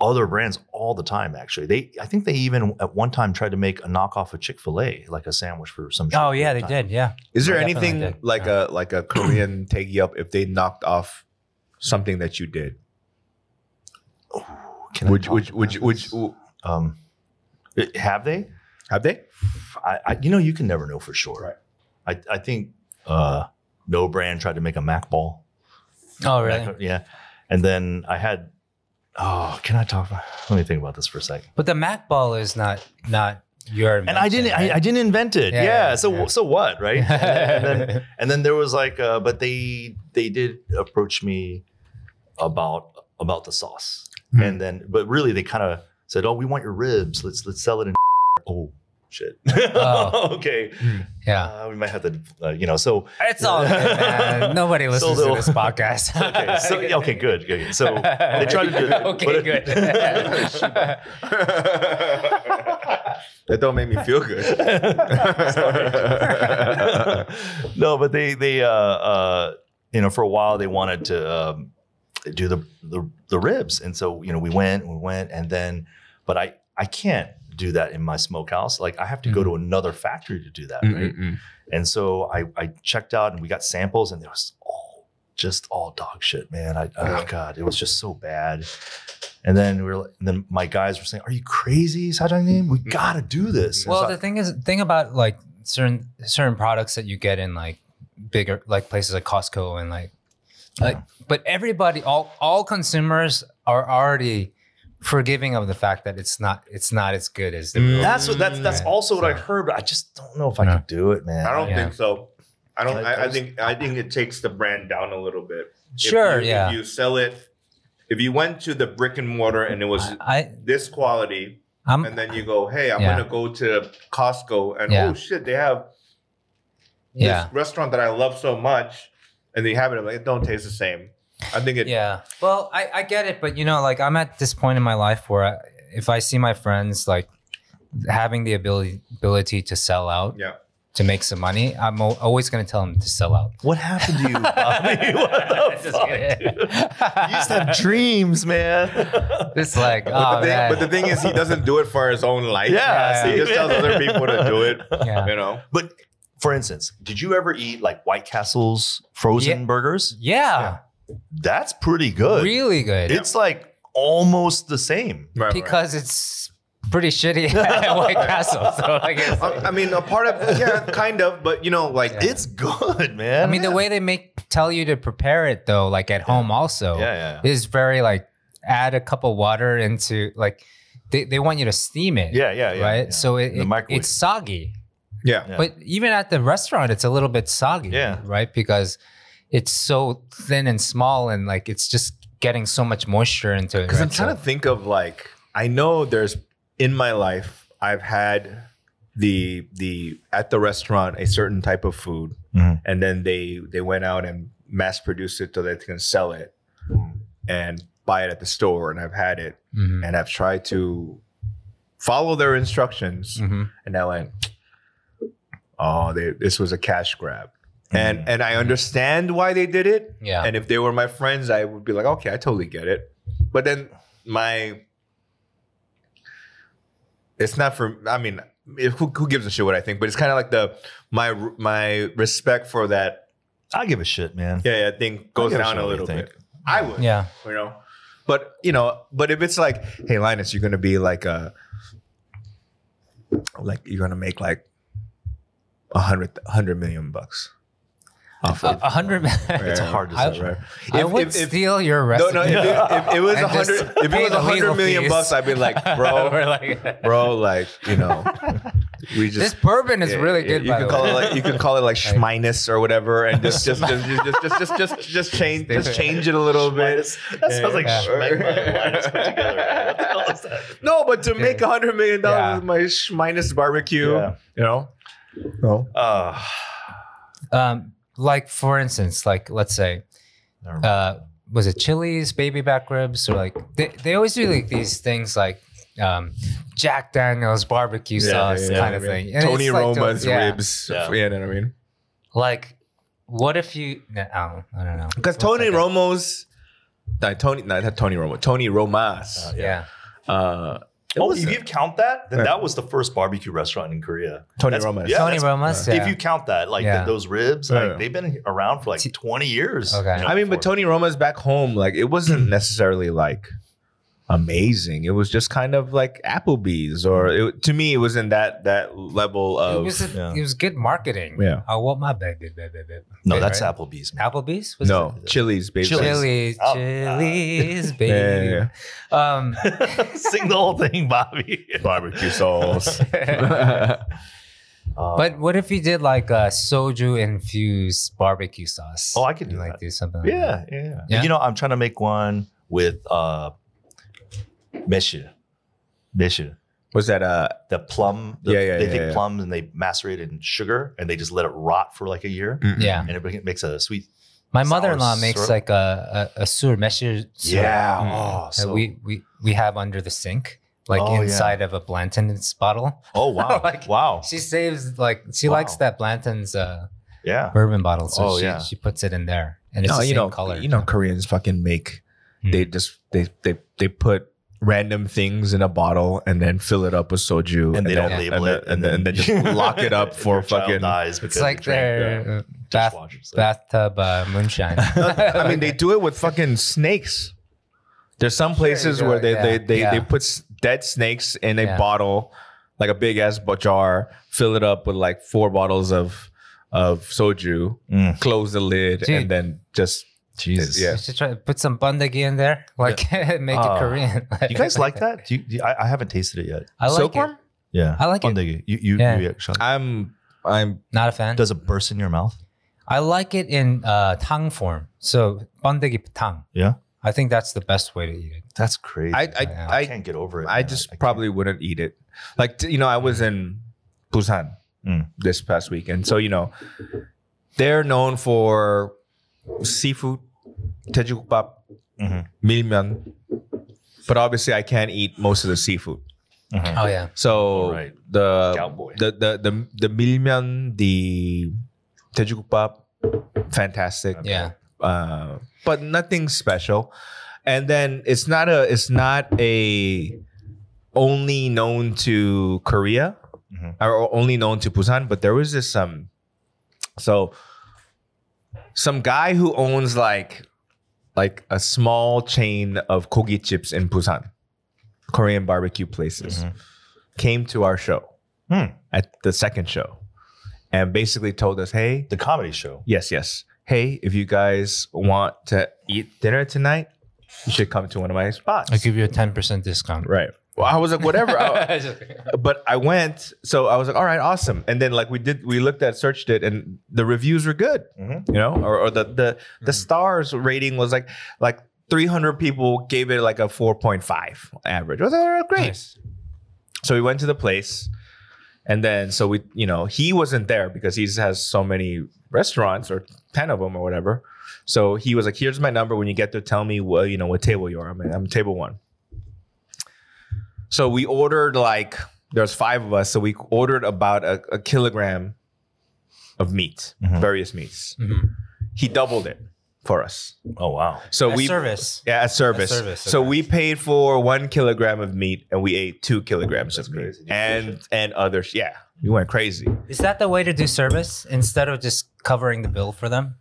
other brands all the time. Actually, they I think they even at one time tried to make a knockoff of Chick Fil A, like a sandwich for some. short Oh yeah, they period of time. did. Yeah. Is there I definitely anything did. like a like a Korean take you up if they knocked off something that you did? Ooh, can I Would talk would about would you- would this? you- um, it- have they? have they? I, I you know you can never know for Right. sure. I I think uh, no brand tried to make a Mac ball. Oh really? Mac- yeah. And then I had, oh, can I talk? about- Let me think about this for a second. But the Mac ball is not not your. And I didn't, I, I didn't invent it. Yeah, Yeah. yeah, so yeah. so what, right? And then, and then- and then there was like, uh, but they they did approach me about about the sauce, Hmm. and then but really they kind of said, oh, we want your ribs. Let's let's sell it in. Oh shit. Oh. okay. yeah. Uh, we might have to, uh, you know. So It's all good, man. Nobody So listens to they'll- this podcast. okay. So yeah, okay. Good. Good. So they tried to do it, Okay, but- good. that don't make me feel good. no, but they they uh, uh, you know for a while they wanted to um, do the, the the ribs, and so you know we went we went, and then but I I can't do that in my smokehouse. Like I have to go to another factory to do that, Mm. right? Mm-mm-mm. And so I I checked out, and we got samples, and it was all just all dog shit, man. I oh god, it was just so bad. And then we were, like- and then my guys were saying, "Are you crazy, Sajang? We gotta do this." And well, so the thing is, thing about like certain certain products that you get in like bigger like places like Costco and like like, but everybody, all all consumers are already forgiving of the fact that it's not it's not as good as the real. Mm. That's what that's that's Yeah. also what I heard, but I just don't know if I No. could do it, man. I don't Yeah. think so. I don't. Like I, I those- think. I think it takes the brand down a little bit. If Sure, you- yeah. If you sell it, if you went to the brick and mortar and it was I this quality, I'm and then you go, hey, I'm Yeah. gonna go to Costco, and Yeah. oh shit, they have this yeah. restaurant that I love so much, and they have it. I'm like, it don't taste the same. I think it. yeah well I, I get it but you know like i'm at this point in my life where I, if i see my friends like having the ability ability to sell out Yeah. to make some money i'm al- always going to tell them to sell out What happened to you, Bobby? What the Just fuck? kidding. You used to have dreams, man. it's like But, oh the thing, man. but the thing is, he doesn't do it for his own life. Yeah, yeah, see? he just tells other people to do it. Yeah. You know, But for instance, did you ever eat like White Castle's frozen Yeah. burgers? yeah, That's pretty good. really good It's like almost the same. right, because it's pretty shitty at White Castle. So like, it's, right. I, I mean, a part of yeah, kind of, but you know, like Yeah. It's good, man. I mean, the way they make tell you to prepare it though, like at home also, Yeah, yeah, is very like add a cup of water into like they, they want you to steam it, yeah, yeah, yeah. right? yeah. So it, The it- microwave. it's soggy, yeah, Yeah. but even at the restaurant, it's a little bit soggy, Yeah. right? Because it's so thin and small, and like it's just getting so much moisture into it. Because I'm right? trying So- to think of like I know there's in my life I've had the the at the restaurant a certain type of food Mm-hmm. Mhm. and then they they went out and mass produced it so they can sell it and buy it at the store and I've had it Mhm. and I've tried to follow their instructions Mhm. and I went oh they, this was a cash grab and Mm. Mhm. and I understand why they did it yeah, and if they were my friends, I would be like, okay, I totally get it. But then my, it's not for. I mean, if, who, who gives a shit what I think? But it's kind of like the my my respect for that. I give a shit, man. Yeah, yeah, thing goes give a down shit a what you little think. bit. I would, yeah. you know. But you know, but if it's like, hey, Linus, you're gonna be like a, like you're gonna make like a hundred hundred million bucks. Off Uh, A of, a hundred. It's hard to I- say. right? I If- would if- if- steal your No, recipe. no. If it, if it was And a just hundred, if pay it was the a hundred legal million fees. bucks, I'd be like, bro, We're like, bro, like you know, we this just. bourbon is yeah, really yeah, good. You by can the call way. it like you can call it like Schminus or whatever, and just just just just just just just, just change just change it a little bit. That sounds like Yeah. Schmeck by the Linus put together. What the hell is that? No, but to make a hundred million Yeah. dollars, with my Schminus barbecue, Yeah. you know, no, Uh, um, like for instance, like let's say, never mind. uh, was it Chili's baby back ribs or like they, they always do like these things like um, Jack Daniels barbecue sauce kind of thing. And Tony it's like- Roma's yeah. ribs, Yeah. yeah, you know what I mean. Like, what if you? No, I don't, I don't know. Because One Tony second. Romo's, no, Tony, no, not Tony Romo, Tony Roma's. yeah, Uh, oh, was if a- you count that, then Yeah. that was the first barbecue restaurant in Korea. Tony That's- Roma's. yeah, Tony that's- Roma's. yeah. If you count that, like Yeah. those ribs, Yeah. like they've been around for like T- 20 years. Okay. you know, I mean, but before. Tony Roma's back home, like it wasn't necessarily like amazing. It was just kind of like Applebee's, or it, to me, it was in that that level it of was a- yeah. it was good marketing. Yeah. I want my baby, baby, baby. No, that's right? Applebee's. Man. Applebee's. Was no Chili's, baby. it? Chili's. Chili's, Oh, Chili's, Yeah, baby. yeah, yeah. Um, Sing the whole thing, Bobby. barbecue sauce. Um, Uh, but what if you did like a soju infused barbecue sauce? Oh, I could And, do like that. do something. like that. yeah, yeah, Yeah. yeah. You know, I'm trying to make one with uh, meshi, meshi. was that uh The plum, the- Yeah, yeah, they yeah, take yeah. plums and they macerate it in sugar and they just let it rot for like a year, Yeah. and it bec- makes a sweet. My Sour mother-in-law makes syrup. like a a, a sur mesher syrup Yeah, Mm. oh, that so- we we we have under the sink, like Oh, yeah. inside of a Blanton's bottle. Oh wow, Like- wow, She saves like she Wow. likes that Blanton's uh, yeah. bourbon bottle, so Oh, she yeah. she puts it in there, and it's no, the you know, same color. you know, Koreans fucking make. Mm. They just they they they put random things in a bottle and then fill it up with soju, And they don't then- label and it, then, and then, and then just lock it up for Your child fucking. dies it's because like they drank the their uh, bath dishwashers. bathtub uh, moonshine. I mean, they do it with fucking snakes. There's some places do where it, they, yeah, they they yeah. they put s- dead snakes in a Yeah. bottle, like a big ass bo- jar, fill it up with like four bottles of of soju, Mm. close the lid, Dude. and then just Jesus. Yeah. You should try to put some bandagi in there, like make it Ah. Korean. You guys like that? Do you, do you- I, I haven't tasted it yet. I like it. Silkworm? Yeah, I like it. Ondegi. You you, Yeah. you actually- I'm I'm Not a fan. does it burst in your mouth? I like it in uh, tang form. So bandagi tang. Yeah. I think that's the best way to eat it. That's crazy. I I, I, Yeah. I, can't get over it. I man. just can't. probably wouldn't eat it. Like t- you know, I was in Busan Mm. this past weekend, so you know, they're known for seafood, tteokbap, Mhm. milmyeon, but obviously I can't eat most of the seafood. Mhm. Oh yeah. So Right. the, Cowboy. the the the the milmyeon, the tteokbap, fantastic. Yeah. Uh, but nothing special. And then it's not a it's not a only known to Korea Mhm. or only known to Busan, but there was this um so some guy who owns like like a small chain of kogi chips in Busan, Korean barbecue places, Mhm. came to our show Hmm. at the second show and basically told us, hey, the comedy show. Yes, yes. Hey, if you guys want to eat dinner tonight, you should come to one of my spots. I'll give you a ten percent discount. Right. Well, I was like, whatever. I- Just- but I went, so I was like, all right, awesome. And then like we did, we looked at, searched it, and the reviews were good. Mhm. You know, or, or the the the stars rating was like like 300 people gave it like a 4.5 average. I was like, all right, great. Nice. So we went to the place, and then so we, you know, he wasn't there because he has so many restaurants or ten of them or whatever. So he was like, "Here's my number. When you get there, tell me what you know what table you are. I'm, I'm table one." So we ordered like there's five of us, so we ordered about a, a kilogram of meat, Mhm. various meats. Mm-hmm. Mhm. He doubled it for us. Oh wow. So As we service. yeah, as service. As service, So okay. we paid for one kilogram of meat and we ate two kilograms That's of meat crazy. and and other sh- yeah, we went crazy. Is that the way to do service instead of just covering the bill for them?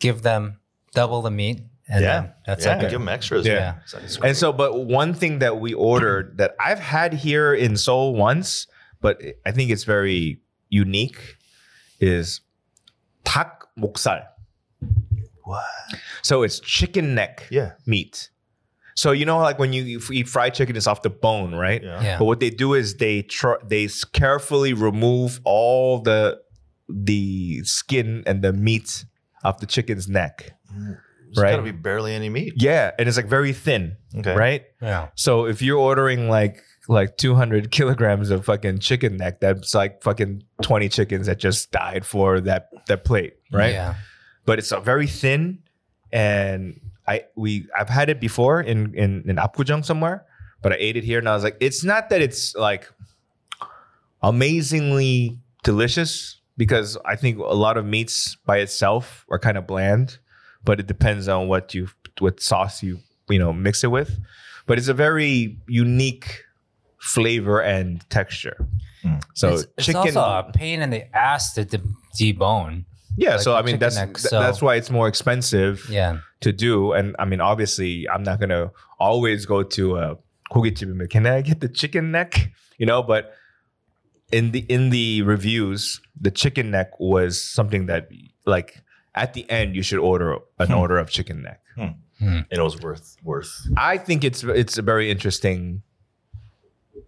Give them double the meat, and Yeah. then that's yeah, like a- give them extras. Yeah. man. It's like- it's And so, but one thing that we ordered that I've had here in Seoul once, but I think it's very unique, is tak moksal. What? So it's chicken neck Yeah. meat. So you know, like when you you eat fried chicken, it's off the bone, right? Yeah. yeah. But what they do is they tr- they s- carefully remove all the the skin and the meat off the chicken's neck. There's Right. gotta be barely any meat. Yeah, and it's like very thin, Okay. right? Yeah. So if you're ordering like like 200 kilograms of fucking chicken neck, that's like fucking 20 chickens that just died for that that plate, right? Yeah. But it's a very thin, and I we I've had it before in in in Apgujeong somewhere, but I ate it here and I was like, it's not that it's like amazingly delicious because I think a lot of meats by itself are kind of bland, but it depends on what you what sauce you you know mix it with. But it's a very unique flavor and texture. Mm. So it's, it's chicken, also a pain in the ass to de- debone. yeah. like so the I mean, chicken that's neck, th- so- that's why it's more expensive Yeah. to do. And I mean, obviously, I'm not gonna always go to a kogichip and be, can I get the chicken neck? You know, but in the in the reviews, the chicken neck was something that like at the end you should order an Hmm. order of chicken neck. And it was worth worth. I think it's it's a very interesting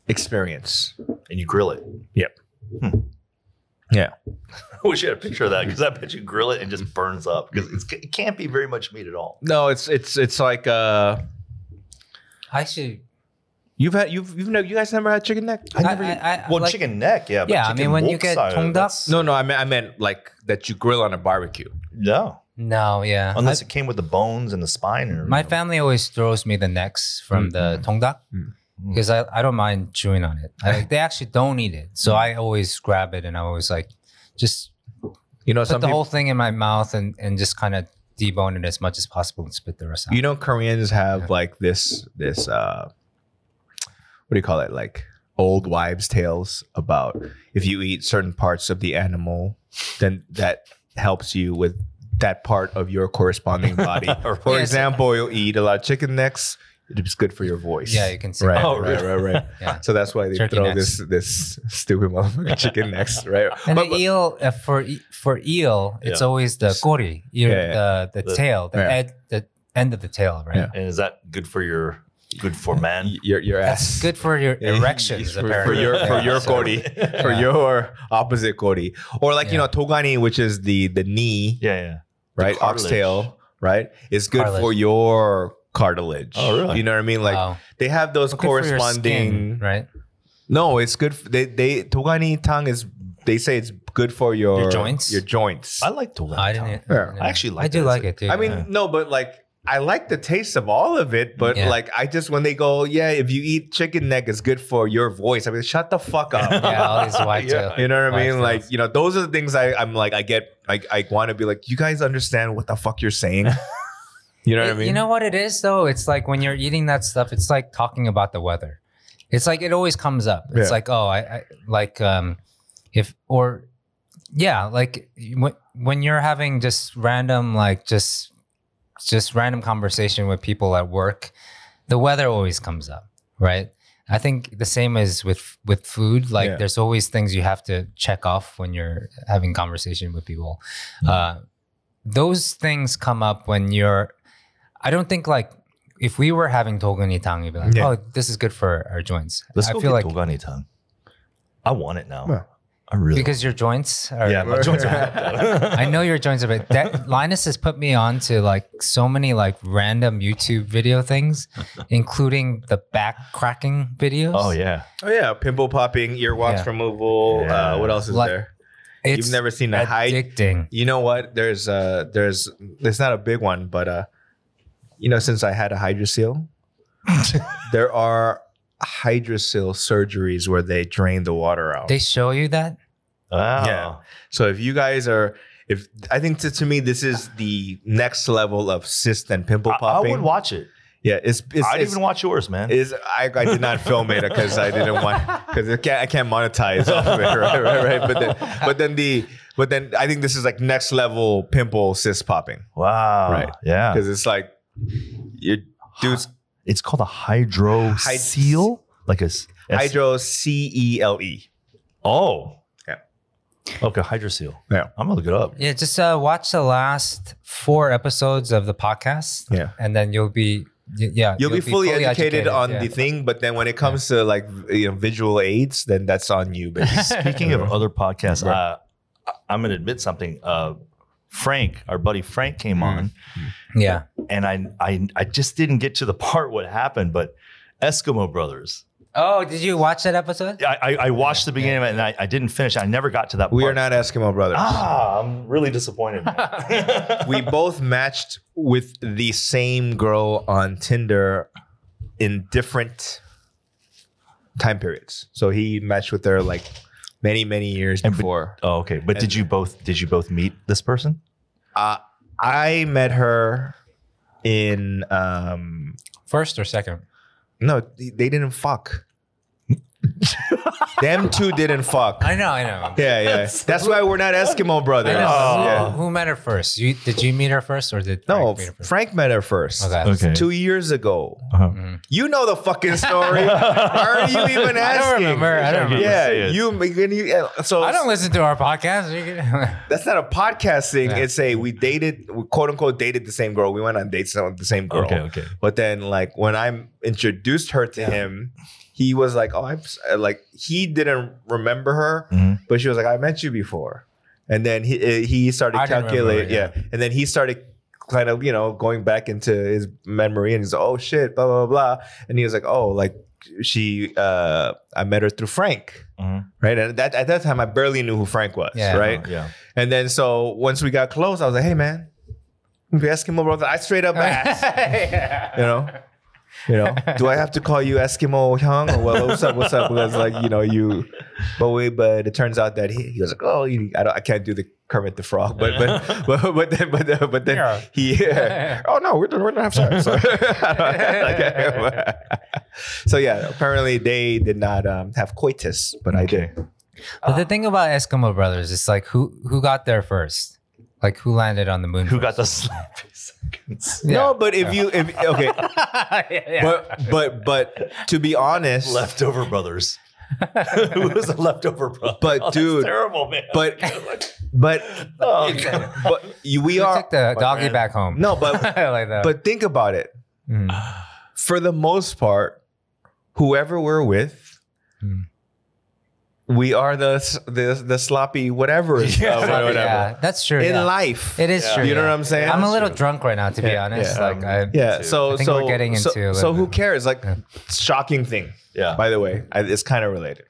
experience. And you grill it. Yep. Hmm. Yeah. I wish you had a picture of that because I bet you grill it and just burns up because it can't be very much meat at all. No, it's it's it's like uh I should. you've had you've you've never, you guys never had chicken neck? I, I, I- Well, like- chicken neck, yeah. But Yeah, I chicken mean, when you wok get side, tongdak- that's- e-, No, no, I meant I meant like that you grill on a barbecue. no, No, yeah. unless it came with the bones and the spine. Or, My family always throws me the necks from the tongdak Mm. because I, I don't mind chewing on it. I, they actually don't eat it. Mm. So I always grab it and I always like just You know, put some the people, whole thing in my mouth and, and just kind of debone it as much as possible and spit the rest out. you know koreans have Yeah. like this this uh what do you call it like old wives tales about if you eat certain parts of the animal then that helps you with that part of your corresponding body for Yes. example you'll eat a lot of chicken necks it's good for your voice yeah, you can say. right Oh, right, right right Yeah. so that's why they Turkey throw necks. this this stupid motherfucking chicken necks right And But- the eel uh, for e- for eel, it's Yeah. always the kori, Yeah, ear, yeah. The, the The- tail, the, Yeah. ed, the end of the tail, right? Yeah. And is that good for your good for man? y- your your ass That's good for your Yeah. erections, For- for apparently. your- for Yeah, your so- kori. for Yeah. your opposite kori or like you Yeah. know togani which is the the knee Yeah, yeah. right cartilage. oxtail right is good Cartilage. for your cartilage. Oh, really? You know what I mean? Like Wow. they have those Good for your corresponding. skin, right? No, it's good. f- They they Togani tongue is. They say it's good for your, Your joints? Your joints. I like Tulane. I didn't. e-, Yeah. didn't I actually know. like I do that. like it too. I mean, yeah. no, but like I like the taste of all of it, but Yeah. like I just when they go, yeah, if you eat chicken neck, it's good for your voice. I mean, shut the fuck up. yeah, all these white Yeah. tail. You know what I Like mean? those. Like, you know, those are the things I, I'm like, I get, I, I want to be like, you guys understand what the fuck you're saying? You know what I It- mean? You know what it is though? It's like when you're eating that stuff, it's like talking about the weather. It's like it always comes up. Yeah. It's like, oh, I, I like um if or yeah, like when when you're having just random like just just random conversation with people at work, the weather always comes up, right? I think the same is with with food. Like Yeah. there's always things you have to check off when you're having conversation with people. Mm-hmm. Uh, those things come up when you're. I don't think like if we were having togani tang, you'd be like, Yeah. "Oh, this is good for our joints." Let's I go feel get like Togani tongue. I want it now. Yeah. I really. because your joints are. yeah, my joints are fucked up. I know your joints are bad. That, Linus has put me on to like so many like random YouTube video things, including the back cracking videos. Oh yeah. oh, yeah. Pimple popping, earwax Yeah. removal. Yeah. Uh, what else is Like, there? it's You've never seen a high. addicting. You know what? There's, uh, there's, it's not a big one, but, uh, you know, since I had a hydrocele, there are hydrocele surgeries where they drain the water Oh. out. They show you that. Wow. Yeah. So if you guys are, if I think to, to me this is the next level of cyst and pimple I, I popping. would watch it. yeah, it's it's, I'd it's, even watch yours, man. is I, I did not film it because I didn't want because I can't I can't monetize off of it right right right but then but then the but then I think this is like next level pimple cyst popping wow. Right. Yeah. because it's like your dude's It's called a hydro Hyd- seal, like a s- S- hydro C E L E Oh. Yeah. Okay, hydro seal. Yeah. I'm gonna look it up. Yeah, just uh, watch the last four episodes of the podcast. Yeah. and then you'll be y- yeah you'll, be, fully, educated, on yeah. the thing but then when it comes to like you know visual aids then that's on you basically. Speaking of other podcasts, Right. uh, I- I'm gonna admit something. Uh, Frank, our buddy Frank, came Mm. on, yeah. and I, I I just didn't get to the part what happened, but Eskimo Brothers. Oh, did you watch that episode? I I, I watched the beginning of it and I, I didn't finish. I never got to that. We are not part. Eskimo brothers. Ah, I'm really disappointed. man. We both matched with the same girl on Tinder in different time periods. So he matched with her like many, many years And- before. oh, okay. But did you both did you both meet this person? Uh, I met her in um First or second? no, they they didn't fuck. Them two didn't fuck. I know, I know. Yeah, yeah. That's why we're not Eskimo I brothers. know. Oh. Who- Yeah. Who, met her first? You did you meet her first or did No, Frank meet her first? Frank met her first. Okay. Two years ago. Uh-huh. Mhm. You know the fucking story. Why are you even asking? I don't remember. I don't remember. Yeah, Say it. you, when you- yeah, so I don't listen to our podcast. Are you kidding? that's not a podcast thing. Yeah. It's a we dated, we quote unquote, dated the same girl. We went on dates with the same girl. Okay, okay. But then, like when I introduced her to him, he was like, "Oh, I'm s- uh, like he didn't remember her, Mhm. but she was like, I met you before." And then he uh, he started I didn't remember, calculating, yeah. And then he started kind of you know going back into his memory, and he's like, "Oh shit, blah blah blah." blah." And he was like, "Oh, like she, uh I met her through Frank." Mhm. Right. And that, at that time, I barely knew who Frank was. Yeah. mm-hmm. Right. Yeah. And then so once we got close, I was like, hey man, you Eskimo brother. I straight up asked, you know. You know, do I have to call you Eskimo Hyung or what, what's up? What's up? Because like you know you, but we but it turns out that he, he was like, oh, you, I don't, I can't do the Kermit the Frog, but but but but then but then, but then Yeah. he, oh no, we're we're gonna have sex. So, so yeah, apparently they did not um, have coitus, but I did. But the thing about Eskimo Brothers is like who who got there first? Like who landed on the moon? Who first? got the sloppy seconds? Yeah. No, but if you if okay, but but but to be honest, Leftover brothers. Who was the leftover brother? But, that's dude, terrible man. but but oh, God. but you, we Who are Oh took the my doggy friend. back home? no, but like that. but think about it. Mm. For the most part, whoever we're with, Hmm. we are the s- the, the sloppy whatever is Yeah. of or whatever Yeah, that's true. in yeah. life. It is Yeah. true. you know yeah. what I'm saying? Yeah. I'm a That's little true. drunk right now, to be Yeah, honest. yeah. Like, I, yeah. too. So I think so we're getting so, into, so like, who uh, cares? Like yeah. shocking thing. Yeah. By the way, I, it's kind of related.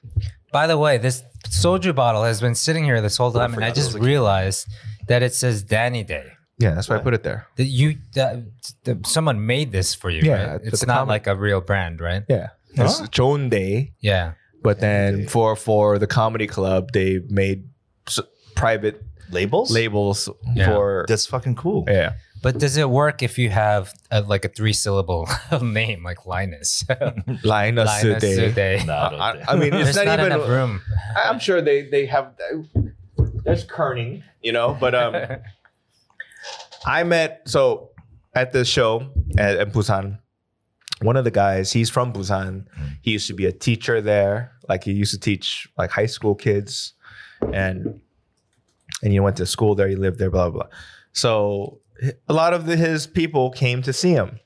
By the way, this soju bottle has been sitting here this whole I time, and I forgot just there was a key. realized that it says Danny Day. Yeah, that's why I put it there. That you, that, that someone made this for you. Yeah, right? I put it's the not comment- like a real brand, right? Yeah. It's Chon Day, Yeah, but then Day. for for the comedy club, they made s- private Labels? labels Yeah. for That's fucking cool. yeah. but does it work if you have a, like a three-syllable name, like Linus? Linus, Linus Day. Today. No, I don't I, think- I mean, it's There's not, not, even. enough room. I- I'm sure they they have. There's kerning, you know, but um, I met so at this show at, in Busan. One of the guys, he's from Busan. He used to be a teacher there. Like he used to teach like high school kids, and and he went to school there. He lived there. Blah blah. blah. So h- a lot of the, his people came to see him,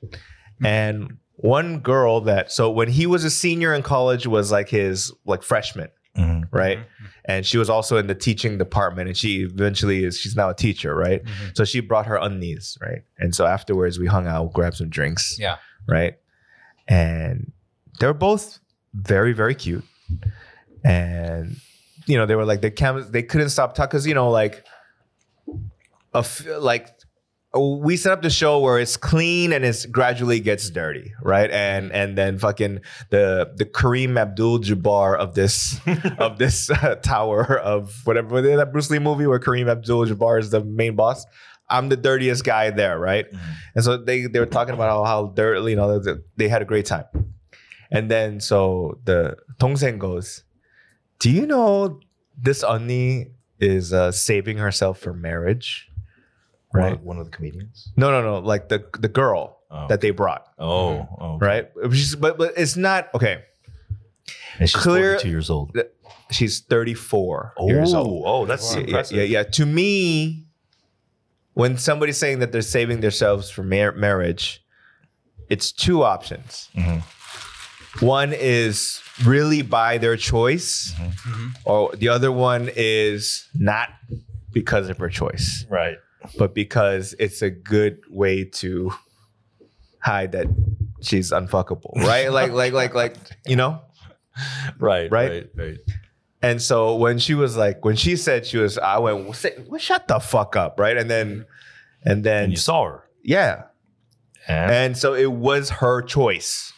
and one girl that so when he was a senior in college was like his like freshman, Mhm. right? Mhm. And she was also in the teaching department, and she eventually is she's now a teacher, right? Mhm. So she brought her unnies, right? And so afterwards we hung out, grabbed some drinks, Yeah. right? And they're both very, very cute. And you know, they were like the cameras, they couldn't stop talking because you know, like a f- like oh, we set up the show where it's clean and it's gradually gets dirty, right? And and then fucking the the Kareem Abdul Jabbar of this of this uh, tower of whatever was it, that Bruce Lee movie where Kareem Abdul Jabbar is the main boss. I'm the dirtiest guy there, right? Mhm. And so they they were talking about how, how dirty, you know, they, they had a great time. And then so the Tongsen goes, Do you know this Unni is uh, saving herself for marriage? One- Right. One of the comedians. No, no, no. Like the the girl Oh. that they brought, oh, oh. right? She's- but but it's not okay. And she's Clear- 42 years old. She's 34 Oh, years old. oh, that's Yeah, yeah, impressive. yeah, yeah. To me, when somebody's saying that they're saving themselves for mar- marriage, it's two options. Mhm. One is really by their choice, Mm-hmm. Mhm. or the other one is not because of her choice, Right. but because it's a good way to hide that she's unfuckable, right? like, like, like, like, you know. Right. Right? And so when she was like, when she said she was, I went, well, say- well, shut the fuck up, right? And then, and then, And you saw her. yeah. And, And so it was her choice.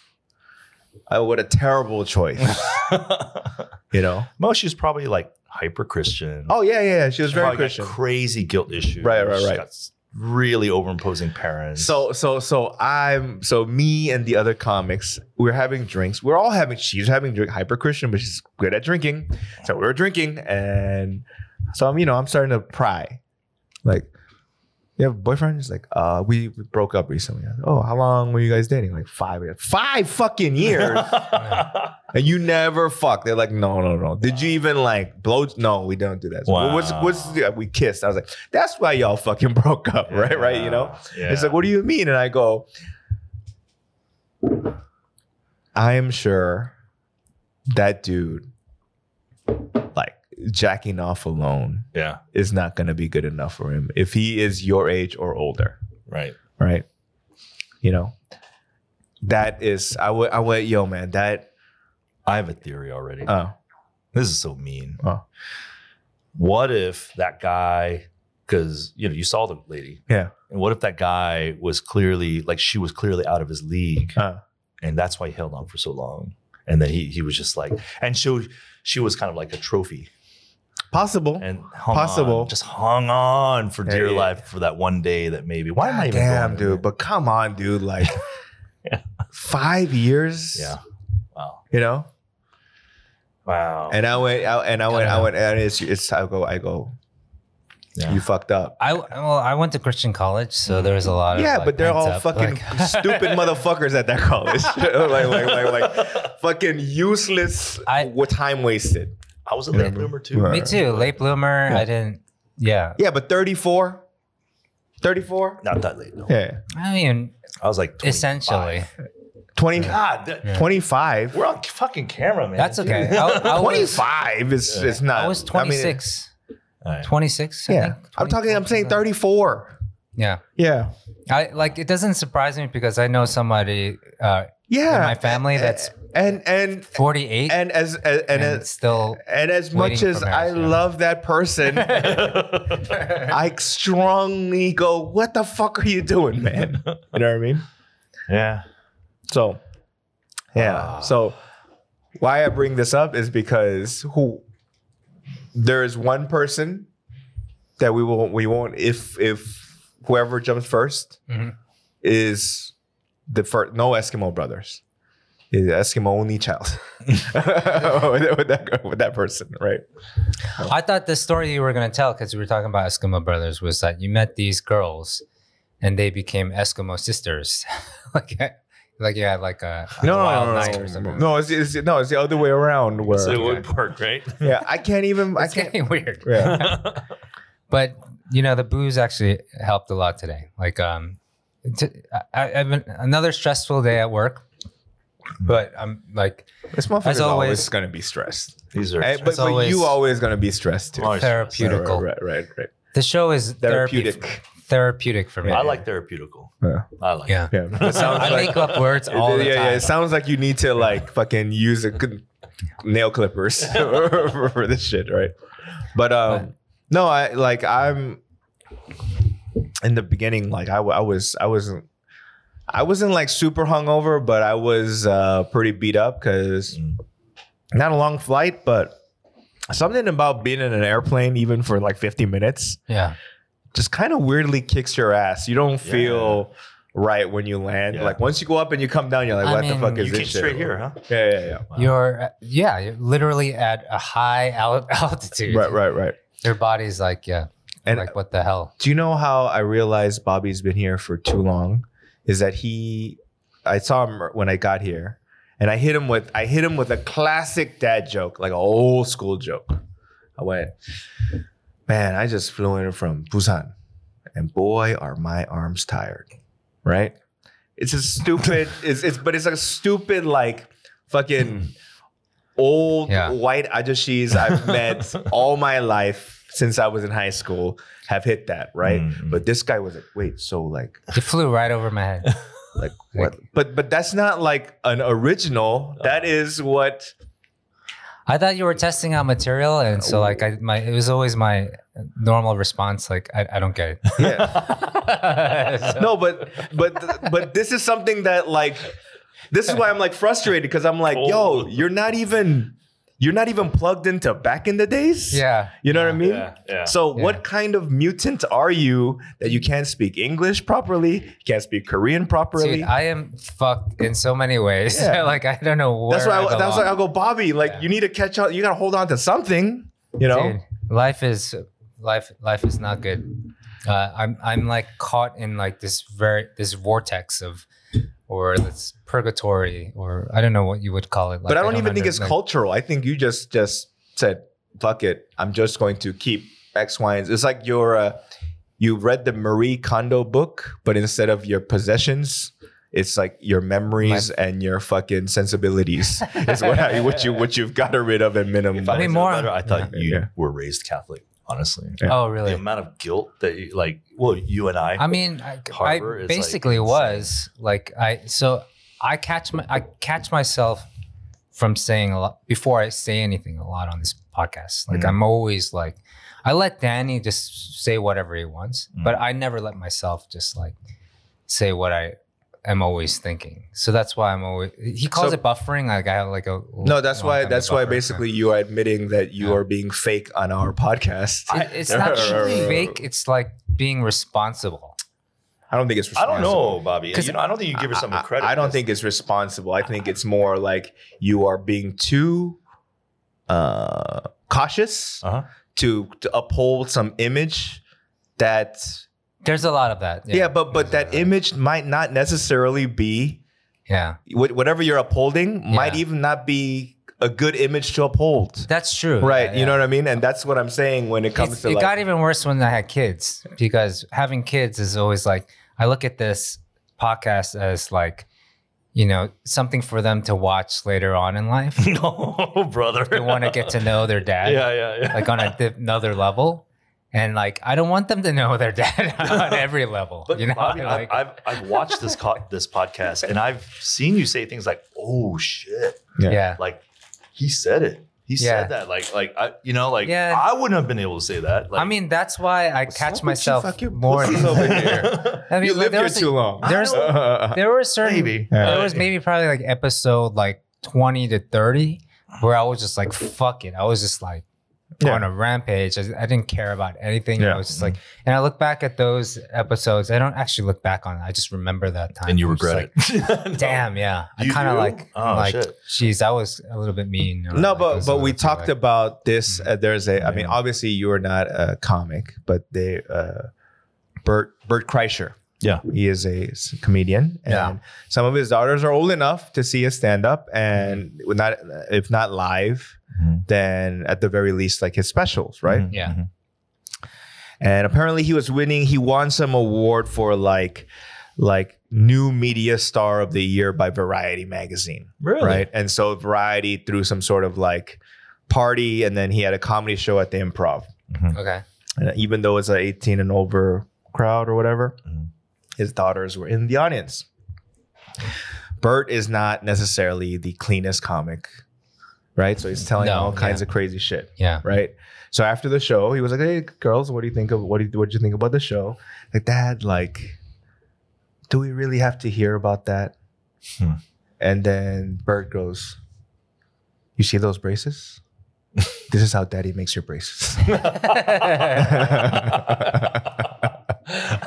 Oh, what a terrible choice, you know? Mo, she's probably like hyper Christian. Oh yeah, yeah, yeah. She was very Probably got Christian. Crazy guilt issues. Right, right, She's right. got s- really overimposing parents. So so so I'm so me and the other comics, we're having drinks. We're all having she's having drink hyper Christian, but she's good at drinking. So we are drinking and so I'm you know, I'm starting to pry. Like, you have a boyfriend? He's like, uh, we we broke up recently. I was like, oh, how long were you guys dating? Like five years. Five fucking years. and you never fuck. They're like, no, no, no. Did you even like blow? No, we don't do that. So, Wow. What's what's yeah, we kissed? I was like, that's why y'all fucking broke up, right? Right? You know? Yeah. It's like, what do you mean? And I go, I am sure that dude, like jacking off alone, Yeah. is not going to be good enough for him if he is your age or older, Right. right? You know, that is, I would, I went, yo, man, that, I have a theory already. oh, This is so mean. Oh. What if that guy, because you know, you saw the lady. Yeah. And what if that guy was clearly like she was clearly out of his league uh, and that's why he held on for so long. And then he he was just like and she she was kind of like a trophy possible. and hung Possible. on, just hung on for dear Hey. life for that one day that maybe why am I even Damn, going there? dude, but come on, dude, like Yeah. five years, yeah. Wow. you know? Wow. Oh, And I went, I, and I went, I Yeah. went, and it's, it's, I go, I go, Yeah. you fucked up. I well, I went to Christian college, so there was a lot of Mm-hmm. yeah, like, but they're pent all up, fucking like- stupid motherfuckers at that college. like, like, like, like, fucking useless, I- what time wasted. I was a You late know, bloomer too. right. Me too, late bloomer. Yeah. I didn't. Yeah, Yeah, but 34, 34? Not that late, no. Yeah, I mean, I was like 25. essentially, twenty God, that, Yeah. twenty five. we're on fucking camera, man. That's okay. I'll- I'll- Twenty five is Yeah. it's not. I was mean, it- 26. All right. 26. I yeah, think. I'm talking. I'm saying 24. thirty four. Yeah. Yeah, I like it doesn't surprise me because I know somebody uh, yeah. in my family that's and and 48 and and, as and and as, still and as much waiting as for I marriage, yeah. love that person, yeah, I strongly go, "What the fuck are you doing, man?" You know what I mean? So, yeah. Ah. So, why I bring this up is because who there is one person that we won't we won't if if whoever jumps 1st Mhm. is the first no Eskimo brothers. Is Eskimo only child with, that, with that- with that person, right? I thought the story you were going to tell because we were talking about Eskimo brothers was that you met these girls and they became Eskimo sisters. like like you had like a, a No, wild no, night or no, no, something. no. It's, it's, no, it's the other way around. Where So it would work, right? yeah, I can't even. I It's can't. getting weird. Yeah, but you know the booze actually helped a lot today like um t- I, i've been another stressful day at work but i'm like this motherfucker's always, always- gonna be stressed. These are Eh, but, but always- Oh, you always gonna be stressed too. Always therapeutical Oh, Right, right, right. right. the show is therapeutic Therapeutic. therapeutic for me I like therapeutical. Yeah. I like yeah Yeah. It sounds i like, make up words all the yeah, yeah. time It sounds like you need to like fucking use a good nail clippers for, for this shit, right? But um, no, I like I'm in the beginning. Like I, w- I was, I wasn't, I wasn't like super hungover, but I was uh pretty beat up because Mm. not a long flight, but something about being in an airplane even for like 50 minutes yeah just kind of weirdly kicks your ass. You don't Yeah. feel right when you land. Yeah. Like once you go up and you come down, you're like, I what mean, the fuck is You this came shit? straight here, huh? Yeah, yeah, yeah. Wow. you're uh, yeah you're literally at a high al- altitude Right, right, right. your body's like yeah And uh, like what the hell do you know how I realized Bobby's been here for too long? Is that he? I saw him when I got here, and I hit him with I hit him with a classic dad joke, like an old school joke. I went, man, I just flew in from Busan, and boy, are my arms tired, right? It's a stupid. it's, it's but it's a stupid like fucking old Yeah. white ajashis I've met all my life since I was in high school have hit that right. Mm, But this guy was like, wait, so like, it flew right over my head like what? But but that's not like an original. That Uh-huh. is what. I thought you were testing out material, and so like I, my it was always my normal response. Like I, I don't get it. Yeah. So- No, but but but this is something that like, this is why I'm like frustrated because I'm like, yo, Oh. you're not even, you're not even plugged into back in the days. Yeah. You know what I mean? yeah, yeah. So, Yeah. what kind of mutant are you that you can't speak English properly, can't speak Korean properly? Dude, I am fucked in so many ways. Yeah. like I don't know where. that's why. I I, that's why I go, belong. Bobby. Like, Yeah. you need to catch up. You got to hold on to something. You know? Dude, life is life. Life is not good. Uh, I'm I'm like caught in like this very this vortex of, or this purgatory, or I don't know what you would call it. Like, but I don't, even think under- it's like- cultural. I think you just just said, "Fuck it, I'm just going to keep X, Y, and Z." It's like you're uh, you read the Marie Kondo book, but instead of your possessions. It's like your memories and your fucking sensibilities is what I, what you what you've got rid of at minimum. If I Way was more- better, I thought Yeah. you Yeah. were raised Catholic, honestly. Oh The really? amount of guilt that, you, like, well, you and I. I mean, I, I Harbor is, like, basically insane. was like I so I catch my I catch myself from saying a lot before I say anything a lot on this podcast. Like Mm-hmm. I'm Mhm. always like I let Danny just say whatever he wants, Mm. but I never let myself just like say what I am always thinking. So that's why I'm always he calls So- it buffering. Like I have like a No, that's long why. time That's to why. buffer. Basically, you are admitting that you Yeah. are being fake on our podcast. I, It- it's not I- fake. It's like being responsible. don't think it's. I Responsible. don't know, Bobby. 'Cause You know, I don't think you give yourself I- I- credit. I, don't for think it's responsible. I think it's more like you are being too uh, cautious this. Uh-huh. to, to uphold some image that. There's a lot of that. Yeah, but but that image might not necessarily be yeah. wh- whatever you're upholding might Yeah. even not be a good image to uphold. That's true. Right, Yeah, you yeah. know what I mean, and that's what I'm saying when it comes It's- to it like got even worse when I had kids because having kids is always like I look at this podcast as like you know, something for them to watch later on in life. no, brother. they want to get to know their dad, Yeah, yeah, yeah. like on a di- another level. And like, I don't want them to know their dad on every level. But you know, Bobby, I've- like, I've, I've watched this co- this podcast and I've seen you say things like, "Oh shit!" Yeah. yeah, Like he said it. He Yeah. said that. Like like I you know like Yeah. I wouldn't have been able to say that. Like, I mean, that's why I catch would you myself fuck your more. pussies over here? I mean, you like, lived there here was a- too long. There's there were certain maybe Yeah. there was maybe probably like episode like 20 to 30 where I was just like, fuck it. I was just like Yeah. on a rampage. I, I didn't care about anything. Yeah. I was just like, and I look back at those episodes. I don't actually look back on it. I just remember that time. and you I'm just regret like, it. No. Damn, yeah. I You kind of do? like, Oh, like, shit. geez, I was a little bit mean. or No, like, I but was but a we little too, talked like- about this. Mhm. Uh, there's a. I mean, Yeah. obviously you are not a comic, but they. Uh, Bert Bert Kreischer. Yeah. he is a s- comedian, and Yeah. some of his daughters are old enough to see his stand up, and Mm-hmm. would not if not live, Mhm. then at the very least like his specials, right? Mhm. Mm-hmm. Yeah. Mhm. Mm-hmm. And apparently he was winning. He won some award for like like new media star of the year by Variety magazine Really? right? And so Variety threw some sort of like party, and then he had a comedy show at the Improv. Okay. And even though it's an 18 and over crowd or whatever, Mm-hmm. Mhm. his daughters were in the audience. Bert is not necessarily the cleanest comic, right? So he's telling No, all kinds yeah. of crazy shit Yeah. right? So after the show, he was like, "Hey, girls, what do you think of what do you, what do you think about the show?" Like, Dad, like, do we really have to hear about that? Hmm. And then Bert goes, "You see those braces? this is how Daddy makes your braces."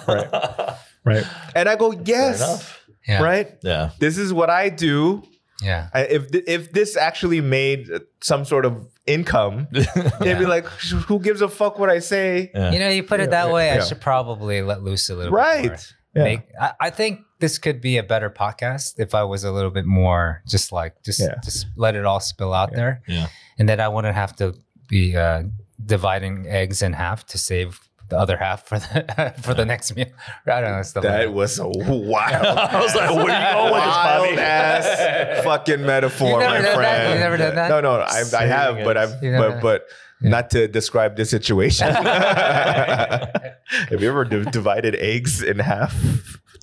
Right. right. And I go, "Yes, enough. Yeah. right. Yeah. This is what I do. Yeah. I, if th- if this actually made some sort of income." They'd be Yeah. like, who gives a fuck what I say? Yeah. You know, you put Yeah, it that yeah, way. yeah. I should probably let loose a little bit. more. Right. Make, I, I think this could be a better podcast if I was a little bit more just like just Yeah. just let it all spill out Yeah. there. Yeah. And then I wouldn't have to be uh, dividing eggs in half to save the other half for the for the next meal. I don't know. Stuff That like was a wild. I was like, where you going with this, Bobby? wild ass fucking metaphor, You never my done that? friend. You never done that? No, no, I, I have, Saving but it. I've, You never- but, but Yeah. not to describe this situation. have that. you ever d- divided eggs in half?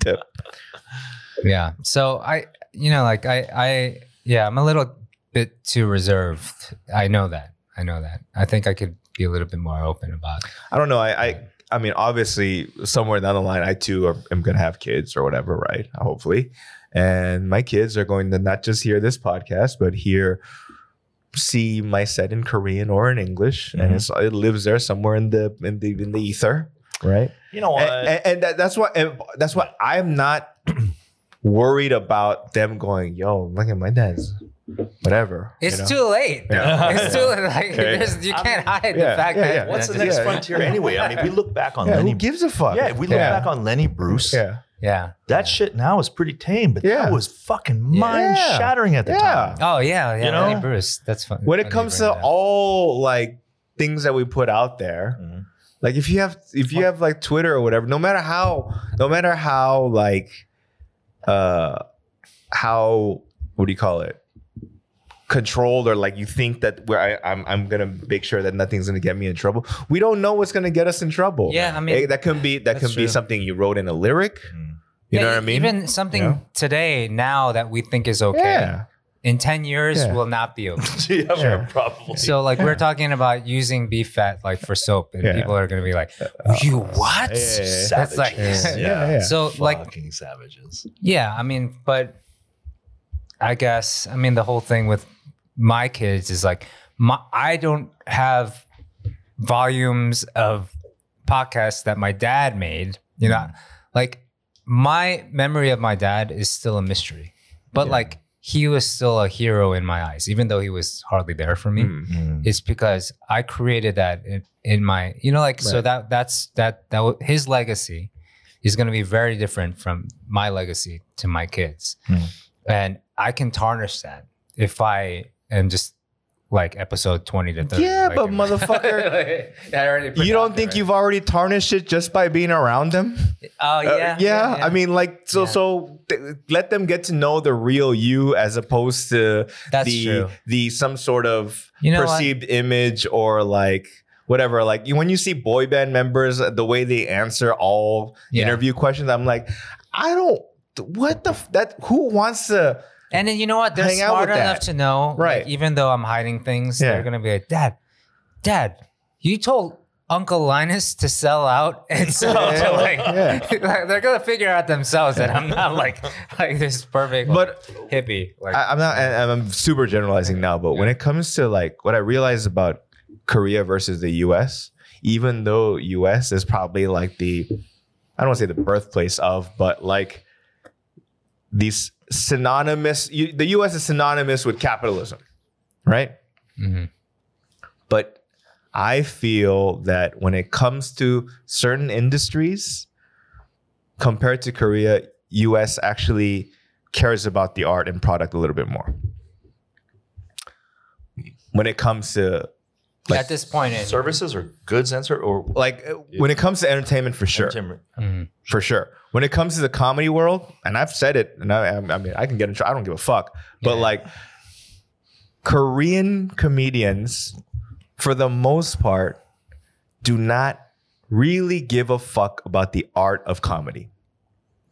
To- yeah. So I, you know, like I, I, yeah, I'm a little bit too reserved. I know that. I know that. I think I could be a little bit more open about. I don't know. I, I, I mean, obviously, somewhere down the line, I too are, am going to have kids or whatever, right? Hopefully, and my kids are going to not just hear this podcast, but hear, see my set in Korean or in English, and Mhm. it's, it lives there somewhere in the in the in the ether, right? You know what? And, and, and that, that's what and that's what I'm not worried about them going. Yo, look at my dad's, whatever. It's you know? too late. Yeah. It's too late. Like Okay. there's, you I can't mean, hide yeah, the fact yeah, that yeah. What's the that- next yeah. frontier anyway? I mean, we look back on Yeah, Lenny. who gives a fuck? yeah, if we look Yeah. back on Lenny Bruce, yeah. Yeah. that shit now is pretty tame, but Yeah. that was fucking mind shattering at the Yeah. time. Oh yeah, yeah. You know? Lenny Bruce. That's fun. when funny it you comes bring to that up. all like things that we put out there Mhm. like if you have if you have like twitter or whatever no matter how no matter how like uh how what do you call it controlled or like you think that where I, I'm, I'm gonna make sure that nothing's gonna get me in trouble we don't know what's gonna get us in trouble Yeah, I mean, Eh, that can be that that's can be true. something you wrote in a lyric Mm. you know Yeah, what i mean Even something You know? today now that we think is okay yeah in ten years Yeah. will not be okay. yeah, Sure. probably. So like we're talking about using beef fat like for soap, and Yeah. people are gonna be like, "You what?" Yeah, yeah, yeah. That's like- Savages. Yeah, yeah, yeah. So like fucking savages. Yeah, I mean, but I guess I mean the whole thing with my kids is like my I don't have volumes of podcasts that my dad made. You know, like my memory of my dad is still a mystery. But Yeah. like he was still a hero in my eyes, even though he was hardly there for me. Mm. It's because I created that in, in my, you know, like so Right. that that's that that wa- his legacy is going to be very different from my legacy to my kids, Hmm. and I can tarnish that if I am just like episode 20 to 30. Yeah, like, but in- motherfucker, Like, I already you don't forgot think that, you've already tarnished it just by being around them? right? Oh, Uh, yeah. yeah, I mean, like, so, Yeah. so th- let them get to know the real you as opposed to That's the true. the some sort of You know what? perceived image or like whatever. Like you- when you see boy band members, uh, the way they answer all Yeah. interview questions, I'm like, I don't. What the f- that? Who wants to? And then you know what? They're Hang out with smart enough that. to know. like, Right. even though I'm hiding things, Yeah. they're gonna be like, Dad, Dad, you told Uncle Linus to sell out, and so Yeah. like, Yeah. like, they're gonna figure out themselves that I'm not like like this perfect But like, hippie. Like, I, I'm not. And I'm super generalizing now, but when it comes to like what I realize about Korea versus the U.S., even though U.S. is probably like the, I don't want to say the birthplace of, but like these synonymous. You, the U.S. is synonymous with capitalism, right? Mhm. but I feel that when it comes to certain industries, compared to Korea, US actually cares about the art and product a little bit more. When it comes to like- at this point, in, Services or goods and ser- or like uh, when it comes to entertainment for sure, entertainment. Mhm. for sure. When it comes to the comedy world, and I've said it, and I, I I mean I can get in trouble. I don't give a fuck. But Yeah. like Korean comedians, for the most part, do not really give a fuck about the art of comedy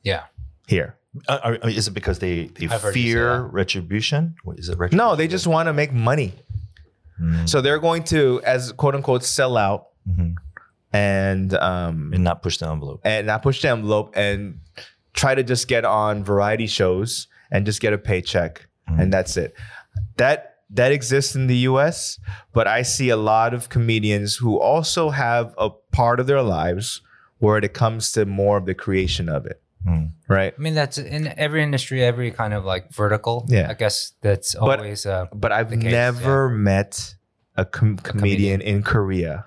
yeah, here. Uh, are- are- is it because they they I've heard you say fear that. retribution? What, is it retribution? No, they just want to make money. Mm. So they're going to, as quote unquote, sell out Mhm. and um, and not push the envelope. and not push the envelope and try to just get on variety shows and just get a paycheck Mhm. and that's it that that exists in the US but I see a lot of comedians who also have a part of their lives where it comes to more of the creation of it Mm. right I mean that's in every industry, every kind of like vertical. Yeah. I guess that's But- always. uh, but I've The case, never met a, com- comedian comedian. in Korea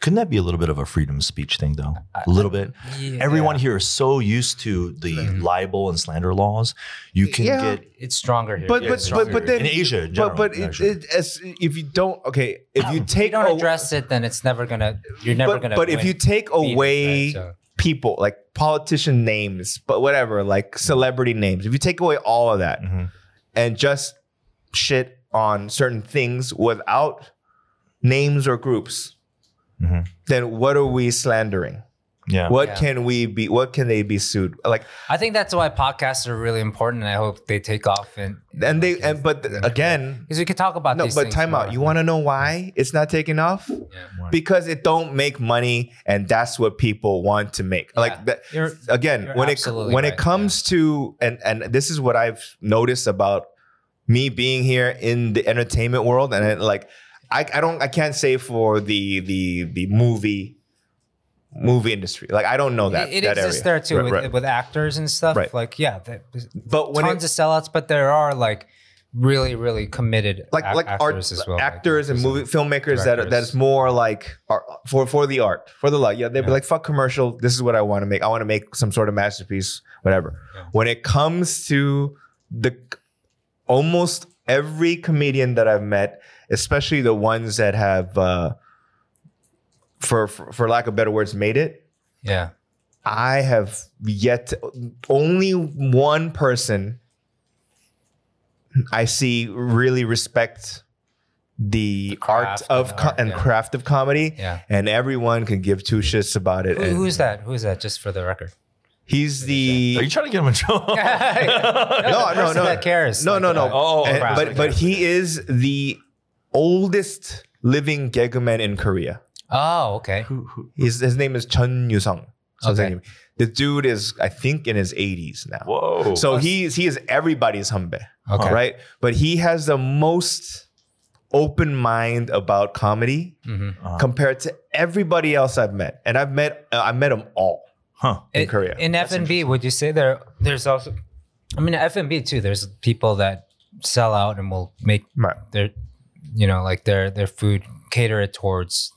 Couldn't that be a little bit of a freedom of speech thing, though? I- A little bit. yeah. Everyone here is so used to the Mhm. libel and slander laws. You can Yeah. get it's stronger here. But- Yeah, but- it's it's stronger but here. stronger. then- in Asia, in general, but but it, actually. it, as if you don't okay if you if take you don't a- address it, then it's never gonna. You're never but, gonna. but if win. you take Beat it, away right? So- people, like politician names, but whatever, like celebrity names, if you take away all of that Mhm. and just shit on certain things without names or groups, Mhm. then what are we slandering? yeah, What Yeah. can we be? What can they be sued? Like, I think that's why podcasts are really important. And I hope they take off and and they, and but Yeah. again, because we could talk about no, these but things time out. more. You want to know why it's not taking off? Yeah. Because it don't make money, and that's what people want to make. Yeah. Like that, You're- again You're when it absolutely when it right, comes to and and this is what I've noticed about me being here in the entertainment world and it, like I, I don't I can't say for the the the movie movie industry like I don't know that it it that area exists there too Right, with, right. with actors and stuff. Right. Like yeah, that, there's but when tons it, of sellouts, but there are like really really committed like ac- like art actors as well, like, actors and movie filmmakers that are, directors. that's more like art, for for the art for the love yeah they'd be Yeah. like fuck commercial this is what I want to make I want to make some sort of masterpiece whatever Yeah. when it comes to the almost every comedian that I've met especially the ones that have uh, for, for for lack of better words made it Yeah, I have yet to- only one person I see really respect the, art craft of and co- art, and yeah. craft of comedy, yeah. and everyone can give two shits about it. Who, and who's that? Who's that? Just for the record. He's Are the you trying to get him in trouble? No, no, the no, person no. That cares. no, like, no, no. uh, Oh, And- craft, Eh, but okay. but he is the oldest living geguman in Korea. Oh, okay. Who- who- His his name is Chun Yusung. So Okay. okay. The dude is I think in his 80s now. Whoa! So he's he is everybody's humble. Okay. right? But he has the most open mind about comedy Mhm. Uh, compared to everybody else I've met, and I've met uh, I met them all huh? in It- Korea. in F and B, would you say there? There's also, I mean, F and B too. There's people that sell out and will make Right. their, you know, like their their food cater it towards,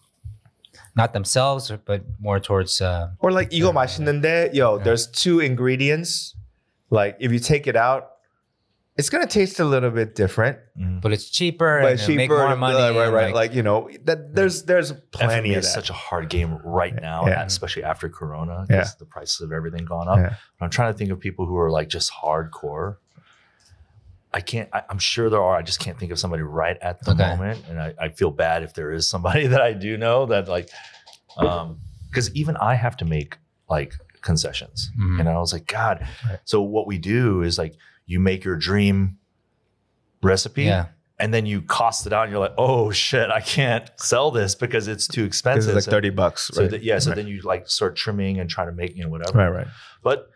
not themselves, but more towards. Uh, Or like 이거 맛있는데, yo, there's two ingredients. Like if you take it out, it's gonna taste a little bit different, but it's cheaper but and it's it'll cheaper. make more and, money. uh, right, right. and, Like, you know, that there's there's FMB plenty of is that. such a hard game right now, Yeah. especially after Corona, Yeah. because the prices of everything gone up. Yeah. But I'm trying to think of people who are like just hardcore. I can't. I, I'm sure there are. I just can't think of somebody right at the Okay. moment, and I, I feel bad if there is somebody that I do know that like, um, because even I have to make like concessions. Mhm. And I was like, God. Mm-hmm. Right. So what we do is like you make your dream recipe yeah. and then you cost it out and you're like, oh shit, I can't sell this because it's too this expensive. is like So- thirty bucks. So right? that- yeah, so right. then you like start trimming and try to make, you know, whatever. right, right. But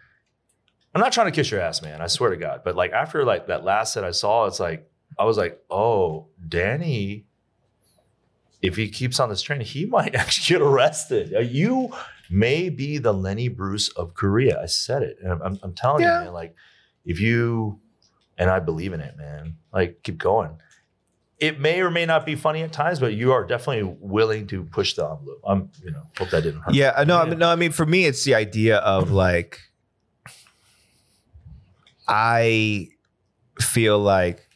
I'm not trying to kiss your ass, man. I swear to God. But like after like that last set I saw, it's like I was like, oh, Danny, if he keeps on this train, he might actually get arrested. Uh, You may be the Lenny Bruce of Korea. I said it, and I'm- I'm, I'm telling Yeah. you, man. Like if you and I believe in it, man. Like keep going. It may or may not be funny at times, but you are definitely willing to push the envelope. I'm, you know, hope that didn't hurt. Yeah, I know. I Yeah. mean, no, I mean, for me, it's the idea of like, I feel like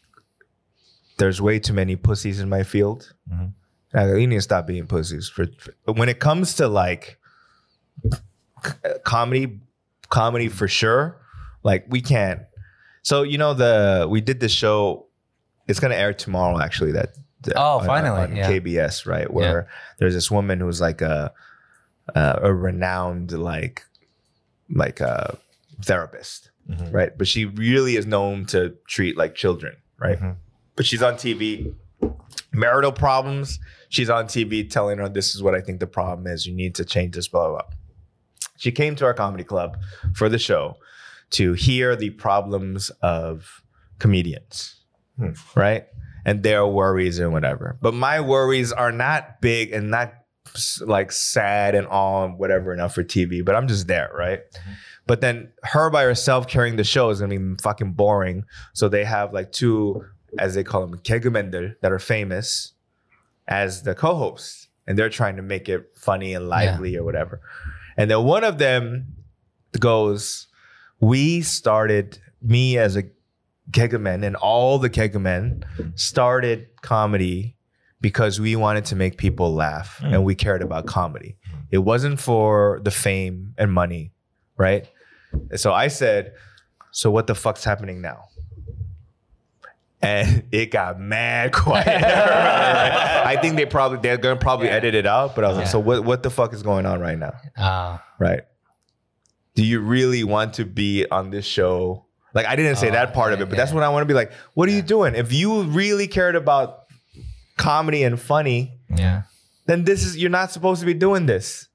there's way too many pussies in my field. Mm-hmm. Mhm. Uh, you need to stop being pussies. For, for when it comes to like c- uh, comedy, comedy for sure. Like we can't. So you know the we did this show. It's gonna air tomorrow. Actually, that that- Oh, on- finally, on yeah. KBS, right? Where there's this woman who's like a uh, a renowned like like a therapist, Mhm. right? But she really is known to treat like children, right? Mhm. But she's on TV, marital problems. She's on TV telling her this is what I think the problem is. You need to change this, blah blah. blah. She came to our comedy club for the show to hear the problems of comedians, Hmm. right? And their worries and whatever. But my worries are not big and not s- like sad and all and whatever enough for TV, but I'm just there, right? But then her by herself carrying the show is gonna be fucking boring. So they have like two, as they call them, kegumender that are famous as the co-hosts. And they're trying to make it funny and lively or whatever. And then one of them goes, We started, me as a kegaman and all the kegamen started comedy because we wanted to make people laugh Mm. and we cared about comedy. It wasn't for the fame and money, right? And so I said, So what the fuck's happening now? And it got mad quiet. I think they probably they're gonna probably Yeah. edit it out, but I was like, Yeah. so what what the fuck is going on right now? Uh, Right. Do you really want to be on this show? Like I didn't say Oh, that part of okay, it, but that's yeah. what I want to be like. What are you Yeah. doing? If you really cared about comedy and funny, yeah. then this is you're not supposed to be doing this.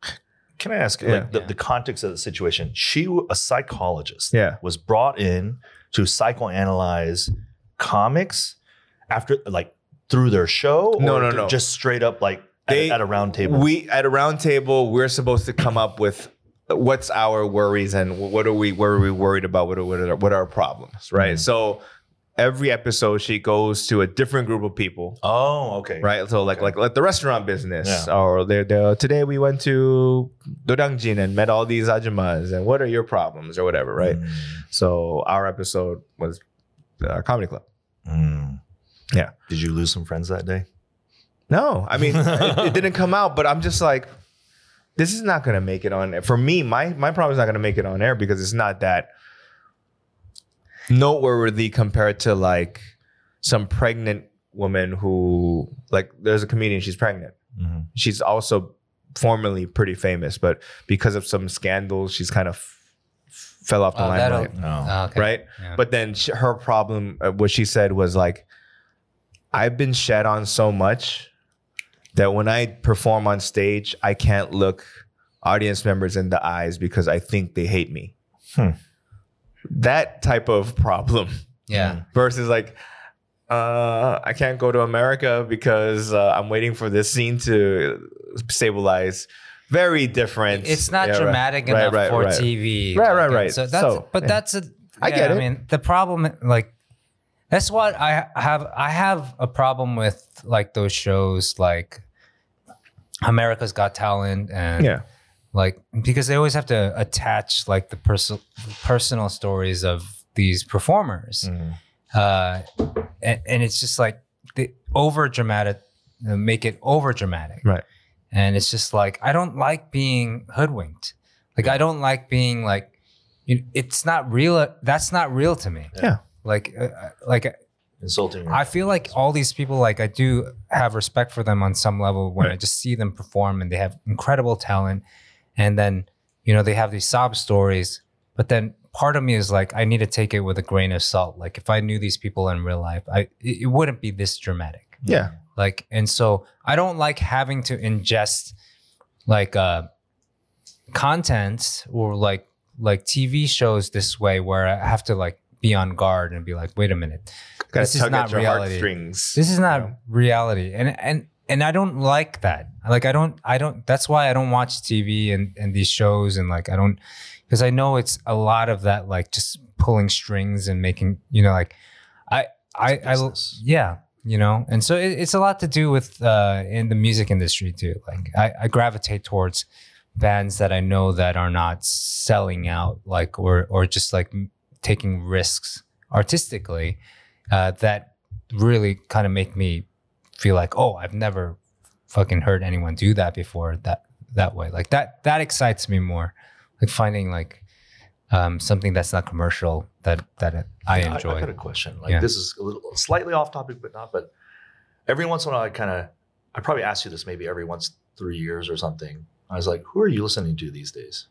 Can I ask, Yeah. like, the, Yeah. the context of the situation? She, w- a psychologist, Yeah. was brought in to psychoanalyze comics after, like, through their show. No, no, th- no. Just straight up, like, at- They- at, a round table. We at a round table, we're supposed to come up with what's our worries and what are we what are we worried about? What are what are, what are our problems? Right. Mm-hmm. Mhm. So every episode she goes to a different group of people. oh, okay. Right. So like Okay. like like the restaurant business or they the today we went to Dodangjin and met all these ajumas and what are your problems or whatever, right? Mm, So our episode was our comedy club. mm. Yeah. Did you lose some friends that day? No, I mean it, it didn't come out, but I'm just like, this is not gonna make it on air. For me, my my problem is not gonna make it on air because it's not that noteworthy compared to like some pregnant woman who like there's a comedian, she's pregnant. Mhm. she's also formerly pretty famous, but because of some scandals, she's kind of f- fell off the Oh, that'll- limelight, No. Oh, okay. right? Yeah. But then sh her problem, uh, what she said was like, I've been shed on so much that when I perform on stage, I can't look audience members in the eyes because I think they hate me. Hmm. That type of problem yeah. versus like uh, I can't go to America because uh, I'm waiting for this scene to stabilize. Very different. It's not Yeah, right. dramatic Right, enough right, for right. TV. Right, Like, right, and right. So that's, So, but yeah. that's a. I yeah, get it. I mean, the problem, like, that's what I have. I have a problem with like those shows, like America's Got Talent, and Yeah, like because they always have to attach like the personal personal stories of these performers. Mhm. uh, and, and it's just like the over dramatic, uh, make it over dramatic, Right. And it's just like I don't like being hoodwinked. Like I don't like being like, you it's not real. That's not real to me. Yeah. Like, uh, like insulting. your- I feel like all these people, like I do have respect for them on some level when I Right. just see them perform and they have incredible talent. And then, you know, they have these sob stories. But then part of me is like, I need to take it with a grain of salt. Like if I knew these people in real life, I it, it wouldn't be this dramatic. Yeah. Like, and so I don't like having to ingest like uh content or like like TV shows this way where I have to like be on guard and be like, wait a minute Gotta This is tug at not your reality. heartstrings. this is not you know? reality and and and i don't like that like i don't i don't that's why i don't watch tv and and these shows and like i don't because i know it's a lot of that like just pulling strings and making you know like i i It's i business. yeah you know and so it, it's a lot to do with uh in the music industry too like i, I gravitate towards bands that i know that are not selling out like or or just like m- taking risks artistically uh, that really kind of make me feel like, oh, I've never fucking heard anyone do that before that that way. Like that that excites me more. Like finding like um, something that's not commercial that that I Yeah, I, enjoy. got a question. Like Yeah. this is a little slightly off topic, but not. But every once in a while, I kind of, I probably ask you this maybe every once three years or something. I was like, who are you listening to these days?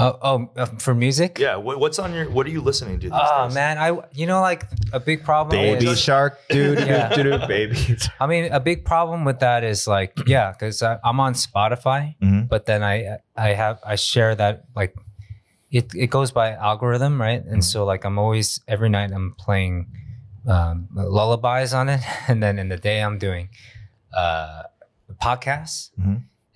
oh, oh, uh, for music. Yeah, what, what's on your? What are you listening to these Oh days? man, I you know like a big problem. Baby is- shark, dude, Yeah. do do baby. I mean, a big problem with that is like, yeah, because I'm on Spotify, Mhm. but then I I have I share that like it it goes by algorithm, right? Mm. And so like I'm always every night I'm playing um, lullabies on it, and then in the day I'm doing uh, podcasts, Mhm.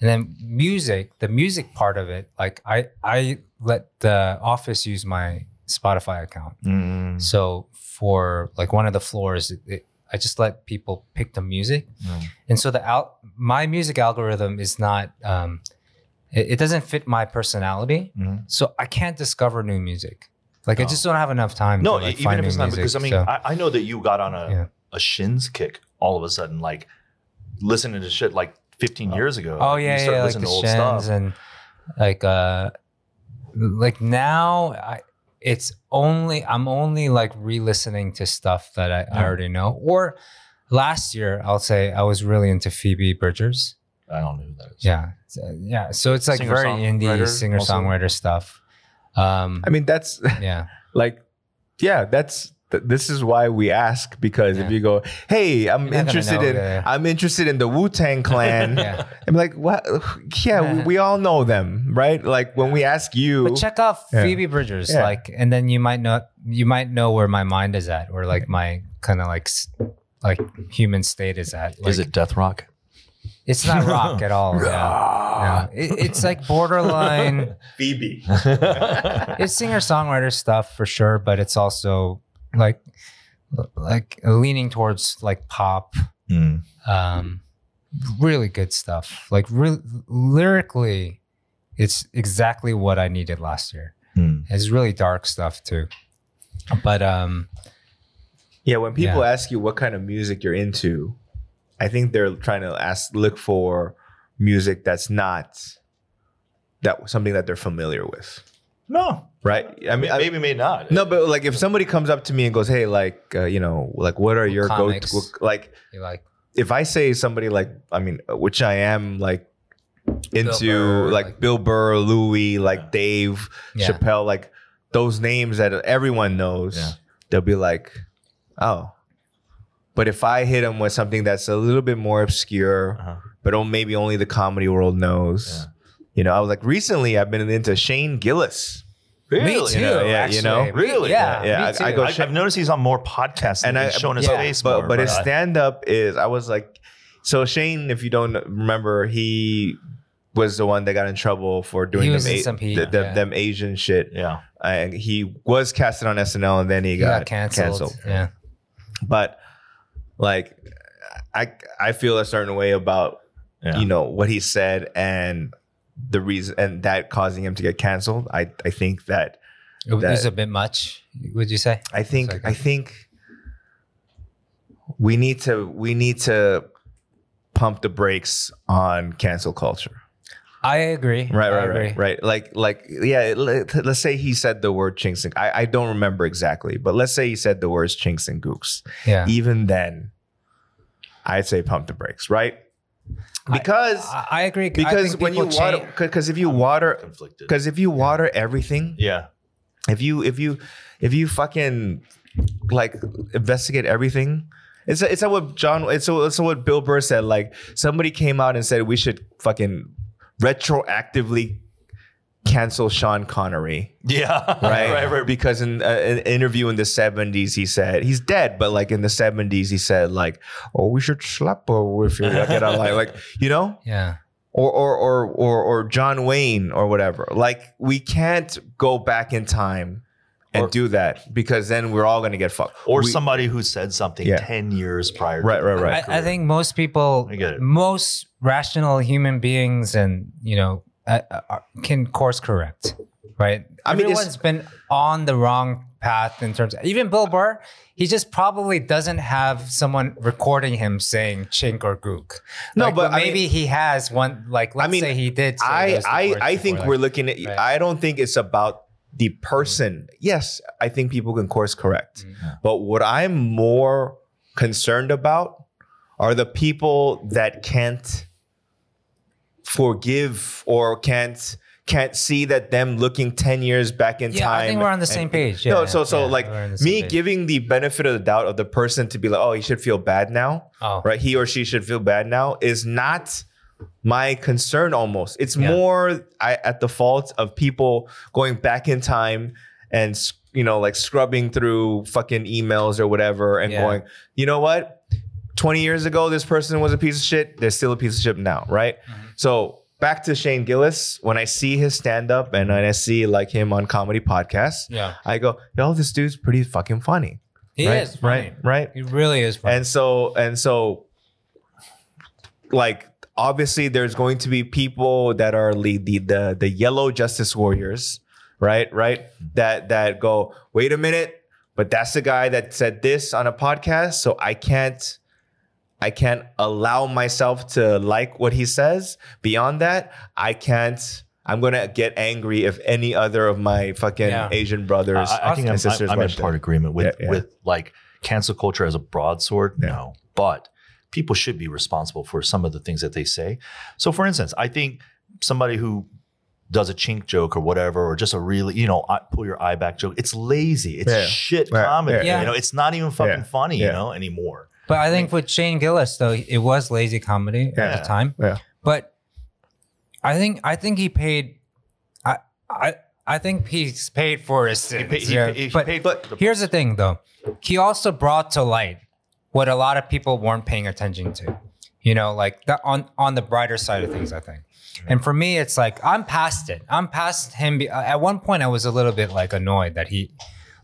and then music. The music part of it, like I I let the office use my Spotify account. Mm. So for like one of the floors, it, it, I just let people pick the music, Mm. and so the al- my music algorithm is not um, it, it doesn't fit my personality, Mhm. so I can't discover new music. Like I Oh. just don't have enough time. No, to, like, e- even find if new it's not music, because I mean, so- I, I know that you got on a Yeah. a shins kick all of a sudden, like listening to shit like 15 years ago. oh Like, yeah, you start yeah, like listening the to old Shins stuff. and like uh, like now I. It's only I'm only like re-listening to stuff that I, I Yeah. already know. Or last year, I'll say I was really into Phoebe Bridgers. I don't know who that is. Yeah, So- yeah. So it's like Singer- very indie songwriter singer also? songwriter stuff. Um, I mean, that's yeah, like, yeah, that's th- this is why we ask because Yeah. if you go, hey, I'm You're not gonna interested know, in, yeah, yeah. I'm interested in the Wu Tang Clan. yeah. I'm like, what? Yeah, we, we all know them, right? Like when we ask you, But check out Yeah. Phoebe Bridgers, Yeah. like, and then you might not you might know where my mind is at, or like my kind of like s- like human state is at. Like, Is it death rock? It's not rock at all. Yeah. Yeah. It- it's like borderline. Phoebe. it's singer songwriter stuff for sure, but it's also like like leaning towards like pop Mm. um, really good stuff. Like re- lyrically, it's exactly what I needed last year. Mm. It's really dark stuff too, but um, yeah, when people ask you what kind of music you're into, I think they're trying to ask, look for music that's not that something that they're familiar with, No, right? I I mean, mean, I- maybe, maybe not. No, but like if somebody comes up to me and goes, "Hey, like uh, you know, like what are your go comics. to like?" you like If I say somebody like, I mean, which I am like into Burr, like, like- Bill Burr, Louis, like Yeah. Dave yeah. Chappelle, like those names that everyone knows, Yeah. they'll be like, "Oh." But if I hit them with something that's a little bit more obscure, Uh-huh. but oh, maybe only the comedy world knows, you know, I was like, recently I've been into Shane Gillis. Me Really? too. Yeah, yeah, actually. you know? Me- Really? Yeah. Yeah, me I- I too. go- I, I've noticed he's on more podcasts And and I- I've shown his yeah. face but more. but his I- stand up is I was like so Shane if you don't remember he was the one that got in trouble for doing He them, was in A- some heat, the- the- yeah. them Asian shit yeah, and he was casted on SNL and then he, He got, got canceled. canceled. Yeah, but like I I feel a certain way about yeah. you know what he said and the reason and that causing him to get canceled I I think that it was That- a bit much. Would you say? I think Second. I think we need to we need to pump the brakes on cancel culture. I agree. Right, I right, agree. right, right. Like, like, yeah. Let, let's say he said the word chinks and I, I don't remember exactly, but let's say he said the words chinks and gooks. Yeah. Even then, I'd say pump the brakes, right? Because I, I agree. I because think when you people change- water, because if you water, conflicted. because if you water everything, Yeah. if you if you if you fucking like investigate everything it's it's like what John it's so it's what Bill Burr said like somebody came out and said we should fucking retroactively cancel Sean Connery Yeah. right Uh-huh. right. Right. because in uh, an interview in the 70s he said he's dead but like in the 70s he said like oh we should slap or if you're like, you know, like like you know Yeah. or or or or or John Wayne or whatever. Like we can't go back in time and Or- do that because then we're all gonna get fucked. Or We- somebody who said something Yeah. 10 years prior. to Right, right, that. right. I, I think most people, I get it. most rational human beings, and you know, uh, uh, are- can course correct, right? I mean, it's- everyone's been on the wrong path in terms. even Bill Burr, he just probably doesn't have someone recording him saying chink or gook. No, Like, but I maybe he has one. Like, let's mean, say he did. say I those I words I before, think like- we're looking at. Right. I Mm-hmm. don't think it's about the person. Yes, I think people can course correct, Mm. but what I'm more concerned about are the people that can't forgive or can't can't see that them looking 10 years back in Yeah, time I think we're on the and- same page. no Yeah, so so yeah, like we're on the same me page. giving the benefit of the doubt of the person to be like oh he should feel bad now Oh, right he or she should feel bad now is not my concern almost it's Yeah. more I, at the fault of people going back in time and s- you know like scrubbing through fucking emails or whatever and Yeah. going you know what 20 years ago this person was a piece of shit they're still a piece of shit now right Mm-hmm. so back to shane gillis when i see his stand-up and i see like him on comedy podcasts yeah, i go yo this dude's pretty fucking funny he right is funny. right right He really is funny. and so and so like obviously there's going to be people that are le- the the the yellow justice warriors, right? Right? That that go, "Wait a minute, but that's the guy that said this on a podcast, so I can't I can't allow myself to like what he says. Beyond that, I can't I'm gonna get angry if any other of my fucking Yeah. Asian brothers I, I think and I'm, sisters I'm in like that. part agreement with Yeah, yeah. with like cancel culture as a broadsword. Yeah. No, but people should be responsible for some of the things that they say. So, for instance, I think somebody who does a chink joke or whatever, or just a really you know eye- pull your eye back joke. It's lazy. It's Yeah. shit Right. comedy. Yeah. You know, it's not even fucking Yeah. funny. Yeah. You know anymore. But I think with Shane Gillis though, it was lazy comedy at Yeah. the time. Yeah. But I think I think he paid. I I I think he's paid for his sins. He- he- yeah. he- he but paid but the- here's the thing though, he also brought to light what a lot of people weren't paying attention to. You know, like the, on on the brighter side of things, I think. And for me, it's like I'm past it. I'm past him. Be- at one point, I was a little bit like annoyed that he,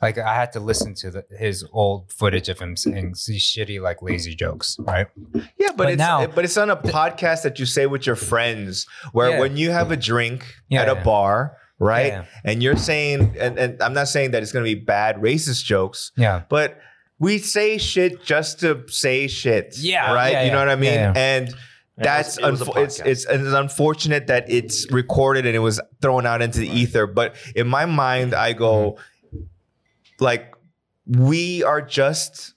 like, I had to listen to the, his old footage of him saying these shitty, like, lazy jokes, right? Yeah, but, But it's now- but it's on a podcast that you say with your friends where Yeah. when you have a drink Yeah, at a yeah. bar, right? Yeah. And you're saying and, and I'm not saying that it's gonna be bad racist jokes, Yeah. but we say shit just to say shit. Yeah, Right? yeah, you know yeah, what I mean? yeah, yeah. And that's it was a unfo- it's, podcast. it's it's unfortunate that it's recorded and it was thrown out into the ether. But in my mind, I go Mm-hmm. like we are just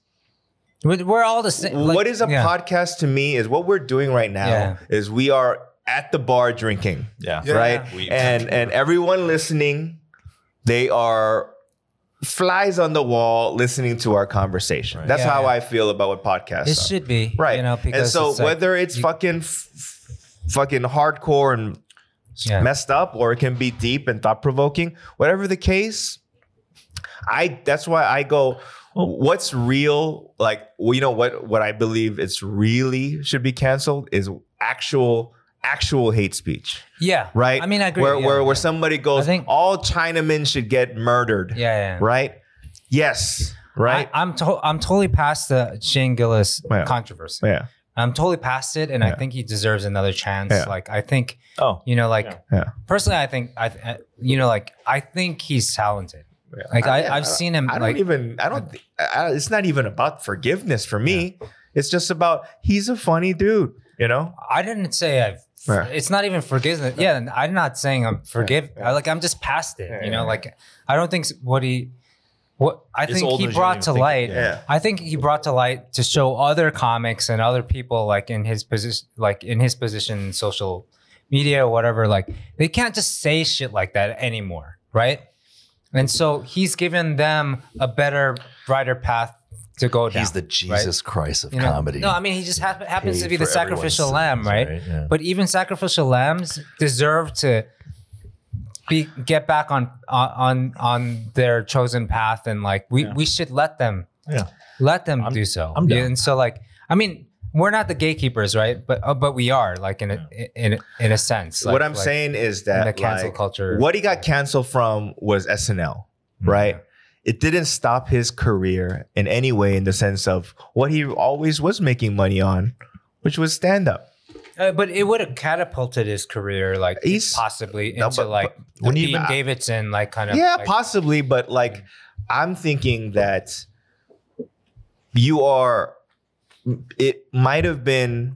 We're, we're all the same. like, what is a yeah. podcast to me is what we're doing right now Yeah. is we are at the bar drinking, Yeah. Yeah. right? We- and and everyone listening, they are flies on the wall listening to our conversation. Right. That's Yeah, how yeah. I feel about what podcasts It are. should be. right. You know, because and so it's like- whether it's you- fucking f- f- fucking hardcore and yeah. messed up or it can be deep and thought provoking. Whatever the case, I that's why I go what's real like well, you know what what I believe it's really should be canceled is actual actual hate speech, yeah. right? I mean, I agree. Where yeah. where, where somebody goes I think- all Chinamen should get murdered, yeah. yeah. right? Yes, right? I, I'm to- I'm totally past the Shane Gillis Yeah. controversy. yeah. I'm totally past it, and I Yeah. think he deserves another chance. Yeah. Like I think oh, you know, like Yeah. Yeah. personally, I think I, I- you know, like I think he's talented. Like I- I, I, have seen him I don't like even. I don't. thi- I, I- it's not even about forgiveness for me. It's just about he's a funny dude. You know. I didn't say I've. Yeah. It's not even forgiveness. Yeah, and I'm not saying I'm forgive. Yeah. I, like I'm just past it. Yeah, you yeah, yeah. know, like I don't think s- what he, what I It's think old he news, you brought don't to even think it- light. Yeah. I think he brought to light to show other comics and other people like in his position, like in his position in social media or whatever. Like they can't just say shit like that anymore, right? And so he's given them a better, brighter path to go down. He's the Jesus Christ of you know? comedy. No, I mean he just hap- happens to Paid be the for everyone's sacrificial sins, lamb, right? Yeah. But even sacrificial lambs deserve to be get back on on on their chosen path, and like we Yeah. we should let them, Yeah. let them I'm- do so. I'm down. Yeah, and so like I mean, we're not the gatekeepers, right? But uh, but we are like in a, in a- in a sense. what like- I'm like, saying is in that the cancel like, culture. Mm-hmm. What he got canceled from was SNL, right? It didn't stop his career in any way in the sense of what he always was making money on, which was stand up. uh, but it would have catapulted his career, like He's- possibly into No, but- like but when you- Dean Davidson, like kind of Yeah, like, possibly, but like I'm thinking that you are it might have been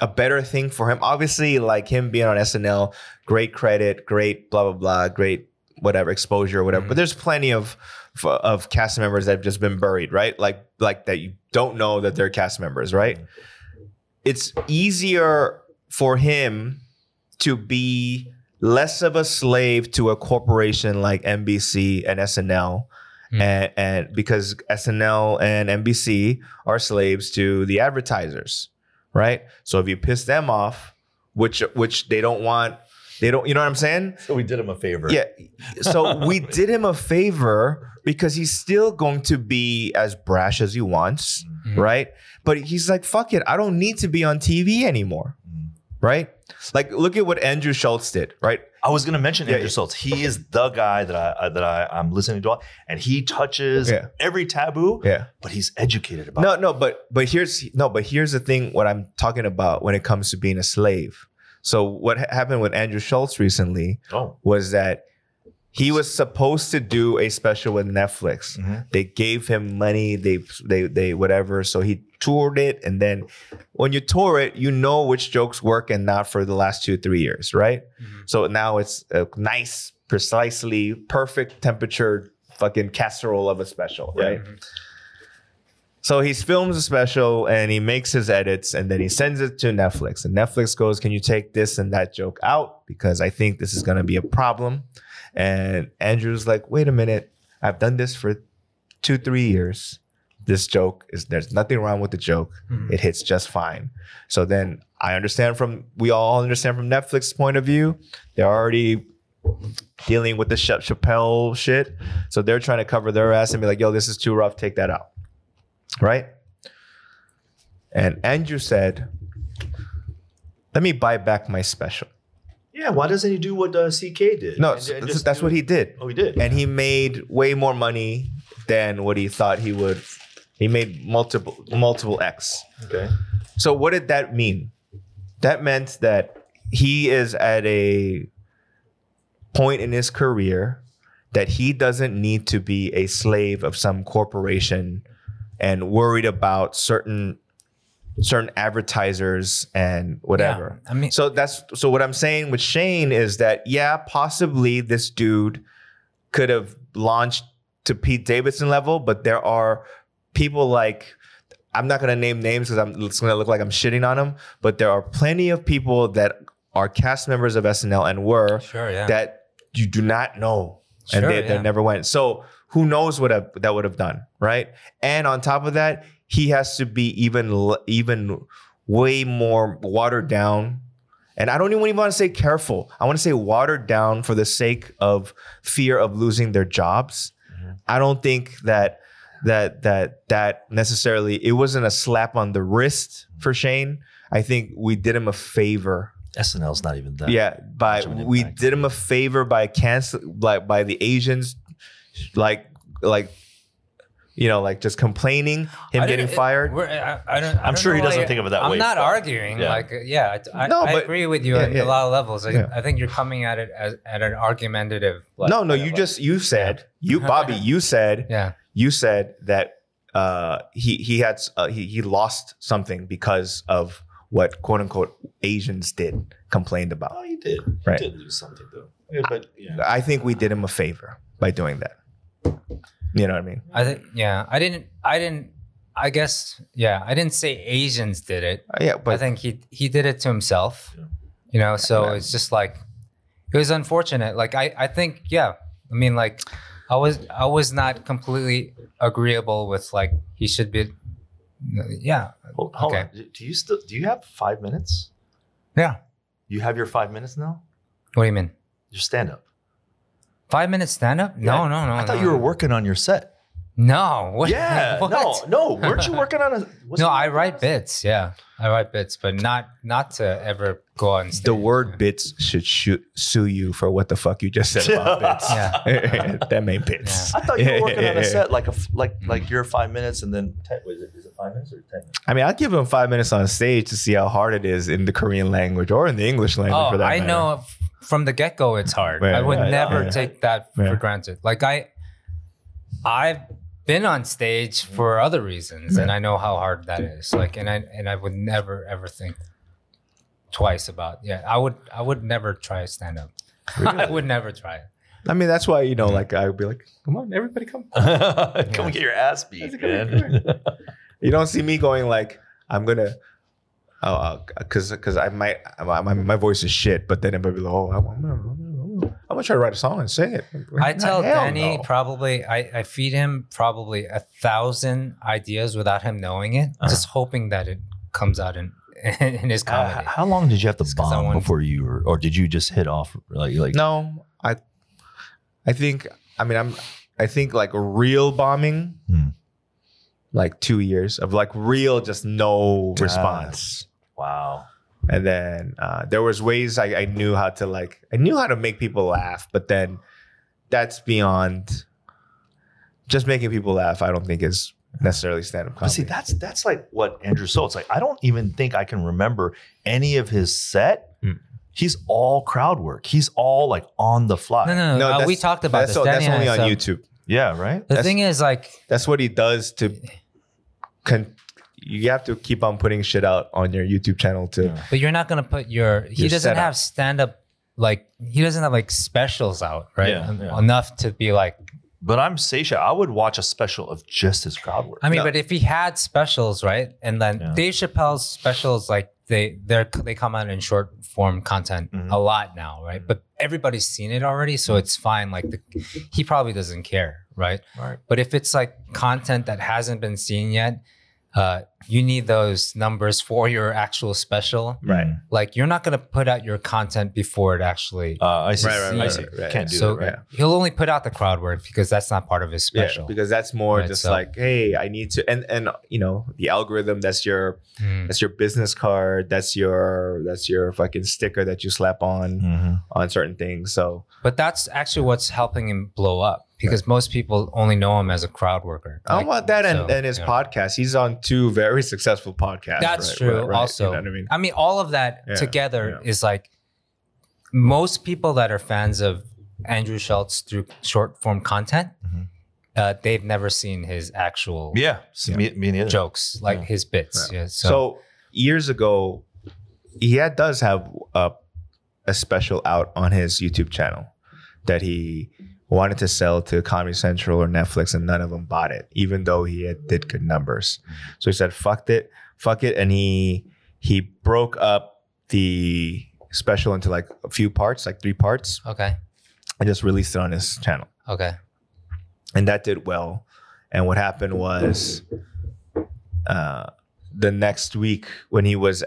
a better thing for him. Obviously, like him being on SNL, great credit, great blah blah blah, great whatever exposure or whatever. But there's plenty of of cast members that have just been buried, right? Like like that you don't know that they're cast members, right? It's easier for him to be less of a slave to a corporation like NBC and SNL. Hmm. And, and because SNL and NBC are slaves to the advertisers, right? So if you piss them off, which which they don't want, they don't. You know what I'm saying? so we did him a favor. Yeah. So we did him a favor because he's still going to be as brash as he wants, Mhm. right? But he's like, fuck it, I don't need to be on TV anymore, Mm. right? Like, look at what Andrew Schultz did, right? I was going to mention Yeah, Andrew yeah. Schultz. He is the guy that I I- that I, I'm listening to, and he touches Yeah. every taboo, Yeah. but he's educated about. No, it. no, but but here's no, but here's the thing. What I'm talking about when it comes to being a slave. So what ha- happened with Andrew Schultz recently Oh, was that he was supposed to do a special with Netflix. Mhm. They gave him money. They they they whatever. So he toured it, and then when you tour it, you know which jokes work and not for the last two three years, right? Mhm. So now it's a nice, precisely perfect temperature fucking casserole of a special, Yeah. right? So he films a special and he makes his edits and then he sends it to Netflix. And Netflix goes, Can you take this and that joke out? Because I think this is going to be a problem. And Andrew's like, Wait a minute. I've done this for two, three years. This joke is there's nothing wrong with the joke. Mhm. It hits just fine. So then I understand from we all understand from Netflix's point of view, they're already dealing with the Ch- Chappelle shit. So they're trying to cover their ass and be like, yo, this is too rough, take that out. Right? And Andrew said, let me buy back my special. yeah. Why doesn't he do what uh, CK did? No, And- that's, and just that's do- what he did. Oh, he did. And he made way more money than what he thought he would. He made multiple multiple X. okay. So what did that mean? That meant that he is at a point in his career that he doesn't need to be a slave of some corporation and worried about certain certain advertisers and whatever. Yeah, I mean, So that's so what I'm saying with Shane is that yeah, possibly this dude could have launched to Pete Davidson level, but there are people like I'm not gonna name names because I'm it's gonna look like I'm shitting on them, but there are plenty of people that are cast members of SNL and were sure, yeah. that you do not know and Sure, they, they yeah. never went. So who knows what a, that would have done, right? And on top of that, he has to be even l- even way more watered down. And I don't even, want to say careful. I want to say watered down for the sake of fear of losing their jobs. Mm-hmm. I don't think that that that that necessarily it wasn't a slap on the wrist for Shane. I think we did him a favor SNL's not even that. yeah, by much of an we impact. did him a favor by cancel like by the Asians, like like you know, like just complaining, him I getting don't- fired. we're- I, I don't, I I'm don't sure he know, doesn't like, think of it that I'm way, not but- arguing. yeah. Like, yeah, I, I- No, I but- agree with you yeah, on yeah. a lot of levels. I, Yeah. I think you're coming at it as at an argumentative. Like, no, no, kind you of just you said you Bobby, you said like- yeah, you said that uh, he he had s- uh, he he lost something because of what quote unquote Asians did complained Oh, about. he did. Right. He did lose something though. Yeah, but yeah. I think we did him a favor by doing that. You know what I mean? I think yeah. I didn't. I didn't. I guess yeah. I didn't say Asians did it. Uh, yeah, I but think he he did it to himself. Yeah. You know, so Yeah. it's just like it was unfortunate. Like I I think yeah. I mean like I was I was not completely agreeable with like he should be yeah. Hold, hold Okay. on. Do- Do you still do you have five minutes? Yeah. You have your five minutes now? What do you mean? Your stand up. 5 minutes stand up? No, Yeah. no, no. I thought no. you were working on your set. No. What? Yeah. what? No, no. Weren't you working on a what's No, the- I write bits. Yeah. I write bits, but not not to ever go on stage. the word "bits" should shoot, sue you for what the fuck you just said about bits. Yeah. that made bits. I thought you Yeah, were working yeah, on a yeah. set like a f- like like your five minutes and then ten, was it, is it five minutes or ten minutes? I mean, I'll give him five minutes on stage to see how hard it is in the Korean language or in the English language Oh, for that I matter. know f- from the get go it's hard. Right, I would right, never yeah. take that Yeah. for granted. Like I, I've been on stage for other reasons, and I know how hard that is. Like, and I and I would never ever think twice about. Yeah, I would I would never try stand up. I would never try it. I mean, that's why, you know, like I would be like, come on, everybody come. Come get your ass beat, good man. You don't see me going like, I'm going to, oh, because because I might, my, my, my voice is shit, but then everybody be like, oh, I'm, I'm, gonna- I'm, gonna- I'm going to try to write a song and sing it. I tell Hell Danny no. probably I, I feed him probably a thousand ideas without him knowing it, Uh-huh. just hoping that it comes out in in Ah, his Uh, comedy. how long did you have to Just 'cause I bomb wanted- before you were, or did you just hit off like like? No, I, I think. I mean, I'm. I think like real bombing, Hmm. like two years of like real, just no Ah. response. Wow. And then uh, there was ways I, I knew how to like I knew how to make people laugh, but then that's beyond. Just making people laugh, I don't think is necessarily stand up But comedy. see, that's that's like what Andrew Schultz like. I don't even think I can remember any of his set. Hmm. He's all crowd work. He's all like on the fly. No, no, ah. No, no. uh, that's- we talked about that's, this. so- that's Danny only on has, um, YouTube. Yeah, right. The That's- thing is, like, That's what he does Eh. to. Con- you have to keep on putting shit out on your YouTube channel to. Yeah. but you're not gonna put your. He Your doesn't setup. have stand up. Like he doesn't have like specials out, right? Yeah, En- yeah. Enough to be like. But I'm Seisha. I would watch a special of just his crowd work. I mean, No. but if he had specials, right? And then Yeah. Dave Chappelle's specials, like they they're they come out in short form content Mhm. a lot now, right? But everybody's seen it already, so it's fine. Like the, he probably doesn't care, right? Right. But if it's like content that hasn't been seen yet, uh, you need those numbers for your actual special. Right. like you're not going to put out your content before it actually Uh, I see. Right, right, I right, see. right, right. Can't do so that. Right. right. he'll only put out the crowd work because that's not part of his special Yeah, because that's more Right, just so- like, hey, I need to, and and you know, the algorithm. That's your Mm. that's your business card. That's your that's your fucking sticker that you slap on Mhm. Hmm. on certain things. So but that's actually what's helping him blow up because most people only know him as a crowd worker I don't Like, want that, and, so, and his yeah. podcast. He's on two very successful podcasts. that's right, true right, right. also you know what I mean. all of that Yeah, together is like most people that are fans of andrew schultz through short form content Mm-hmm. Mhm. uh, they've never seen his actual Yeah. So Me, me neither. jokes like Yeah. his bits yeah, So, years ago, he had, does have a, a special out on his YouTube channel that he wanted to sell to Comedy Central or Netflix, and none of them bought it, even though he had, did good numbers. So he said, "Fucked it, fuck it," and he he broke up the special into like a few parts, like three parts, okay and just released it on his channel okay and that did well. And what happened was, uh, the next week when he was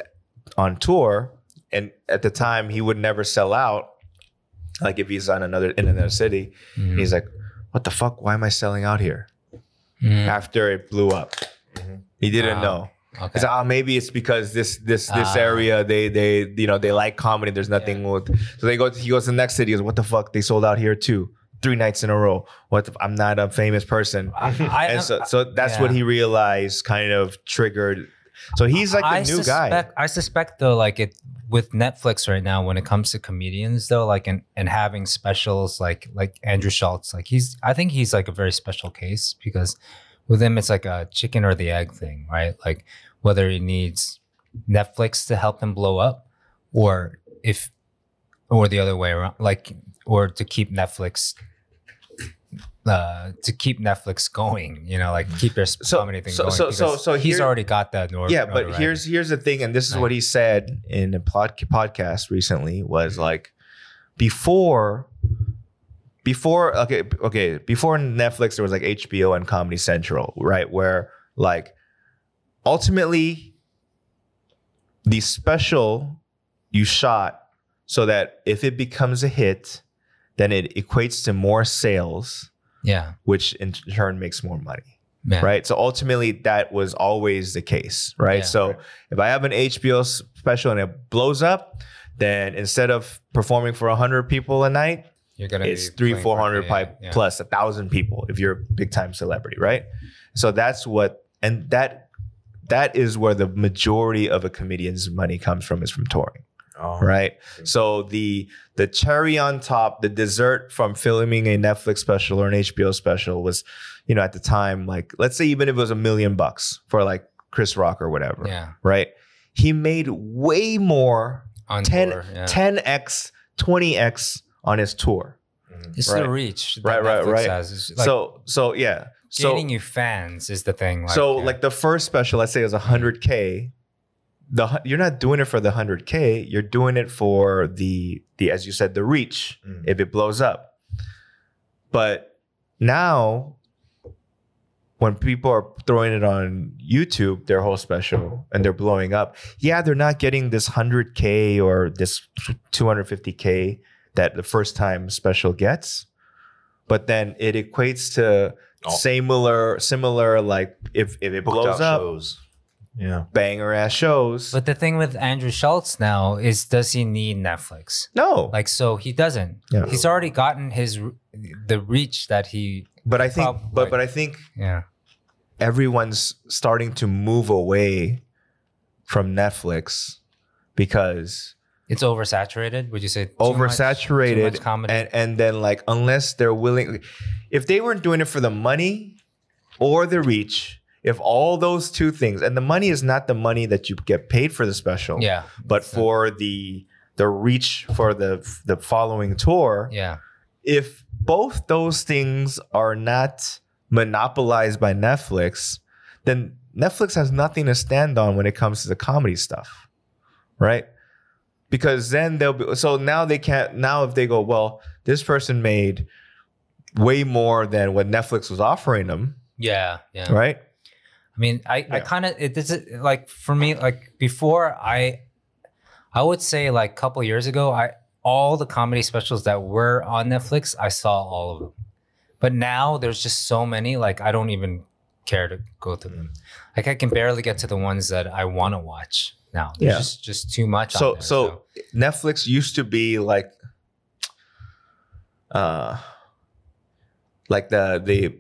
on tour, and at the time he would never sell out. Like if he's on another in another city, Mm. he's like, "What the fuck? Why am I selling out here?" Mm. After it blew up, Mhm. he didn't Ah, know. okay He's like, "Ah, maybe it's because this this this Ah. area they they you know they like comedy. There's nothing with so they go. He goes to the next city. He goes, "What the fuck? They sold out here too." three nights in a row. What the, I'm not a famous person. Oh, I, uh, and so, so that's yeah. what he realized kind of triggered. So he's like the I new guy. suspect, I suspect though, like it with Netflix right now, when it comes to comedians though, like and, and having specials like like Andrew Schultz, like he's I think he's like a very special case because with him it's like a chicken or the egg thing, right? Like whether he needs Netflix to help him blow up or if or the other way around, like or to keep Netflix uh, to keep Netflix going, you know, like keep their so, So- comedy thing so- going. so- so- because so he's here- already got that. nor- yeah, but notoriety. here's here's the thing, and this is Right. what he said in a pod- podcast recently was like before before okay okay before Netflix there was like HBO and Comedy Central right where like ultimately the special you shot so that if it becomes a hit then it equates to more sales yeah. which in turn makes more money Yeah. right? So ultimately, that was always the case, right? Yeah. so if I have an HBO s- special and it blows up, then instead of performing for 100 people a night, You're gonna it's be three, playing 400 for- pipe yeah, plus a thousand people if you're a big time celebrity, right? So that's what, and that that is where the majority of a comedian's money comes from is from touring Oh, right so the the cherry on top the dessert from filming a netflix special or an hbo special was you know at the time like let's say even if it was a million bucks for like chris rock or whatever Yeah. yeah. right he made way more On 10 tour, yeah. 10x 20x on his tour Mm-hmm. It's right. the reach. that Right, right, Netflix right. Has. It's like so so yeah so gaining you fans is the thing. Like, so yeah. like the first special let's say it was 100k the hu- you're not doing it for the 100k you're doing it for the the as you said the reach Mm. if it blows up but now when people are throwing it on YouTube, their whole special, and they're blowing up, yeah, they're not getting this 100K or this 250K that the first time special gets. But then it equates to Oh. similar, similar, like if, if it Booked blows out up, shows. Yeah. banger ass shows. But the thing with Andrew Schultz now is, does he need Netflix? no, Like, so he doesn't. Yeah. He's already gotten his r- the reach that he. but I think, prob- but but I think Yeah. everyone's starting to move away from Netflix because It's oversaturated. Would you say too oversaturated Much, too much comedy. and and then like unless they're willing if they weren't doing it for the money or the reach if all those two things and the money is not the money that you get paid for the special yeah. but It's- for the the reach for the the following tour Yeah. if both those things are not monopolized by Netflix, then Netflix has nothing to stand on when it comes to the comedy stuff, right? Because then they'll be so now they can't now if they go well this person made way more than what Netflix was offering them, Yeah. Yeah. right? I mean, I, I Yeah. kind of it this is like for me like before I, I would say like a couple years ago I all the comedy specials that were on Netflix I saw all of them, but now there's just so many like I don't even care to go through them. Like I can barely get to the ones that I want to watch now. There's Yeah. just just too much. on So there, so Netflix used to be like uh like the the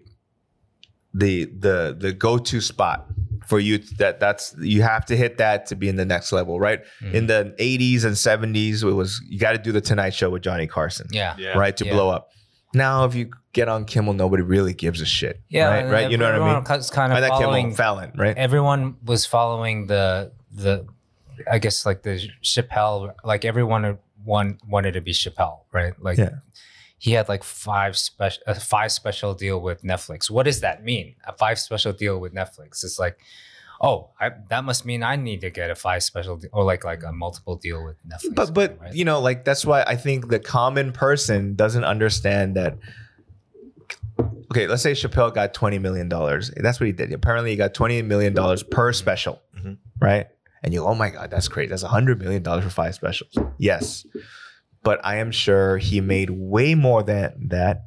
the the the go-to spot for you t- that that's you have to hit that to be in the next level, right? Mhm. In the 80s and 70s it was you got to do the Tonight Show with Johnny Carson, yeah. yeah. right, to yeah. blow up. Now if you get on Kimmel nobody really gives a shit, right? and Right? You know what I everyone mean? was Kind Or of not Kimmel, following Fallon, right? everyone was following the the I guess like the Chappelle like everyone one wanted to be Chappelle, right? Like Yeah. he had like five special a five special deal with Netflix. What does that mean? A five special deal with Netflix. It's like oh, I, that must mean I need to get a five special de- or like like a multiple deal with Netflix. but but right? you know like that's why i think the common person doesn't understand that okay let's say chappelle got 20 million dollars that's what he did apparently he got 20 million dollars per special Mm-hmm. Mhm. right and you go, oh my god that's great that's 100 million dollars for five specials yes but i am sure he made way more than that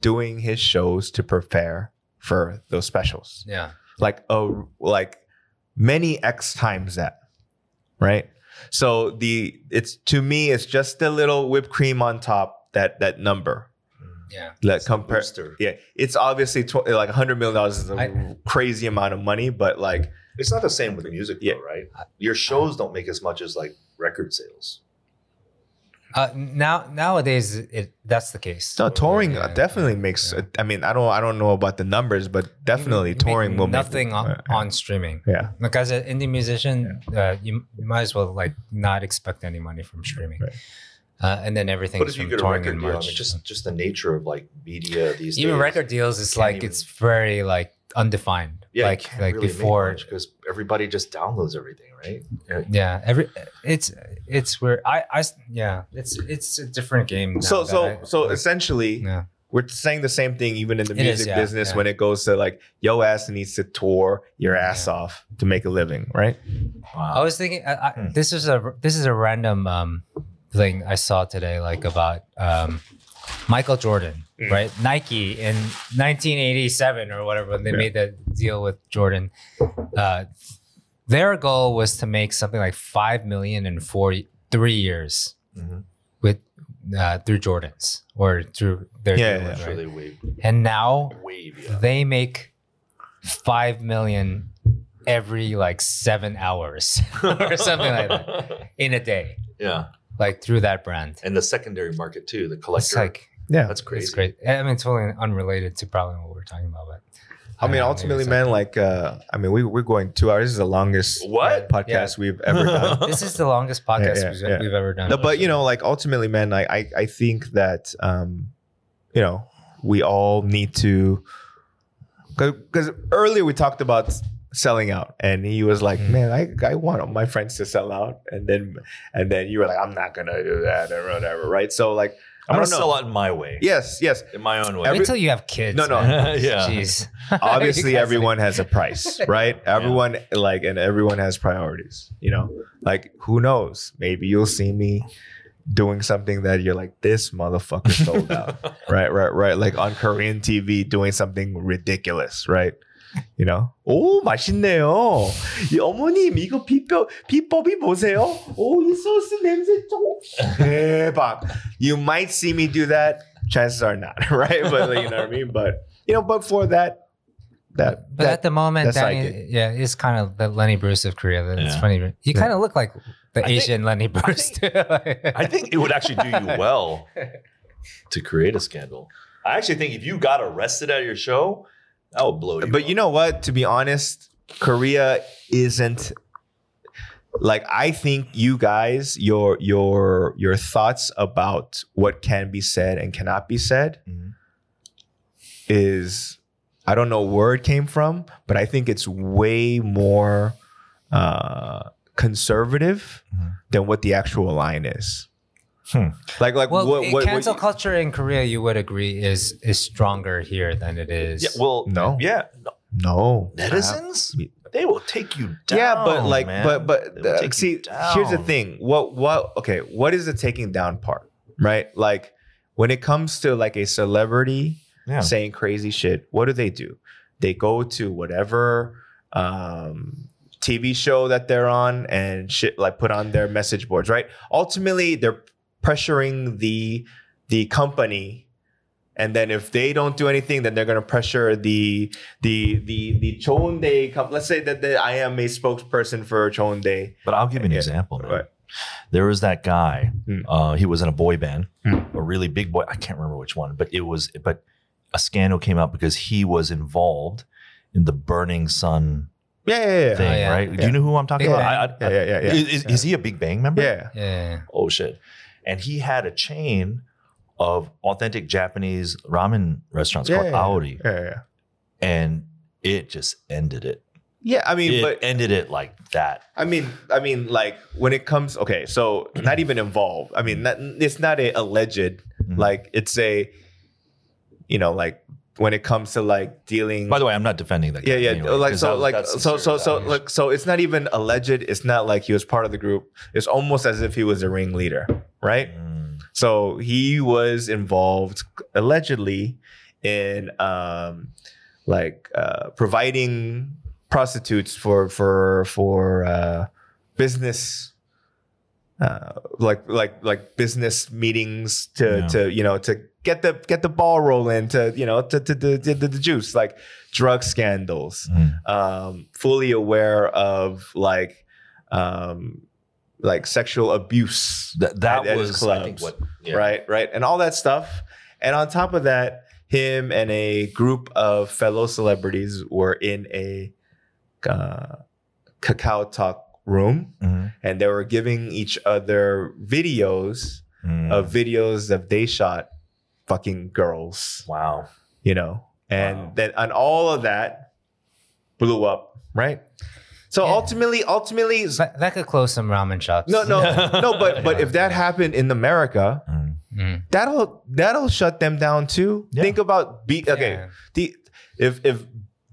doing his shows to prepare for those specials yeah. like a like many x times that right so the it's to me it's just a little whipped cream on top that that number Yeah. Like compare, Booster. yeah, it's obviously tw- like hundred million dollars is a I- crazy amount of money, but like It's not the same with music, Yeah. though, right? Your shows don't make as much as like record sales. Uh, now nowadays it that's the case. no, touring uh, Yeah. definitely makes. uh, Yeah. I mean, I don't, I don't know about the numbers, but definitely You make touring will nothing make uh, on, Yeah. on streaming. Yeah, Like as an indie musician, uh, you, you might as well like not expect any money from streaming, Right. uh, and then everything. But if you from get a touring record in deal, I March. mean, just just the nature of like media these even days, record deals, it's can't like even- it's very like undefined. yeah, like like before, because everybody just downloads everything, right? yeah. Every it's it's where I I s- yeah. It's it's a different game. Now so that so I- so like, essentially, yeah. we're saying the same thing even in the It is, music yeah, business yeah. when it goes to like yo ass needs to tour your ass Yeah. off to make a living, right? I Wow. was thinking I, I, Hmm. this is a this is a random um, thing I saw today, like about um, Michael Jordan, Mm. right? Nike in 1987 or whatever when they Yeah. made that deal with Jordan. Uh, their goal was to make something like five million in four three years Mhm. with uh, through Jordans or through their Yeah, deal, yeah, Sure, right? they wave, and now wave. Yeah. they make five million every like seven hours or something like that in a day, Yeah, like through that brand. and the secondary market too, the collector. It's like Yeah. that's crazy. it's great. I mean, it's totally unrelated to probably what we're talking about, but I mean, don't know, ultimately, maybe man, like, uh, I mean, we, we're going two hours. This is the longest uh, What? podcast we've ever done. it's- this is the longest podcast Yeah, yeah, we've, yeah. we've ever done. No, but, you know, like, ultimately, man, I, I, I think that, um, you know, we all need to, because earlier we talked about selling out and he was like Mhm. man I, I want my friends to sell out and then and then you were like i'm not gonna do that or whatever right so like I'm I don't gonna know. sell out in my way. yes yes in my own way. every- until you have kids. No, no. man. Yeah. Jeez. obviously You guys- everyone has a price right everyone like and everyone has priorities you know like who knows maybe you'll see me doing something that you're like this motherfucker sold out right right right like on korean tv doing something ridiculous right you know 오 맛있네요 이 어머님 이거 비법 비법이 보세요 오이 소스 냄새 좀 대박 you might see me do that chances are not right but like, you know what i mean but you know but for that that But that at the moment, that's how I Danny, get- yeah, it's kind of the Lenny Bruce of Korea. That It's Yeah. funny. You Yeah. kind of look like the I think- Asian Lenny Bruce. too. Like- I think it would actually do you well to create a scandal. I actually think if you got arrested at your show, that would blow you. but you know what to be honest korea isn't like i think you guys your your your thoughts about what can be said and cannot be said Mhm. is i don't know where it came from but i think it's way more uh conservative Mhm. than what the actual line is Hmm. like like Well, what, eh, what, what- cancel culture in Korea, you would agree, is is stronger here than it is. yeah, well, No. yeah, no netizens, Yeah. they will take you down. yeah but like man. but They but will uh, take you see here's the down. thing what what okay what is the taking down part right like when it comes to like a celebrity Yeah. saying crazy shit what do they do they go to whatever um tv show that they're on and shit like put on their message boards right ultimately they're pressuring the the company and then if they don't do anything, then they're gonna pressure the the the the Chonde company. Let's say that the, I am a spokesperson for Chonde. But I'll give you an Yeah. example. Man. Right. There was that guy. Hmm. Uh, he was in a boy band, Hmm. a really big boy. I can't remember which one, but it was. But a scandal came out because he was involved in the burning sun Yeah, yeah, yeah. thing, Oh, yeah. right? Do Yeah. you know who I'm talking Big about? I, Yeah, I, yeah, yeah, yeah. is, is, is he a Big Bang member? yeah. Yeah. Oh shit! And he had a chain of authentic Japanese ramen restaurants yeah, called yeah, Aori, Yeah, yeah. and it just ended it. Yeah, I mean, it but ended it like that. I mean, I mean, like when it comes, okay, so not even involved. I mean, not, it's not a alleged. Mhm. Like it's a, you know, like when it comes to like dealing. By the way, I'm not defending that. yeah, guy yeah. anyway, like 'cause so, that- like that's so, so, sincere so, value. like so. It's not even alleged. It's not like he was part of the group. It's almost as if he was a ringleader, right? Mm. So he was involved allegedly in um like uh providing prostitutes for for for uh business uh, like like like business meetings to Yeah. to you know to get the get the ball rolling to you know to to, to, to, to the juice like drug scandals Mm-hmm. Mm. um fully aware of like um like sexual abuse That, at- that at his uh, was clubs, I think what yeah. right right and all that stuff and on top of that him and a group of fellow celebrities were in a uh, cacao talk room Mhm. and they were giving each other videos Mm. Hmm. of videos of they shot fucking girls, Wow. you know, and Wow. then and all of that blew up, right? So Yeah. ultimately, ultimately, It's like- that could close some ramen shops. no, no, no, but but if that happened in America, Mm. Mm. that'll that'll shut them down too. Yeah. Think about be okay. Yeah. the if if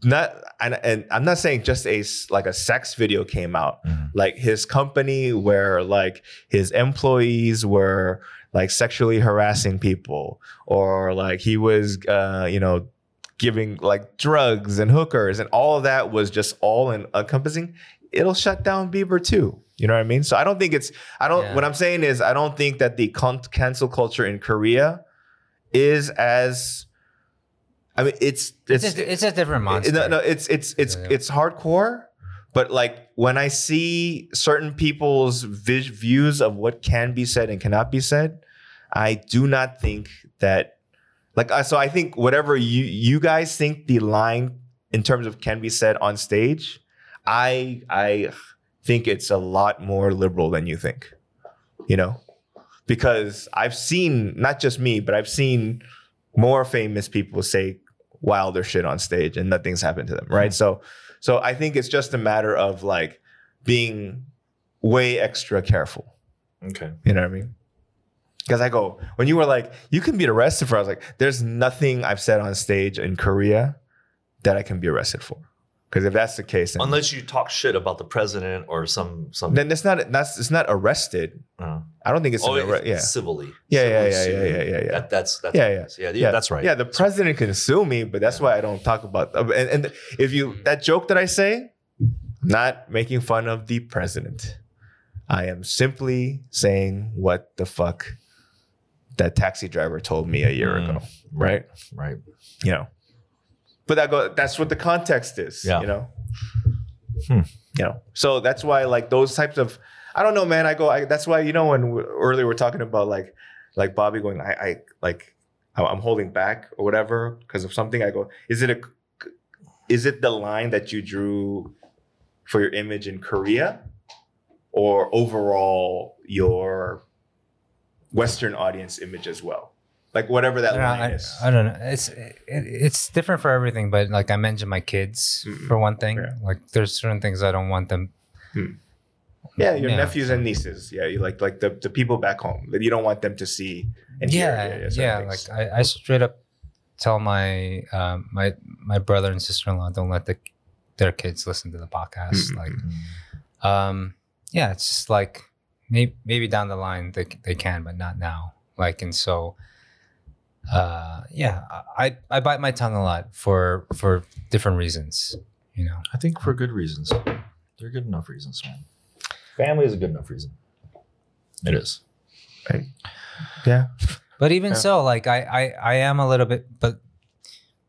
not and, and I'm not saying just a s- like a sex video came out Mhm. like his company where like his employees were like sexually harassing people or like he was uh you know giving like drugs and hookers and all of that was just all in encompassing it'll shut down Bieber too you know what I mean so I don't think it's I don't Yeah. what I'm saying is I don't think that the con- cancel culture in Korea is as I mean it's It's, it's just it's a different monster. no, no, it's it's it's Yeah. it's hardcore, but like when I see certain people's vis- views of what can be said and cannot be said, I do not think that like I- so I think whatever you you guys think the line in terms of can be said on stage, I I think it's a lot more liberal than you think. You know? Because I've seen not just me, but I've seen more famous people say wilder shit on stage and nothing's happened to them, right? So so I think it's just a matter of like being way extra careful. Okay. You know what I mean? Because I go, when you were like, you can be arrested for, I was like, there's nothing I've said on stage in Korea that I can be arrested for. Because if that's the case, then, Unless you talk shit about the president or some some. then it's not that's it's not arrested. Uh, I don't think it's oh, an arre- it- yeah. civilly. Yeah, yeah, yeah, Civilly sued. yeah, yeah, yeah, yeah. That, that's that's Yeah, yeah, yeah. That's right. Yeah, the president can sue me, but that's why I don't talk about. And, and if you that joke that I say, not making fun of the president, I am simply saying what the fuck that taxi driver told me a year Mm. ago, right? right. you know. But that go, that's what the context is, Yeah. you know. Hmm. You know, so that's why like those types of I don't know, man. I go. I, that's why you know when we, earlier we're talking about like like Bobby going, I, I like I- I'm holding back or whatever because of something. I go, is it a is it the line that you drew for your image in Korea or overall your Western audience image as well? Like whatever that I don't know, line I- is. I, don't know. It's it, it's different for everything, but like I mentioned, my kids Mm. for one thing. Yeah. Like there's certain things I don't want them. Hmm. Yeah, your Yeah. nephews and nieces. Yeah, you like like the, the people back home that you don't want them to see. And hear. yeah, yeah, certain things. like I, I straight up tell my um, my my brother and sister in law don't let the their kids listen to the podcast. Mm, Like, Mm. um, yeah, it's just like maybe maybe down the line they they can, but not now. Like, and so. Uh yeah, I I bite my tongue a lot for for different reasons, you know. I think for good reasons. They're good enough reasons, man. Family is a good enough reason. It is. yeah, But even Yeah. so, like I, I, I am a little bit, but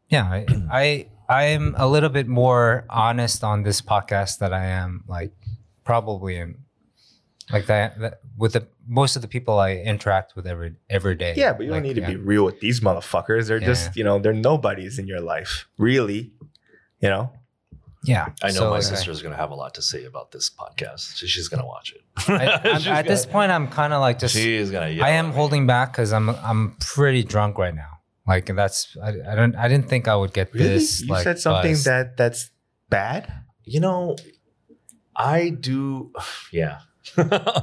yeah, I, I, I am a little bit more honest on this podcast that I am like probably in like that, that with the most of the people I interact with every every day. yeah, but you Like, don't need to yeah. be real with these motherfuckers. They're Yeah. just you know they're nobodies in your life, really. You know, Yeah, I So, know my like, sister's going to have a lot to say about this podcast. She, she's going to watch it. I, I, She's I'm- at this gonna- point, I'm kind of like just she's gonna. yell I at me. am holding back because I'm I'm pretty drunk right now. Like that's I, I don't I didn't think I would get this. you like, said something buzz. that that's bad. You know, I do. Yeah.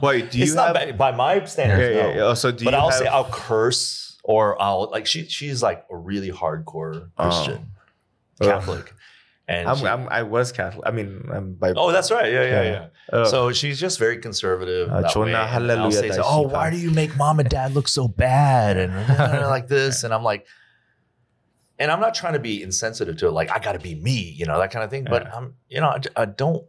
Wait, do you it's have? not by, by my Yeah, standards. yeah, no. yeah. Oh, so do but you I'll have- say I'll curse or I'll like she she's like a really hardcore Oh. Christian Ugh. Catholic, and Oh. I'm, she- I'm, I was Catholic. I mean, I'm oh. by. oh that's right yeah yeah Yeah. yeah. Oh. Ugh. So she's just very conservative. Ah, Uh, that Chona way. And hallelujah I'll say, tai "Oh, si why pa." do you make mom and dad look so bad?" And like this, and I'm like, and I'm not trying to be insensitive to it. Like I got to be me, you know, that kind of thing. But I'm, you know, I, I don't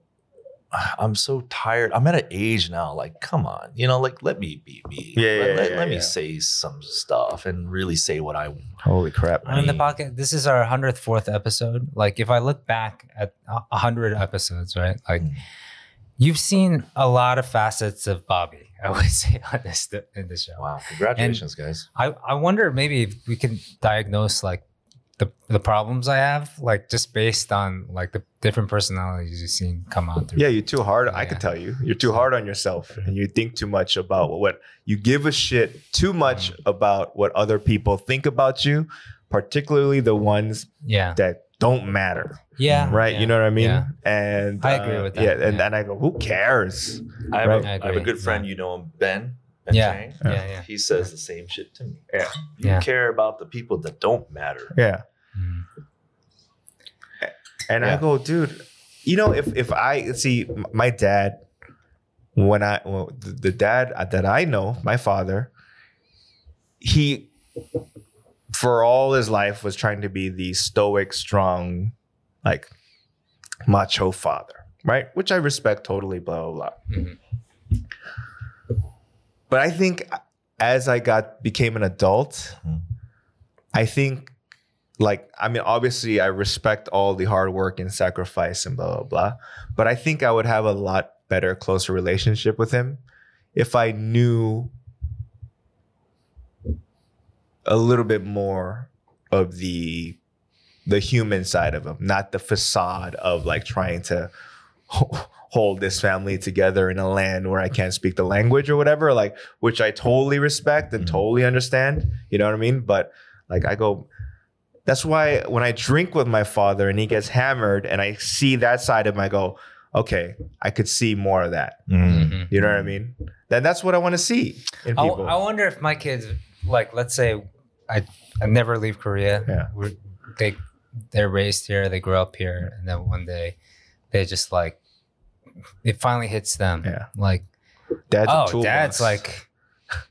I'm so tired. I'm at an age now. Like, come on, you know, like let me be me. Yeah, let, yeah, let, yeah, let me yeah. say some stuff and really say what I. Holy crap! I'm in the pocket. This is our hundredth fourth episode. Like if I look back at a hundred episodes, right? Like Mm. you've seen a lot of facets of Bobby. I would say on this in this show. Wow, congratulations, guys. I I wonder maybe if we can diagnose like the the problems I have, like just based on like the different personalities you've seen come on through. Yeah, you're too hard. I Yeah. could tell you, you're too hard on yourself, and you think too much about what you give a shit too much Mm. about what other people think about you, particularly the ones yeah, that don't matter, yeah. Mm, right? You know what I mean? Yeah. And uh, I agree with that, Yeah, and yeah. then I go, who cares? I have, Right. a, I I have a agree, good friend. yeah. You know him, Ben. Ben Yeah. Chang. Yeah, yeah. He says the same shit to me. Yeah. You Yeah. care about the people that don't matter. Yeah. Mm. And I Yeah. go, dude, you know, if if I see m- my dad, when I well, the, the dad uh, that I know, my father, he for all his life was trying to be the stoic, strong, like macho father, right? Which I respect totally, blah blah blah. Mhm. But I think as I got became an adult, Mhm. I think like I mean obviously I respect all the hard work and sacrifice and blah blah blah, but I think I would have a lot better closer relationship with him if I knew a little bit more of the the human side of him, not the facade of like trying to ho- hold this family together in a land where I can't speak the language or whatever, like which I totally respect and Mhm. totally understand. You know what I mean? But like I go that's why when I drink with my father and he gets hammered and I see that side of him, I go, okay, I could see more of that. Mm. Mhm. You know what I mean? Then that's what I want to see in I, people. I wonder if my kids, like, let's say I, I never leave Korea. Yeah. We're, they, they're raised here, they grow up here, and then one day they just like, it finally hits them. Yeah. Like, dad's a oh, toolbox. dad's like,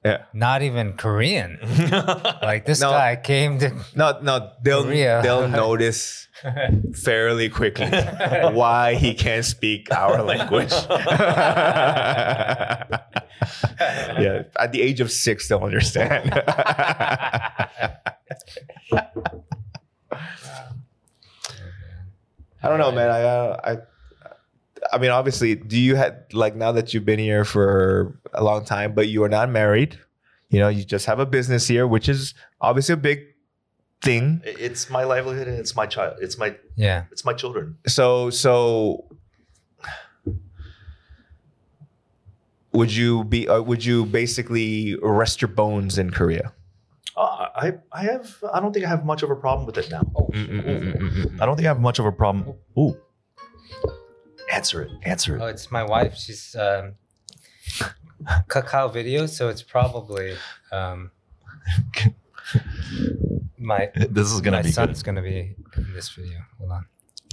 Yeah. not even Korean. Like, this No. guy came to. no, no, they'll Korea. they'll notice fairly quickly why he can't speak our language. yeah, at the age of six, they'll understand. I don't know, man. I, uh, I, I mean, obviously, do you had like now that you've been here for a long time, but you are not married. You know, you just have a business here, which is obviously a big thing. It- It's my livelihood and it's my child. It's my Yeah. it's my children. So, so would you be? Uh, would you basically rest your bones in Korea? Uh, I I have I don't think I have much of a problem with it now. Oh, mm, Mm-mm-mm-mm-mm. I don't think I have much of a problem. Ooh. Answer it. Answer Oh, it. it's my wife. She's um, Kakao video, so it's probably um, my This is Oh, my gonna be son's good. gonna be in this video. Hold on.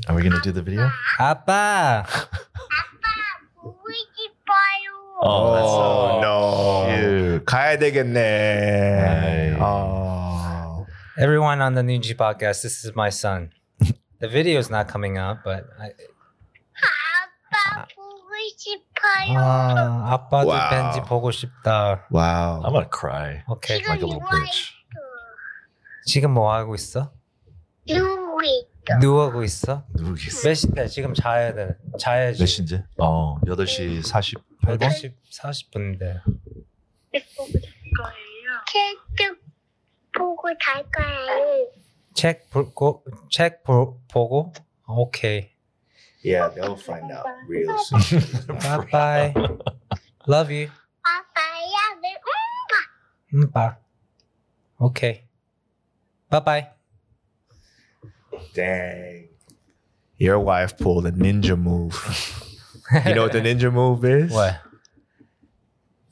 Are we gonna do the video? Appa. Oh, no! Cute. 가야 되겠네. Right. Oh. Everyone on the Ninji podcast, this is my son. The video's not coming out, but I, 아, ah, 아빠도 Wow. 벤지 보고 싶다. Wow. I'm gonna cry 오케이. like a little bitch. 지금 뭐 하고 있어? 누워고 있어? 누구겠어? 몇 시인데 지금 자야 돼. 자야지. 몇 시인지? 어, 8시 48분? 8시 40분인데. 네. 책도 보고 잘 거예요. 책 보고 책 보, 보고 오케이. Yeah, they'll find out real soon. Bye bye. Love you. 아빠야, 왜 음, 봐. 오케이. Bye bye. Dang. Your wife pulled a ninja move. You know what the ninja move is? What?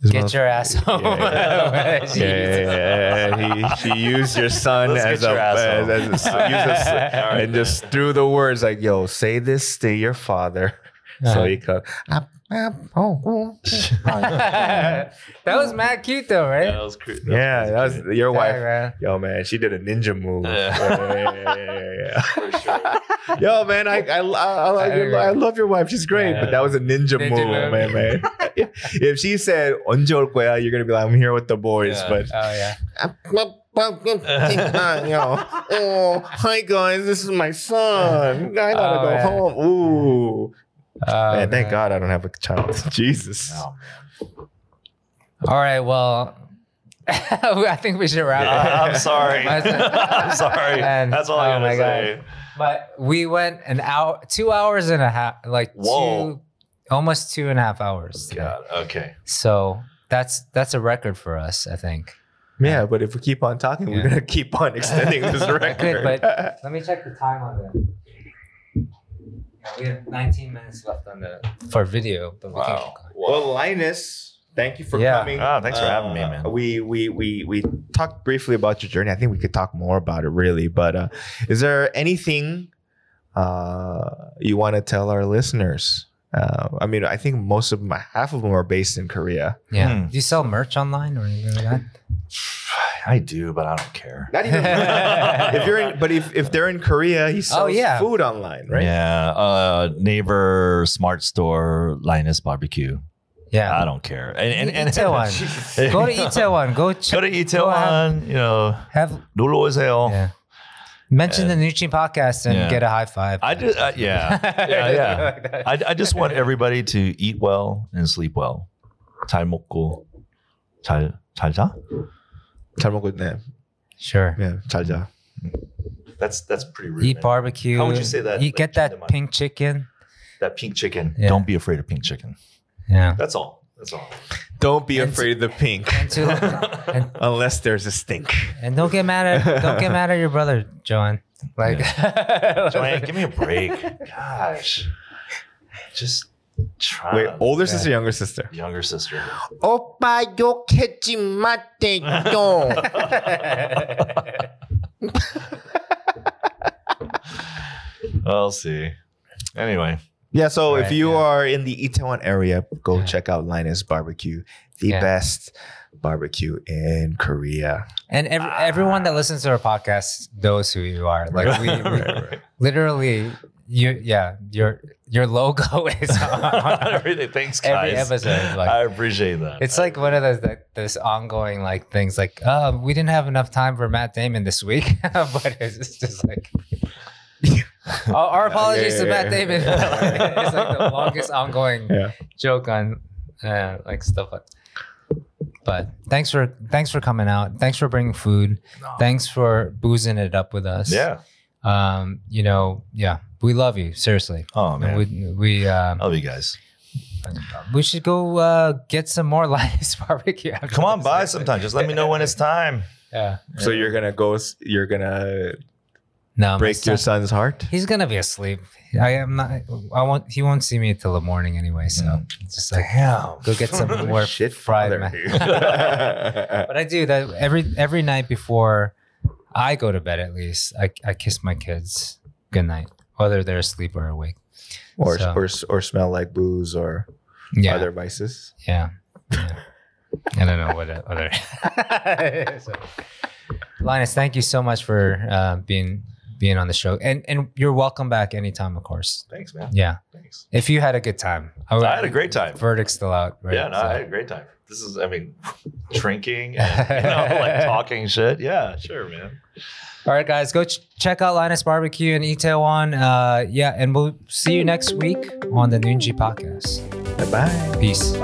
This Get your ass home. Yeah, yeah, yeah, yeah, yeah. He, she used your son Let's as get a, your ass as, home. as a, s- use a s- All right. and just threw the words like, "Yo, say this to your father." So he comes. Eh, oh, oh, oh. that was mad cute though, right? Yeah, that was cr- yeah, that was your Yeah, wife. man. Yo, man, she did a ninja move. Yeah. Yeah, yeah, yeah, yeah, yeah, For sure. yeah. Yo, man, I I, I, I, like your, I love your wife. She's great, but that was a ninja, Ninja move, move. man, man. if she said "언제 올 거야," you're gonna be like, "I'm here with the boys," Yeah. but Oh yeah. Uh, you know, oh, hi guys, this is my son. I gotta Oh, go man. home. Ooh, Oh, man, thank man. God I don't have a child. Jesus. Oh, All right, well, I think we should wrap it. I- I'm sorry. Might as well- I'm sorry. Man, That's all oh I my gotta God. say. But we went an hour, two hours and a half, like Whoa. two, almost two and a half Oh, hours. today. God. Okay. So that's that's a record for us, I think. Yeah, but if we keep on talking, we're Yeah. gonna keep on extending this record. but- Let me check the time on that. Yeah, we have 19 minutes left on the for video, but we Wow. can well, Linus, thank you for Yeah. coming. Uh, Ah, thanks for having me, man. We we we we talked briefly about your journey. I think we could talk more about it, really. But uh, is there anything uh, you want to tell our listeners? Uh, I mean, I think most of my half of them are based in Korea. Yeah. Hmm. Do you sell merch online or anything like that? I do, but I don't care. Not even if you're in, but if, if they're in Korea, he sells Oh, yeah. food online, right? Yeah. Uh, neighbor, smart store, Linus Barbecue. Yeah. I don't care. And and, and Itaewon. go to Itaewon. Go check. Go to Itaewon. You know, Have 놀러 오세요. yeah. Mention Uh, the Nucci podcast and Oh. yeah. get a high five. I just uh, yeah yeah yeah. I, I just want everybody to eat well and sleep well. 잘 먹고 잘, 잘 자? 잘 먹고- 네. Sure. Yeah, 잘 자. That's that's pretty rude. Eat man. barbecue. How would you say that, Eat, get like, in that the pink chicken. That pink chicken. Yeah. Don't be afraid of pink chicken. Yeah. That's all. That's all. Don't be And- afraid of the pink And, to, and, unless there's a stink. and don't get mad at don't get mad at your brother, Joanne. Like Joanne, give me a break. Gosh. Just try. Wait, older Yeah. sister, younger sister. Younger sister. 오빠 욕하지 마세요. I'll see. Anyway, Yeah, so if Right, you yeah. are in the Itaewon area, go Yeah. check out Linus Barbecue, the Yeah. best barbecue in Korea. and every, everyone that listens to our podcast knows who you are. Like we, we literally you yeah, your your logo is on, on really thanks every guys. episode. Like I appreciate that. It's like one of those like, those ongoing like things like uh, we didn't have enough time for Matt Damon this week, but it's just, just like our, our apologies yeah, yeah, to Matt Damon. yeah. it's like the longest ongoing Yeah. joke on uh, like stuff like. But thanks for thanks for coming out. Thanks for bringing food. Thanks for boozing it up with us. yeah. Um. You know. Yeah. We love you seriously. Oh man, We we um, I love you guys. we should go uh, get some more Linus barbecue. after Come on this. by sometime. Just let me know when it's time. Yeah. So you're gonna go. s- You're gonna No. my break son- your son's heart. He's gonna be asleep. I am not. I won't. He won't see me till the morning anyway. So it's just like Damn. go get some more Shit, fried. father. ma- but I do that every every night before I go to bed. At least I I kiss my kids good night, whether they're asleep or awake. or, So- or or smell like booze or Yeah. other vices. Yeah. yeah. I don't know what other. so, Linus, thank you so much for uh, being being on the show, and and you're welcome back anytime, of course. Thanks, man. Yeah, Thanks. if you had a good time, would- I had a great time. Verdict's still out, right? Yeah, no, So- I had a great time. This is, I mean, drinking and you know, like talking shit. Yeah, sure, man. All right, guys, go ch- check out Linus Barbecue in Itaewon. Uh, yeah, and we'll see you next week on the Noonji Podcast. Bye bye. Peace.